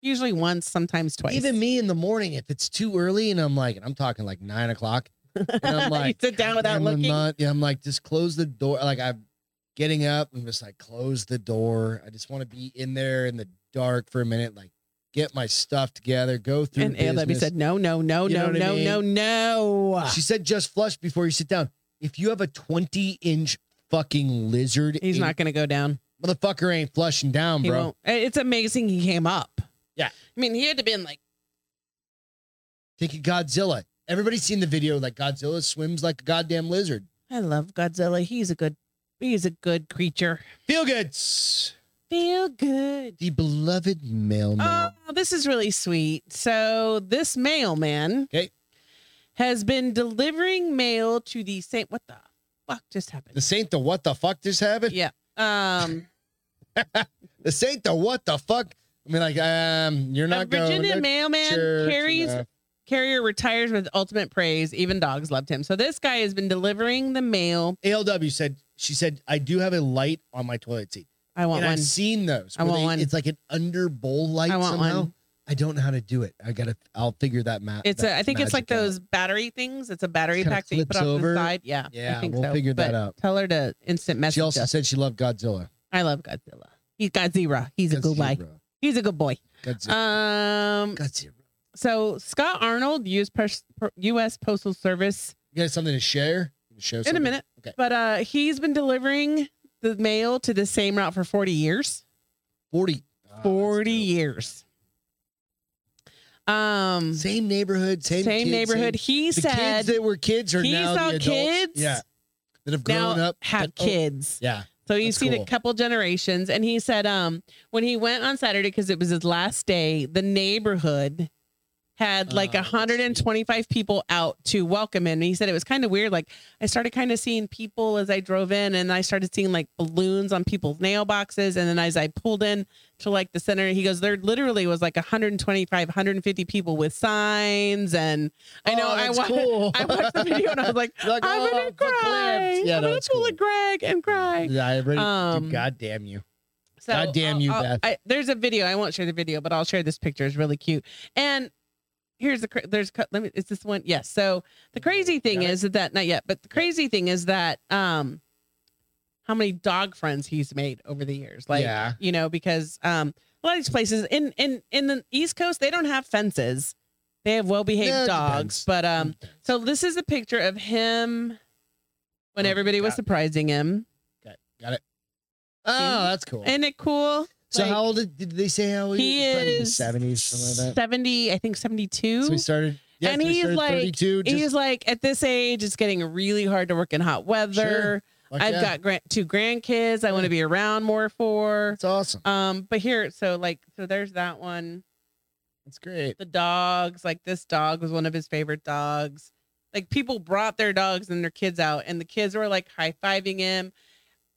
Speaker 1: Usually once, sometimes twice.
Speaker 2: Even me in the morning, if it's too early and I'm like, and I'm talking like nine o'clock, and I'm like,
Speaker 1: you sit down without
Speaker 2: "Damn, I'm
Speaker 1: looking.
Speaker 2: not- yeah, I'm like, just close the door. Like I'm getting up, I'm just like, close the door. I just want to be in there in the dark for a minute, like get my stuff together, go through.
Speaker 1: and Air Levy
Speaker 2: business.
Speaker 1: said, No, no, no,
Speaker 2: You know
Speaker 1: no,
Speaker 2: what I
Speaker 1: no,
Speaker 2: mean?
Speaker 1: no, no.
Speaker 2: she said, just flush before you sit down. If you have a 20 inch fucking lizard,
Speaker 1: He's
Speaker 2: in-
Speaker 1: not gonna go down.
Speaker 2: motherfucker ain't flushing down,
Speaker 1: He
Speaker 2: Mm-hmm.
Speaker 1: Eh,
Speaker 2: bro.
Speaker 1: won't. It's amazing he came up.
Speaker 2: Yeah.
Speaker 1: I mean, he had to been like
Speaker 2: Take a Godzilla. Everybody's seen the video like Godzilla swims like a goddamn lizard.
Speaker 1: I love Godzilla. He's a good he's a good creature.
Speaker 2: Feel goods.
Speaker 1: Feel good.
Speaker 2: The beloved mailman.
Speaker 1: Oh, this is really sweet. So this mailman
Speaker 2: Okay.
Speaker 1: has been delivering mail to the Saint what the fuck just happened?
Speaker 2: the saint the what the fuck just happened?
Speaker 1: yeah. Um
Speaker 2: The saint the what the fuck? I mean, like, um, you're
Speaker 1: a
Speaker 2: not
Speaker 1: Virginia
Speaker 2: going. to
Speaker 1: mailman
Speaker 2: church uh,
Speaker 1: carries
Speaker 2: enough.
Speaker 1: carrier retires with ultimate praise. Even dogs loved him. So this guy has been delivering the mail.
Speaker 2: ALW said she said I do have a light on my toilet seat.
Speaker 1: I want
Speaker 2: and
Speaker 1: one.
Speaker 2: I've seen those.
Speaker 1: I
Speaker 2: where
Speaker 1: want one.
Speaker 2: It's like an under bowl light
Speaker 1: I want
Speaker 2: somehow.
Speaker 1: one.
Speaker 2: I don't know how to do it. I gotta. I'll figure that map.
Speaker 1: It's a, I think it's like those battery things. It's a battery
Speaker 2: Kinda
Speaker 1: pack that you put
Speaker 2: flips
Speaker 1: off
Speaker 2: over.
Speaker 1: the side. Yeah,
Speaker 2: Yeah,
Speaker 1: I think
Speaker 2: we'll
Speaker 1: so.
Speaker 2: figure that
Speaker 1: But
Speaker 2: out.
Speaker 1: Tell her to instant message
Speaker 2: She also
Speaker 1: us.
Speaker 2: said she loved Godzilla.
Speaker 1: I love Godzilla. He's Godzilla. He's a good guy.
Speaker 2: Godzilla.
Speaker 1: He's a good boy.
Speaker 2: Godzilla.
Speaker 1: Um.
Speaker 2: Godzilla.
Speaker 1: So Scott Arnold, U.S. Pers- per- U.S. Postal Service,
Speaker 2: You got something to share? You Show
Speaker 1: in a
Speaker 2: something?
Speaker 1: minute.
Speaker 2: Okay.
Speaker 1: But uh, he's been delivering the mail to the same route for 40 years.
Speaker 2: Forty. Ah, that's
Speaker 1: 40
Speaker 2: dope.
Speaker 1: years. Um. Same,
Speaker 2: Same neighborhood. Same. kids,
Speaker 1: neighborhood.
Speaker 2: same-
Speaker 1: he
Speaker 2: the
Speaker 1: said
Speaker 2: kids that were kids are
Speaker 1: he
Speaker 2: now the
Speaker 1: saw
Speaker 2: adults.
Speaker 1: kids.
Speaker 2: Yeah. That have grown
Speaker 1: now
Speaker 2: up.
Speaker 1: have
Speaker 2: that- oh,
Speaker 1: kids.
Speaker 2: yeah.
Speaker 1: So he's
Speaker 2: That's
Speaker 1: seen
Speaker 2: cool.
Speaker 1: a couple generations, and he said, um, when he went on Saturday because it was his last day, the neighborhood had like
Speaker 2: Oh, that's
Speaker 1: 125 people out to welcome him. And he said it was kind of weird. Like I started kind of seeing people as I drove in, and I started seeing like balloons on people's mailboxes, and then as I pulled in to like the center, he goes, there literally was like 125, 150 people with signs, and I know
Speaker 2: Oh,
Speaker 1: I
Speaker 2: that's
Speaker 1: wa-
Speaker 2: cool.
Speaker 1: I watched the video and I was like,
Speaker 2: Like,
Speaker 1: I'm
Speaker 2: oh,
Speaker 1: gonna
Speaker 2: for clamps.
Speaker 1: cry.
Speaker 2: Yeah,
Speaker 1: I'm
Speaker 2: no,
Speaker 1: gonna
Speaker 2: it's
Speaker 1: pull
Speaker 2: cool.
Speaker 1: a Greg and cry.
Speaker 2: Yeah, I already.
Speaker 1: Um,
Speaker 2: dude, God damn you.
Speaker 1: So
Speaker 2: God damn
Speaker 1: I'll-
Speaker 2: you,
Speaker 1: I'll-
Speaker 2: Beth.
Speaker 1: I, there's a video. I won't share the video, but I'll share this picture. It's really cute. And here's the cra- there's cu- let me is this one? Yes. So the crazy thing
Speaker 2: Got it?
Speaker 1: is that not yet, but the crazy thing is that um how many dog friends he's made over the years. Like
Speaker 2: yeah.
Speaker 1: you know, because um a lot of these places in in in the East Coast they don't have fences. They have well-behaved
Speaker 2: Yeah, it
Speaker 1: dogs,
Speaker 2: depends.
Speaker 1: but um so this is a picture of him when
Speaker 2: Oh,
Speaker 1: everybody was
Speaker 2: got it.
Speaker 1: surprising him.
Speaker 2: Oh, that's cool.
Speaker 1: Isn't it cool?
Speaker 2: So
Speaker 1: Like-
Speaker 2: how old did, did they say how old
Speaker 1: He is
Speaker 2: Seventies, something like that.
Speaker 1: 70, I think 72.
Speaker 2: So we started. Yeah,
Speaker 1: And
Speaker 2: so we
Speaker 1: he's
Speaker 2: started
Speaker 1: like-
Speaker 2: 32, just
Speaker 1: He's like, at this age, it's getting really hard to work in hot weather.
Speaker 2: like,
Speaker 1: I've
Speaker 2: yeah,
Speaker 1: got grand- two grandkids I want to be around more for.
Speaker 2: That's awesome.
Speaker 1: Um, but here, so like, so there's that one.
Speaker 2: That's great.
Speaker 1: The dogs, like this dog was one of his favorite dogs. Like people brought their dogs and their kids out, and the kids were like high fiving him.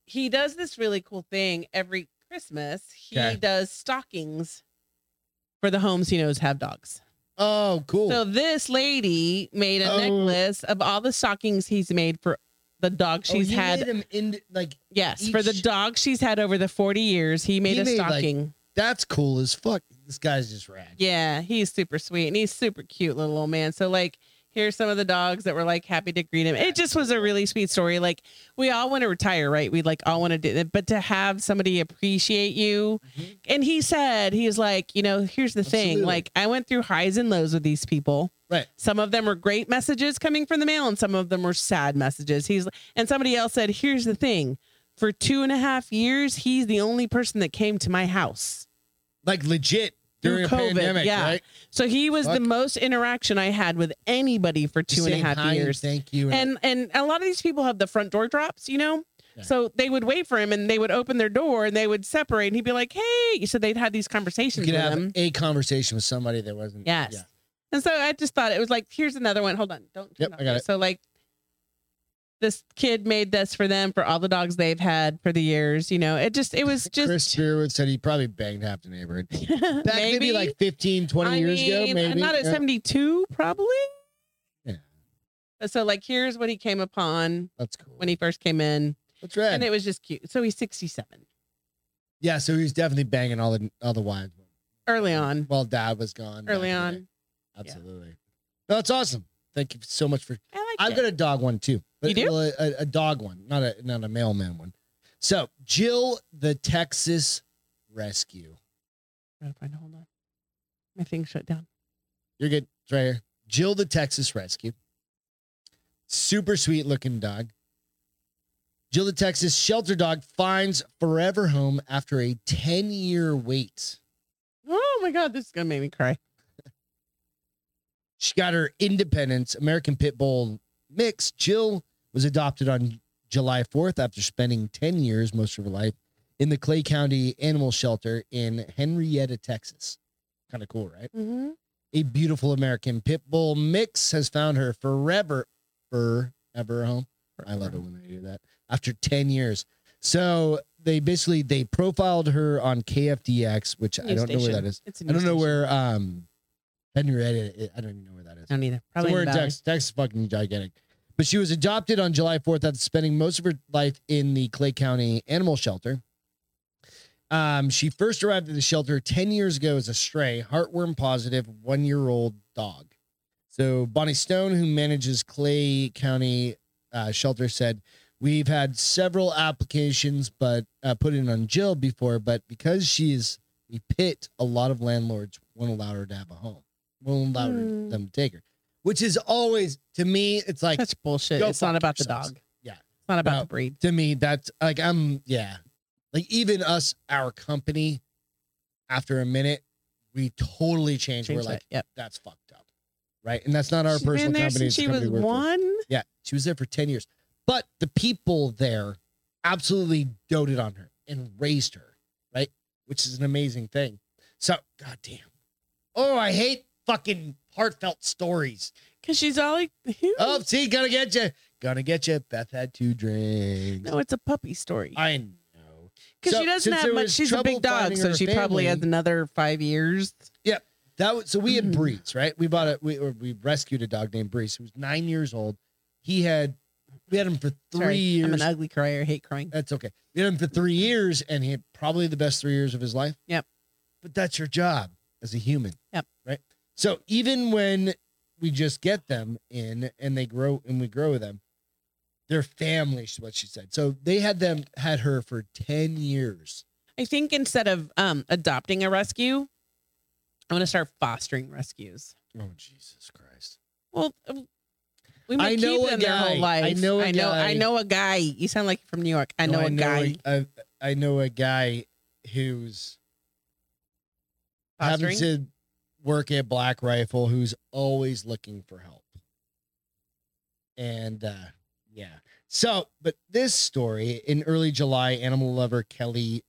Speaker 1: He does this really cool thing every Christmas. He
Speaker 2: Okay.
Speaker 1: does stockings for the homes he knows have dogs.
Speaker 2: Oh, cool.
Speaker 1: So this lady made a
Speaker 2: Oh.
Speaker 1: necklace of all the stockings he's made for the dog
Speaker 2: Oh,
Speaker 1: she's
Speaker 2: you
Speaker 1: had.
Speaker 2: made him in like
Speaker 1: yes, for the
Speaker 2: each-
Speaker 1: dog she's had over the 40 years, he made
Speaker 2: He
Speaker 1: a
Speaker 2: made, like-
Speaker 1: stocking.
Speaker 2: that's cool as fuck. This guy's just rad.
Speaker 1: yeah, he's super sweet and he's super cute little old man. So like here's some of the dogs that were like happy to greet him. It just was a really sweet story. Like we all want to retire, right? We like all want to do it, but to have somebody appreciate you
Speaker 2: Mhm.
Speaker 1: and he said he was like you know here's the
Speaker 2: Absolutely.
Speaker 1: thing like i went through highs and lows with these people
Speaker 2: Right.
Speaker 1: some of them were great messages coming from the mail and some of them were sad messages he's and somebody else said here's the thing for two and a half years he's the only person that came to my house
Speaker 2: Like legit during
Speaker 1: Through
Speaker 2: a
Speaker 1: COVID,
Speaker 2: pandemic,
Speaker 1: yeah.
Speaker 2: right?
Speaker 1: so he was
Speaker 2: Fuck.
Speaker 1: the most interaction i had with anybody for
Speaker 2: Just
Speaker 1: two and a
Speaker 2: saying
Speaker 1: half
Speaker 2: hi
Speaker 1: years
Speaker 2: Thank you.
Speaker 1: and and a lot of these people have the front door drops you know
Speaker 2: Yeah.
Speaker 1: so they would wait for him and they would open their door and they would separate and he'd be like hey so they'd have these
Speaker 2: you
Speaker 1: conversations
Speaker 2: could
Speaker 1: with
Speaker 2: have
Speaker 1: him
Speaker 2: a conversation with somebody that wasn't.
Speaker 1: Yes.
Speaker 2: Yeah.
Speaker 1: And so I just thought it was like, here's another one. Hold on. Don't. turn
Speaker 2: Yep,
Speaker 1: it off
Speaker 2: I got
Speaker 1: yet.
Speaker 2: it.
Speaker 1: So like, this kid made this for them for all the dogs they've had for the years. You know, it just it was just
Speaker 2: Chris Spearwood said he probably banged half the neighborhood. Back maybe,
Speaker 1: maybe
Speaker 2: like 15, 20
Speaker 1: I
Speaker 2: years ago,
Speaker 1: mean,
Speaker 2: maybe.
Speaker 1: not at
Speaker 2: Yeah.
Speaker 1: 72 probably.
Speaker 2: Yeah.
Speaker 1: So like, here's what he came upon
Speaker 2: That's cool.
Speaker 1: when he first came in,
Speaker 2: That's rad.
Speaker 1: and it was just cute. So he's 67.
Speaker 2: Yeah, so he was definitely banging all the all the wives.
Speaker 1: Early on.
Speaker 2: While dad was gone. back
Speaker 1: Early
Speaker 2: in the
Speaker 1: on.
Speaker 2: day. Absolutely. No, that's awesome. Thank you so much for
Speaker 1: I like
Speaker 2: I've
Speaker 1: it.
Speaker 2: got a dog one too.
Speaker 1: You do?
Speaker 2: well, a, a dog one, not a not a mailman one. So Jill the Texas Rescue.
Speaker 1: Gotta find- Hold on. My thing shut down.
Speaker 2: You're good. It's right here. Jill the Texas Rescue. Super sweet looking dog. Jill the Texas shelter dog finds forever home after a 10 year wait.
Speaker 1: Oh my god, this is gonna make me cry.
Speaker 2: She got her independence. American Pit Bull mix. Jill was adopted on July 4th after spending 10 years, most of her life, in the Clay County Animal Shelter in Henrietta, Texas. Kind of cool, right?
Speaker 1: Mm-hmm.
Speaker 2: A beautiful American Pit Bull mix has found her forever, forever home. I love it when they do that. After 10 years. So they basically they profiled her on KFDX, which I
Speaker 1: News
Speaker 2: don't know where
Speaker 1: station.
Speaker 2: that is.
Speaker 1: It's a
Speaker 2: I don't
Speaker 1: news
Speaker 2: know
Speaker 1: station.
Speaker 2: where um Henrietta is. I don't even know where that is.
Speaker 1: I don't either.
Speaker 2: So
Speaker 1: Probably
Speaker 2: we're
Speaker 1: in
Speaker 2: in
Speaker 1: the valley.
Speaker 2: Texas. Texas is fucking gigantic. But she was adopted on July 4th after spending most of her life in the Clay County Animal Shelter. Um, she first arrived at the shelter 10 years ago as a stray, heartworm positive, one year old dog. So Bonnie Stone, who manages Clay County uh, Shelter, said, We've had several applications, but uh, put in on Jill before, but because she is a pit, a lot of landlords won't allow her to have a home, won't allow her-
Speaker 1: Hmm.
Speaker 2: them to take her which is always to me it's like
Speaker 1: That's bullshit.
Speaker 2: Go
Speaker 1: It's not
Speaker 2: fuck
Speaker 1: about
Speaker 2: yourselves.
Speaker 1: the dog.
Speaker 2: Yeah.
Speaker 1: It's not about
Speaker 2: No.
Speaker 1: the breed.
Speaker 2: to me that's like i'm yeah like even us our company after a minute we totally changed
Speaker 1: Change
Speaker 2: we're
Speaker 1: that.
Speaker 2: like
Speaker 1: Yep.
Speaker 2: that's fucked up right and that's not our
Speaker 1: She's
Speaker 2: personal
Speaker 1: been there
Speaker 2: company
Speaker 1: since
Speaker 2: it's the
Speaker 1: she
Speaker 2: company
Speaker 1: was
Speaker 2: we work for.
Speaker 1: one.
Speaker 2: yeah she was there for 10 years but the people there absolutely doted on her and raised her right which is an amazing thing so goddamn oh i hate fucking heartfelt stories
Speaker 1: Because she's all.
Speaker 2: Oh, see, gonna get you. Gonna get you. Beth had two drinks.
Speaker 1: No, it's a puppy story.
Speaker 2: I know.
Speaker 1: Because
Speaker 2: So,
Speaker 1: she doesn't
Speaker 2: since there
Speaker 1: have much.
Speaker 2: was
Speaker 1: She's a
Speaker 2: trouble
Speaker 1: big dog,
Speaker 2: finding
Speaker 1: so
Speaker 2: her
Speaker 1: she probably
Speaker 2: family-
Speaker 1: has another five years.
Speaker 2: That was so we had
Speaker 1: Mm.
Speaker 2: Breeze, right? We bought a we or we rescued a dog named Breeze who was nine years old. He had we had him for three
Speaker 1: Sorry, I'm
Speaker 2: years.
Speaker 1: an ugly crier. I hate crying.
Speaker 2: That's okay. We had him for three years, and he had probably the best three years of his life.
Speaker 1: Yep.
Speaker 2: But that's your job as a human.
Speaker 1: Yep.
Speaker 2: Right. So even when we just get them in and they grow and we grow them, their family is what she said. So they had them had her for ten years.
Speaker 1: I think instead of um, adopting a rescue, I'm going to start fostering rescues.
Speaker 2: Oh Jesus Christ!
Speaker 1: Well, um, we might
Speaker 2: I know
Speaker 1: keep
Speaker 2: a
Speaker 1: them their
Speaker 2: guy.
Speaker 1: whole life.
Speaker 2: I know a
Speaker 1: I know.
Speaker 2: guy.
Speaker 1: I know a guy. You sound like you're from New York. I know
Speaker 2: a
Speaker 1: a guy.
Speaker 2: I I know a guy who's
Speaker 1: Fostering.
Speaker 2: happens to work at Black Rifle, who's always looking for help. And uh, yeah, so but this story in early July, animal lover Kelly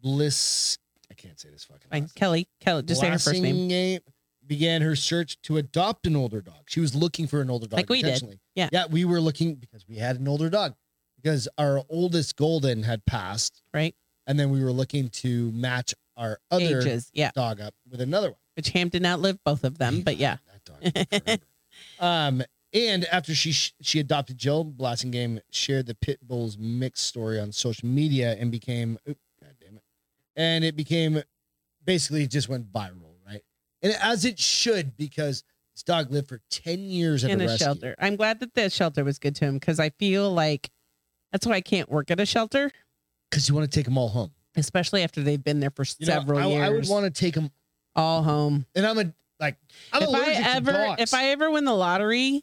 Speaker 2: Bliss, I can't say this fucking.
Speaker 1: Fine.
Speaker 2: last name.
Speaker 1: Kelly. Kelly. Just say her first name.
Speaker 2: Blassingame Began her search to adopt an older dog. She was looking for an older dog.
Speaker 1: Like we did.
Speaker 2: intentionally.
Speaker 1: Yeah.
Speaker 2: Yeah, we were looking because we had an older dog because our oldest golden had passed.
Speaker 1: Right.
Speaker 2: And then we were looking to match our other
Speaker 1: Ages. Yeah.
Speaker 2: dog up with another one.
Speaker 1: Which Hampton outlived both of them. But yeah.
Speaker 2: That dog lived forever. um, and after she she adopted Jill, Blassingame shared the pit bull's mixed story on social media and became, oop, god damn it, and it became basically it just went viral, right? And as it should, because this dog lived for ten years at
Speaker 1: in
Speaker 2: a,
Speaker 1: a
Speaker 2: rescue.
Speaker 1: shelter. I'm glad that the shelter was good to him because I feel like that's why I can't work at a shelter,
Speaker 2: because you want to take them all home.
Speaker 1: especially after they've been there for
Speaker 2: You know,
Speaker 1: several
Speaker 2: I,
Speaker 1: years.
Speaker 2: I would want to take them,
Speaker 1: all home.
Speaker 2: and I'm a like I'm
Speaker 1: if
Speaker 2: allergic
Speaker 1: I ever,
Speaker 2: to dogs.
Speaker 1: if I ever win the lottery,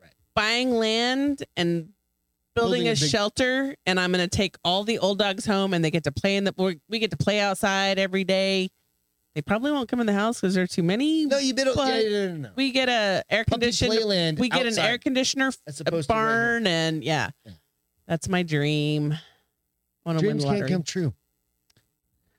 Speaker 2: Right.
Speaker 1: buying land and building,
Speaker 2: Building
Speaker 1: a,
Speaker 2: a big-
Speaker 1: shelter, and I'm gonna take all the old dogs home, and they get to play in the. we- We get to play outside every day. They probably won't come in the house because there are too many.
Speaker 2: no, you better yeah,
Speaker 1: But
Speaker 2: yeah, no, no, no.
Speaker 1: We get a air
Speaker 2: Puppy
Speaker 1: conditioned.
Speaker 2: playland
Speaker 1: We get an
Speaker 2: outside
Speaker 1: air conditioner
Speaker 2: as
Speaker 1: a
Speaker 2: opposed to right here.
Speaker 1: barn and yeah,
Speaker 2: Yeah.
Speaker 1: that's my dream. Want to win
Speaker 2: Dreams
Speaker 1: the
Speaker 2: can't
Speaker 1: lottery?
Speaker 2: come true.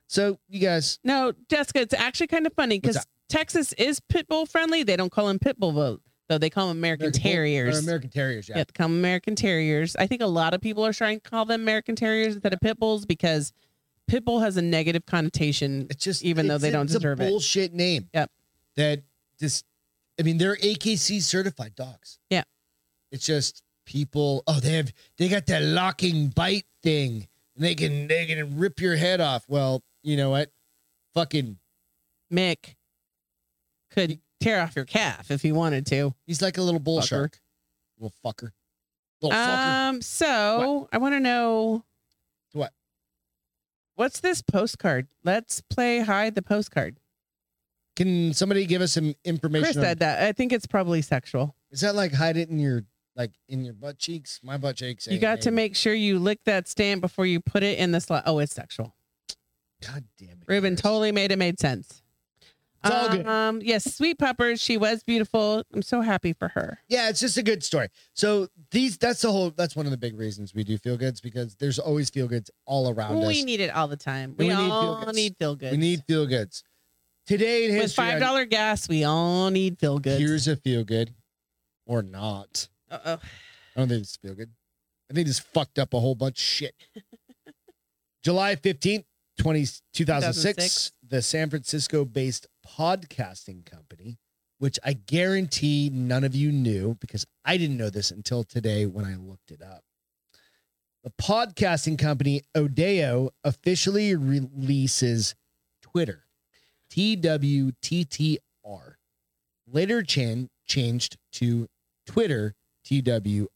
Speaker 2: So you guys,
Speaker 1: No, Jessica, it's actually kind of funny
Speaker 2: What's
Speaker 1: because Texas is pit bull friendly. They don't call them pit bull though, though they call them American,
Speaker 2: American Bull- or
Speaker 1: Terriers.
Speaker 2: American Terriers, yeah.
Speaker 1: Yeah, they call 'em American Terriers. I think a lot of people are trying to call them American Terriers instead of pit bulls because pit bull has a negative connotation.
Speaker 2: It's just
Speaker 1: Even though
Speaker 2: it's-
Speaker 1: they don't
Speaker 2: it's
Speaker 1: deserve
Speaker 2: a
Speaker 1: it.
Speaker 2: bullshit name.
Speaker 1: Yep.
Speaker 2: That just, I mean, they're AKC certified dogs.
Speaker 1: Yeah.
Speaker 2: It's just people. Oh, they have they got that locking bite thing, and they can they can rip your head off. Well, you know what? Fucking,
Speaker 1: Mick could tear off your calf if he wanted to.
Speaker 2: he's like a little bull
Speaker 1: Fucker.
Speaker 2: shark, little fucker, little fucker.
Speaker 1: Um, so I want to know
Speaker 2: What?
Speaker 1: What's this postcard? Let's play hide the postcard.
Speaker 2: Can somebody give us some information?
Speaker 1: Chris
Speaker 2: on-
Speaker 1: said that. I think it's probably sexual.
Speaker 2: Is that like hide it in your like in your butt cheeks? My butt cheeks.
Speaker 1: You
Speaker 2: ain't-
Speaker 1: got to
Speaker 2: ain't-
Speaker 1: make sure you lick that stamp before you put it in the slot. Oh, it's sexual.
Speaker 2: God damn it,
Speaker 1: Ruben
Speaker 2: Chris.
Speaker 1: totally made it made sense.
Speaker 2: It's all good.
Speaker 1: Um, yes, sweet peppers. She was beautiful. I'm so happy for her.
Speaker 2: Yeah, it's just a good story. So these that's the whole that's one of the big reasons we do feel goods because there's always feel goods all around
Speaker 1: we
Speaker 2: us.
Speaker 1: need it all the time.
Speaker 2: We
Speaker 1: We,
Speaker 2: need
Speaker 1: all
Speaker 2: feel-goods.
Speaker 1: need feel good.
Speaker 2: we need feel goods. Today in
Speaker 1: with
Speaker 2: history,
Speaker 1: five dollar gas. We all need feel
Speaker 2: I-
Speaker 1: good.
Speaker 2: here's a feel good or not.
Speaker 1: Uh oh.
Speaker 2: I don't think it's feel good. I think it's fucked up a whole bunch of shit. July 15th, 20, 2006,
Speaker 1: 2006.
Speaker 2: the San Francisco based podcasting company, which I guarantee none of you knew because I didn't know this until today when I looked it up. The podcasting company Odeo officially releases Twitter, TWTTR, later chan- changed to Twitter, TWITTER.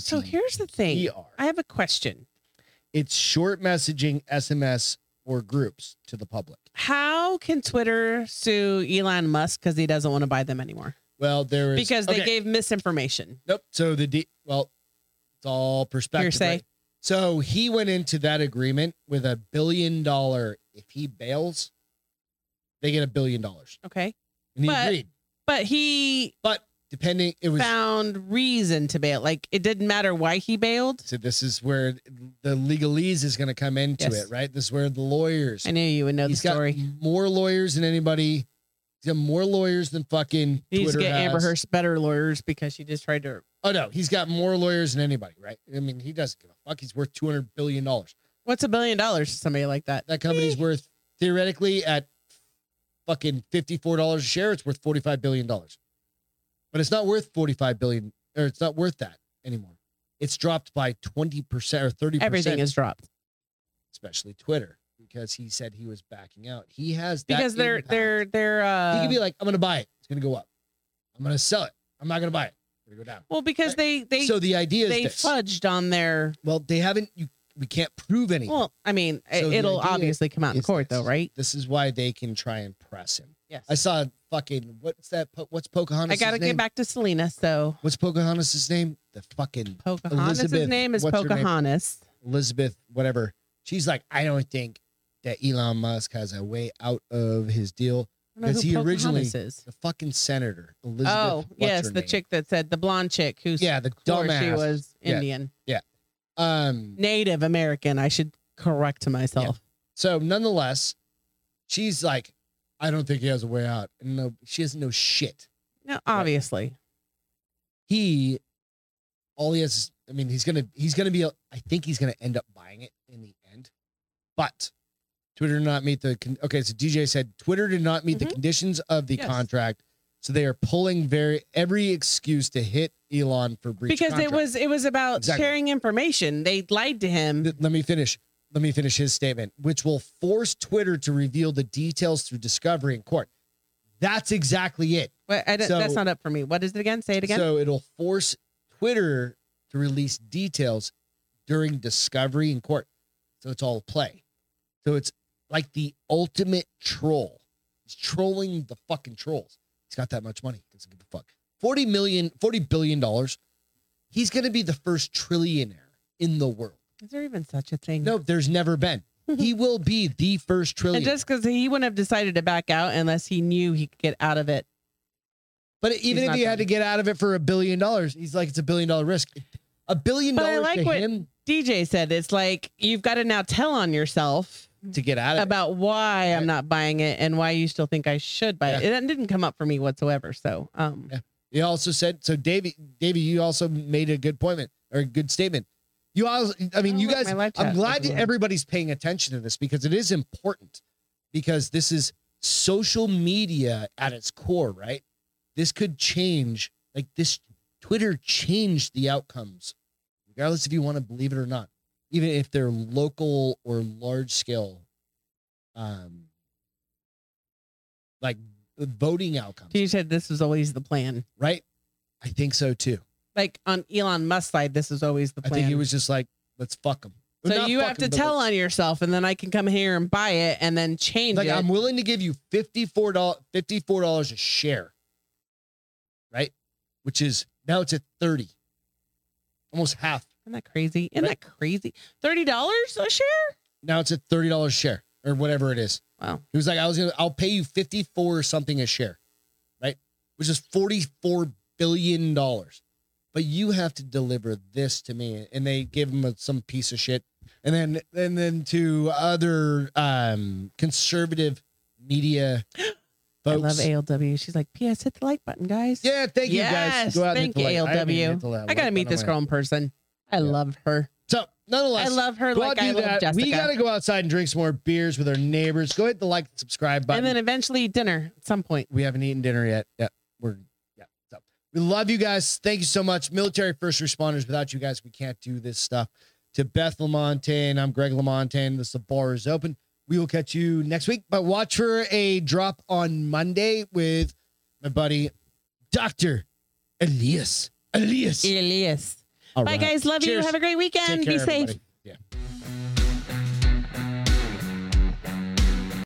Speaker 1: So here's the thing. I have a question.
Speaker 2: E It's short messaging, SMS, or groups to the public.
Speaker 1: How can Twitter sue Elon Musk because he doesn't want to buy them anymore?
Speaker 2: Well, there is
Speaker 1: Because they
Speaker 2: okay,
Speaker 1: gave misinformation.
Speaker 2: nope. So the D, well, it's all perspective.
Speaker 1: Hearsay.
Speaker 2: right? So he went into that agreement with a billion dollar. If he bails, they get a billion dollars,
Speaker 1: Okay.
Speaker 2: and he
Speaker 1: But-
Speaker 2: agreed.
Speaker 1: But he
Speaker 2: But depending, it was
Speaker 1: found reason to bail. Like it didn't matter why he bailed.
Speaker 2: so. This is where the legalese is going to come into
Speaker 1: Yes.
Speaker 2: it, right? This is where the lawyers.
Speaker 1: I knew you would know
Speaker 2: He's
Speaker 1: the
Speaker 2: got
Speaker 1: story.
Speaker 2: more lawyers than anybody. He's got more lawyers than fucking.
Speaker 1: He needs to
Speaker 2: Twitter
Speaker 1: get Amber
Speaker 2: has.
Speaker 1: Hearst better lawyers because she just tried to.
Speaker 2: Oh no, he's got more lawyers than anybody, right? I mean, he doesn't give a fuck. He's worth two hundred billion dollars.
Speaker 1: What's a billion dollars to somebody like that?
Speaker 2: That company's worth theoretically at fucking fifty four dollars a share. It's worth forty five billion dollars, but it's not worth forty five billion, or it's not worth that anymore. It's dropped by twenty percent or thirty
Speaker 1: Everything
Speaker 2: percent,
Speaker 1: is dropped
Speaker 2: especially Twitter, because he said he was backing out. He has that
Speaker 1: because they're
Speaker 2: impact.
Speaker 1: they're they're. Uh,
Speaker 2: He could be like, I'm gonna buy it. It's gonna go up. I'm gonna sell it. I'm not gonna buy it. It's gonna go down.
Speaker 1: well, because they they
Speaker 2: so the idea is
Speaker 1: they
Speaker 2: this.
Speaker 1: fudged on their.
Speaker 2: Well, they haven't. You, we can't prove anything.
Speaker 1: Well, I mean, it-
Speaker 2: So the
Speaker 1: it'll
Speaker 2: idea
Speaker 1: obviously come out in
Speaker 2: is
Speaker 1: court,
Speaker 2: this.
Speaker 1: though, right?
Speaker 2: This is why they can try and press him.
Speaker 1: Yes.
Speaker 2: I saw fucking what's that? Po- What's Pocahontas?
Speaker 1: I got to
Speaker 2: name?
Speaker 1: get back to Selena. So
Speaker 2: What's Pocahontas' name? The fucking
Speaker 1: Pocahontas'
Speaker 2: Elizabeth,
Speaker 1: name is
Speaker 2: what's her name?
Speaker 1: Pocahontas.
Speaker 2: Elizabeth, whatever. She's like, I don't think that Elon Musk has a way out of his deal.
Speaker 1: I don't know
Speaker 2: Because
Speaker 1: who
Speaker 2: he originally-
Speaker 1: Pocahontas is.
Speaker 2: The fucking senator, Elizabeth.
Speaker 1: Oh,
Speaker 2: what's
Speaker 1: yes,
Speaker 2: her
Speaker 1: the
Speaker 2: name?
Speaker 1: chick that said the blonde chick who
Speaker 2: Yeah, the
Speaker 1: swore
Speaker 2: dumbass.
Speaker 1: she was
Speaker 2: Yeah.
Speaker 1: Indian,
Speaker 2: Um.
Speaker 1: Native American. I should correct myself.
Speaker 2: So nonetheless, she's like, I don't think he has a way out. And no, she doesn't know shit.
Speaker 1: No, obviously.
Speaker 2: he all he has is i mean he's gonna he's gonna be a- i think he's gonna end up buying it in the end but twitter did not meet the con- okay so dj said twitter did not meet the
Speaker 1: Mhm.
Speaker 2: conditions of the
Speaker 1: Yes.
Speaker 2: contract so they are pulling very every excuse to hit elon for breach of
Speaker 1: Because it
Speaker 2: contract.
Speaker 1: was it was about
Speaker 2: Exactly.
Speaker 1: sharing information. They lied to him.
Speaker 2: Th- let me finish let me finish his statement which will force twitter to reveal the details through discovery in court that's exactly it
Speaker 1: Wait, I don't-
Speaker 2: so-
Speaker 1: that's not up for me. What is it again? Say it again.
Speaker 2: So it'll force Twitter to release details during discovery in court. So it's all play. So it's like the ultimate troll. He's trolling the fucking trolls. He's got that much money. Doesn't give a fuck. 40 million, 40 billion dollars. He's gonna be the first trillionaire in the world.
Speaker 1: is there even such a thing?
Speaker 2: No, there's never been. He will be the first
Speaker 1: And
Speaker 2: trillionaire.
Speaker 1: Mm-hmm. just because he wouldn't have decided to back out unless he knew he could get out of it.
Speaker 2: but even if
Speaker 1: not
Speaker 2: he had
Speaker 1: done.
Speaker 2: to get out of it for a billion dollars, he's like, it's a billion dollar risk. A billion
Speaker 1: But I
Speaker 2: dollars
Speaker 1: like
Speaker 2: to
Speaker 1: what-
Speaker 2: him
Speaker 1: DJ said it's like you've got to now tell on yourself
Speaker 2: to get out of it.
Speaker 1: about why
Speaker 2: Right.
Speaker 1: I'm not buying it and why you still think I should buy it. It didn't come up for me whatsoever. So, um,
Speaker 2: Yeah. You also said so, Davey. Davey, you also made a good point or a good statement. You also, I mean,
Speaker 1: Oh,
Speaker 2: you
Speaker 1: look,
Speaker 2: guys.
Speaker 1: my live
Speaker 2: I'm
Speaker 1: chat
Speaker 2: glad
Speaker 1: doesn't work.
Speaker 2: everybody's paying attention to this because it is important. Because this is social media at its core, right? This could change. Like this, Twitter changed the outcomes, regardless if you want to believe it or not. Even if they're local or large scale, um, like voting outcomes,
Speaker 1: you said this was always the plan.
Speaker 2: right? I think so too.
Speaker 1: Like on Elon Musk's side, this was always the
Speaker 2: I
Speaker 1: plan.
Speaker 2: think he was just like, let's fuck him.
Speaker 1: so you have to tell on yourself, and then I can come here and buy it, and then change
Speaker 2: Like
Speaker 1: it.
Speaker 2: I'm willing to give you fifty four dollars, fifty four dollars a share, right? Which is now it's at thirty, almost half.
Speaker 1: Isn't that crazy? Isn't
Speaker 2: Right.
Speaker 1: that crazy? Thirty dollars a share?
Speaker 2: Now it's at thirty dollars share. or whatever it is.
Speaker 1: Wow.
Speaker 2: He was like, I was gonna, I'll pay you 54 something a share, right? Which is 44 billion dollars. But you have to deliver this to me. And they give him a- some piece of shit. And then and then to other um conservative media
Speaker 1: I
Speaker 2: folks.
Speaker 1: love ALW. She's like, P.S. Hit the like button, guys.
Speaker 2: Yeah, thank you
Speaker 1: Yes,
Speaker 2: guys. Go out and
Speaker 1: thank
Speaker 2: hit the
Speaker 1: you,
Speaker 2: like. I haven't
Speaker 1: ALW.
Speaker 2: hit the like
Speaker 1: I gotta
Speaker 2: button
Speaker 1: meet
Speaker 2: on
Speaker 1: this
Speaker 2: my-
Speaker 1: girl in person. I
Speaker 2: Yeah.
Speaker 1: love her.
Speaker 2: So nonetheless,
Speaker 1: I love her
Speaker 2: Go
Speaker 1: like
Speaker 2: out
Speaker 1: I
Speaker 2: and do
Speaker 1: love
Speaker 2: that.
Speaker 1: Jessica.
Speaker 2: We gotta go outside and drink some more beers with our neighbors. Go hit the like and subscribe button.
Speaker 1: and then eventually dinner at some point.
Speaker 2: we haven't eaten dinner yet. Yeah, we're yeah. So we love you guys. Thank you so much, military first responders. Without you guys, we can't do this stuff. To Beth Lamontagne, I'm Greg Lamontagne. This the bar is open. We will catch you next week. But watch for a drop on Monday with my buddy Doctor Elias. Elias.
Speaker 1: Elias.
Speaker 2: All
Speaker 1: Bye
Speaker 2: right.
Speaker 1: guys. Love you.
Speaker 2: Cheers.
Speaker 1: Have a great
Speaker 2: Take
Speaker 1: weekend.
Speaker 2: care,
Speaker 1: Be safe.
Speaker 2: everybody.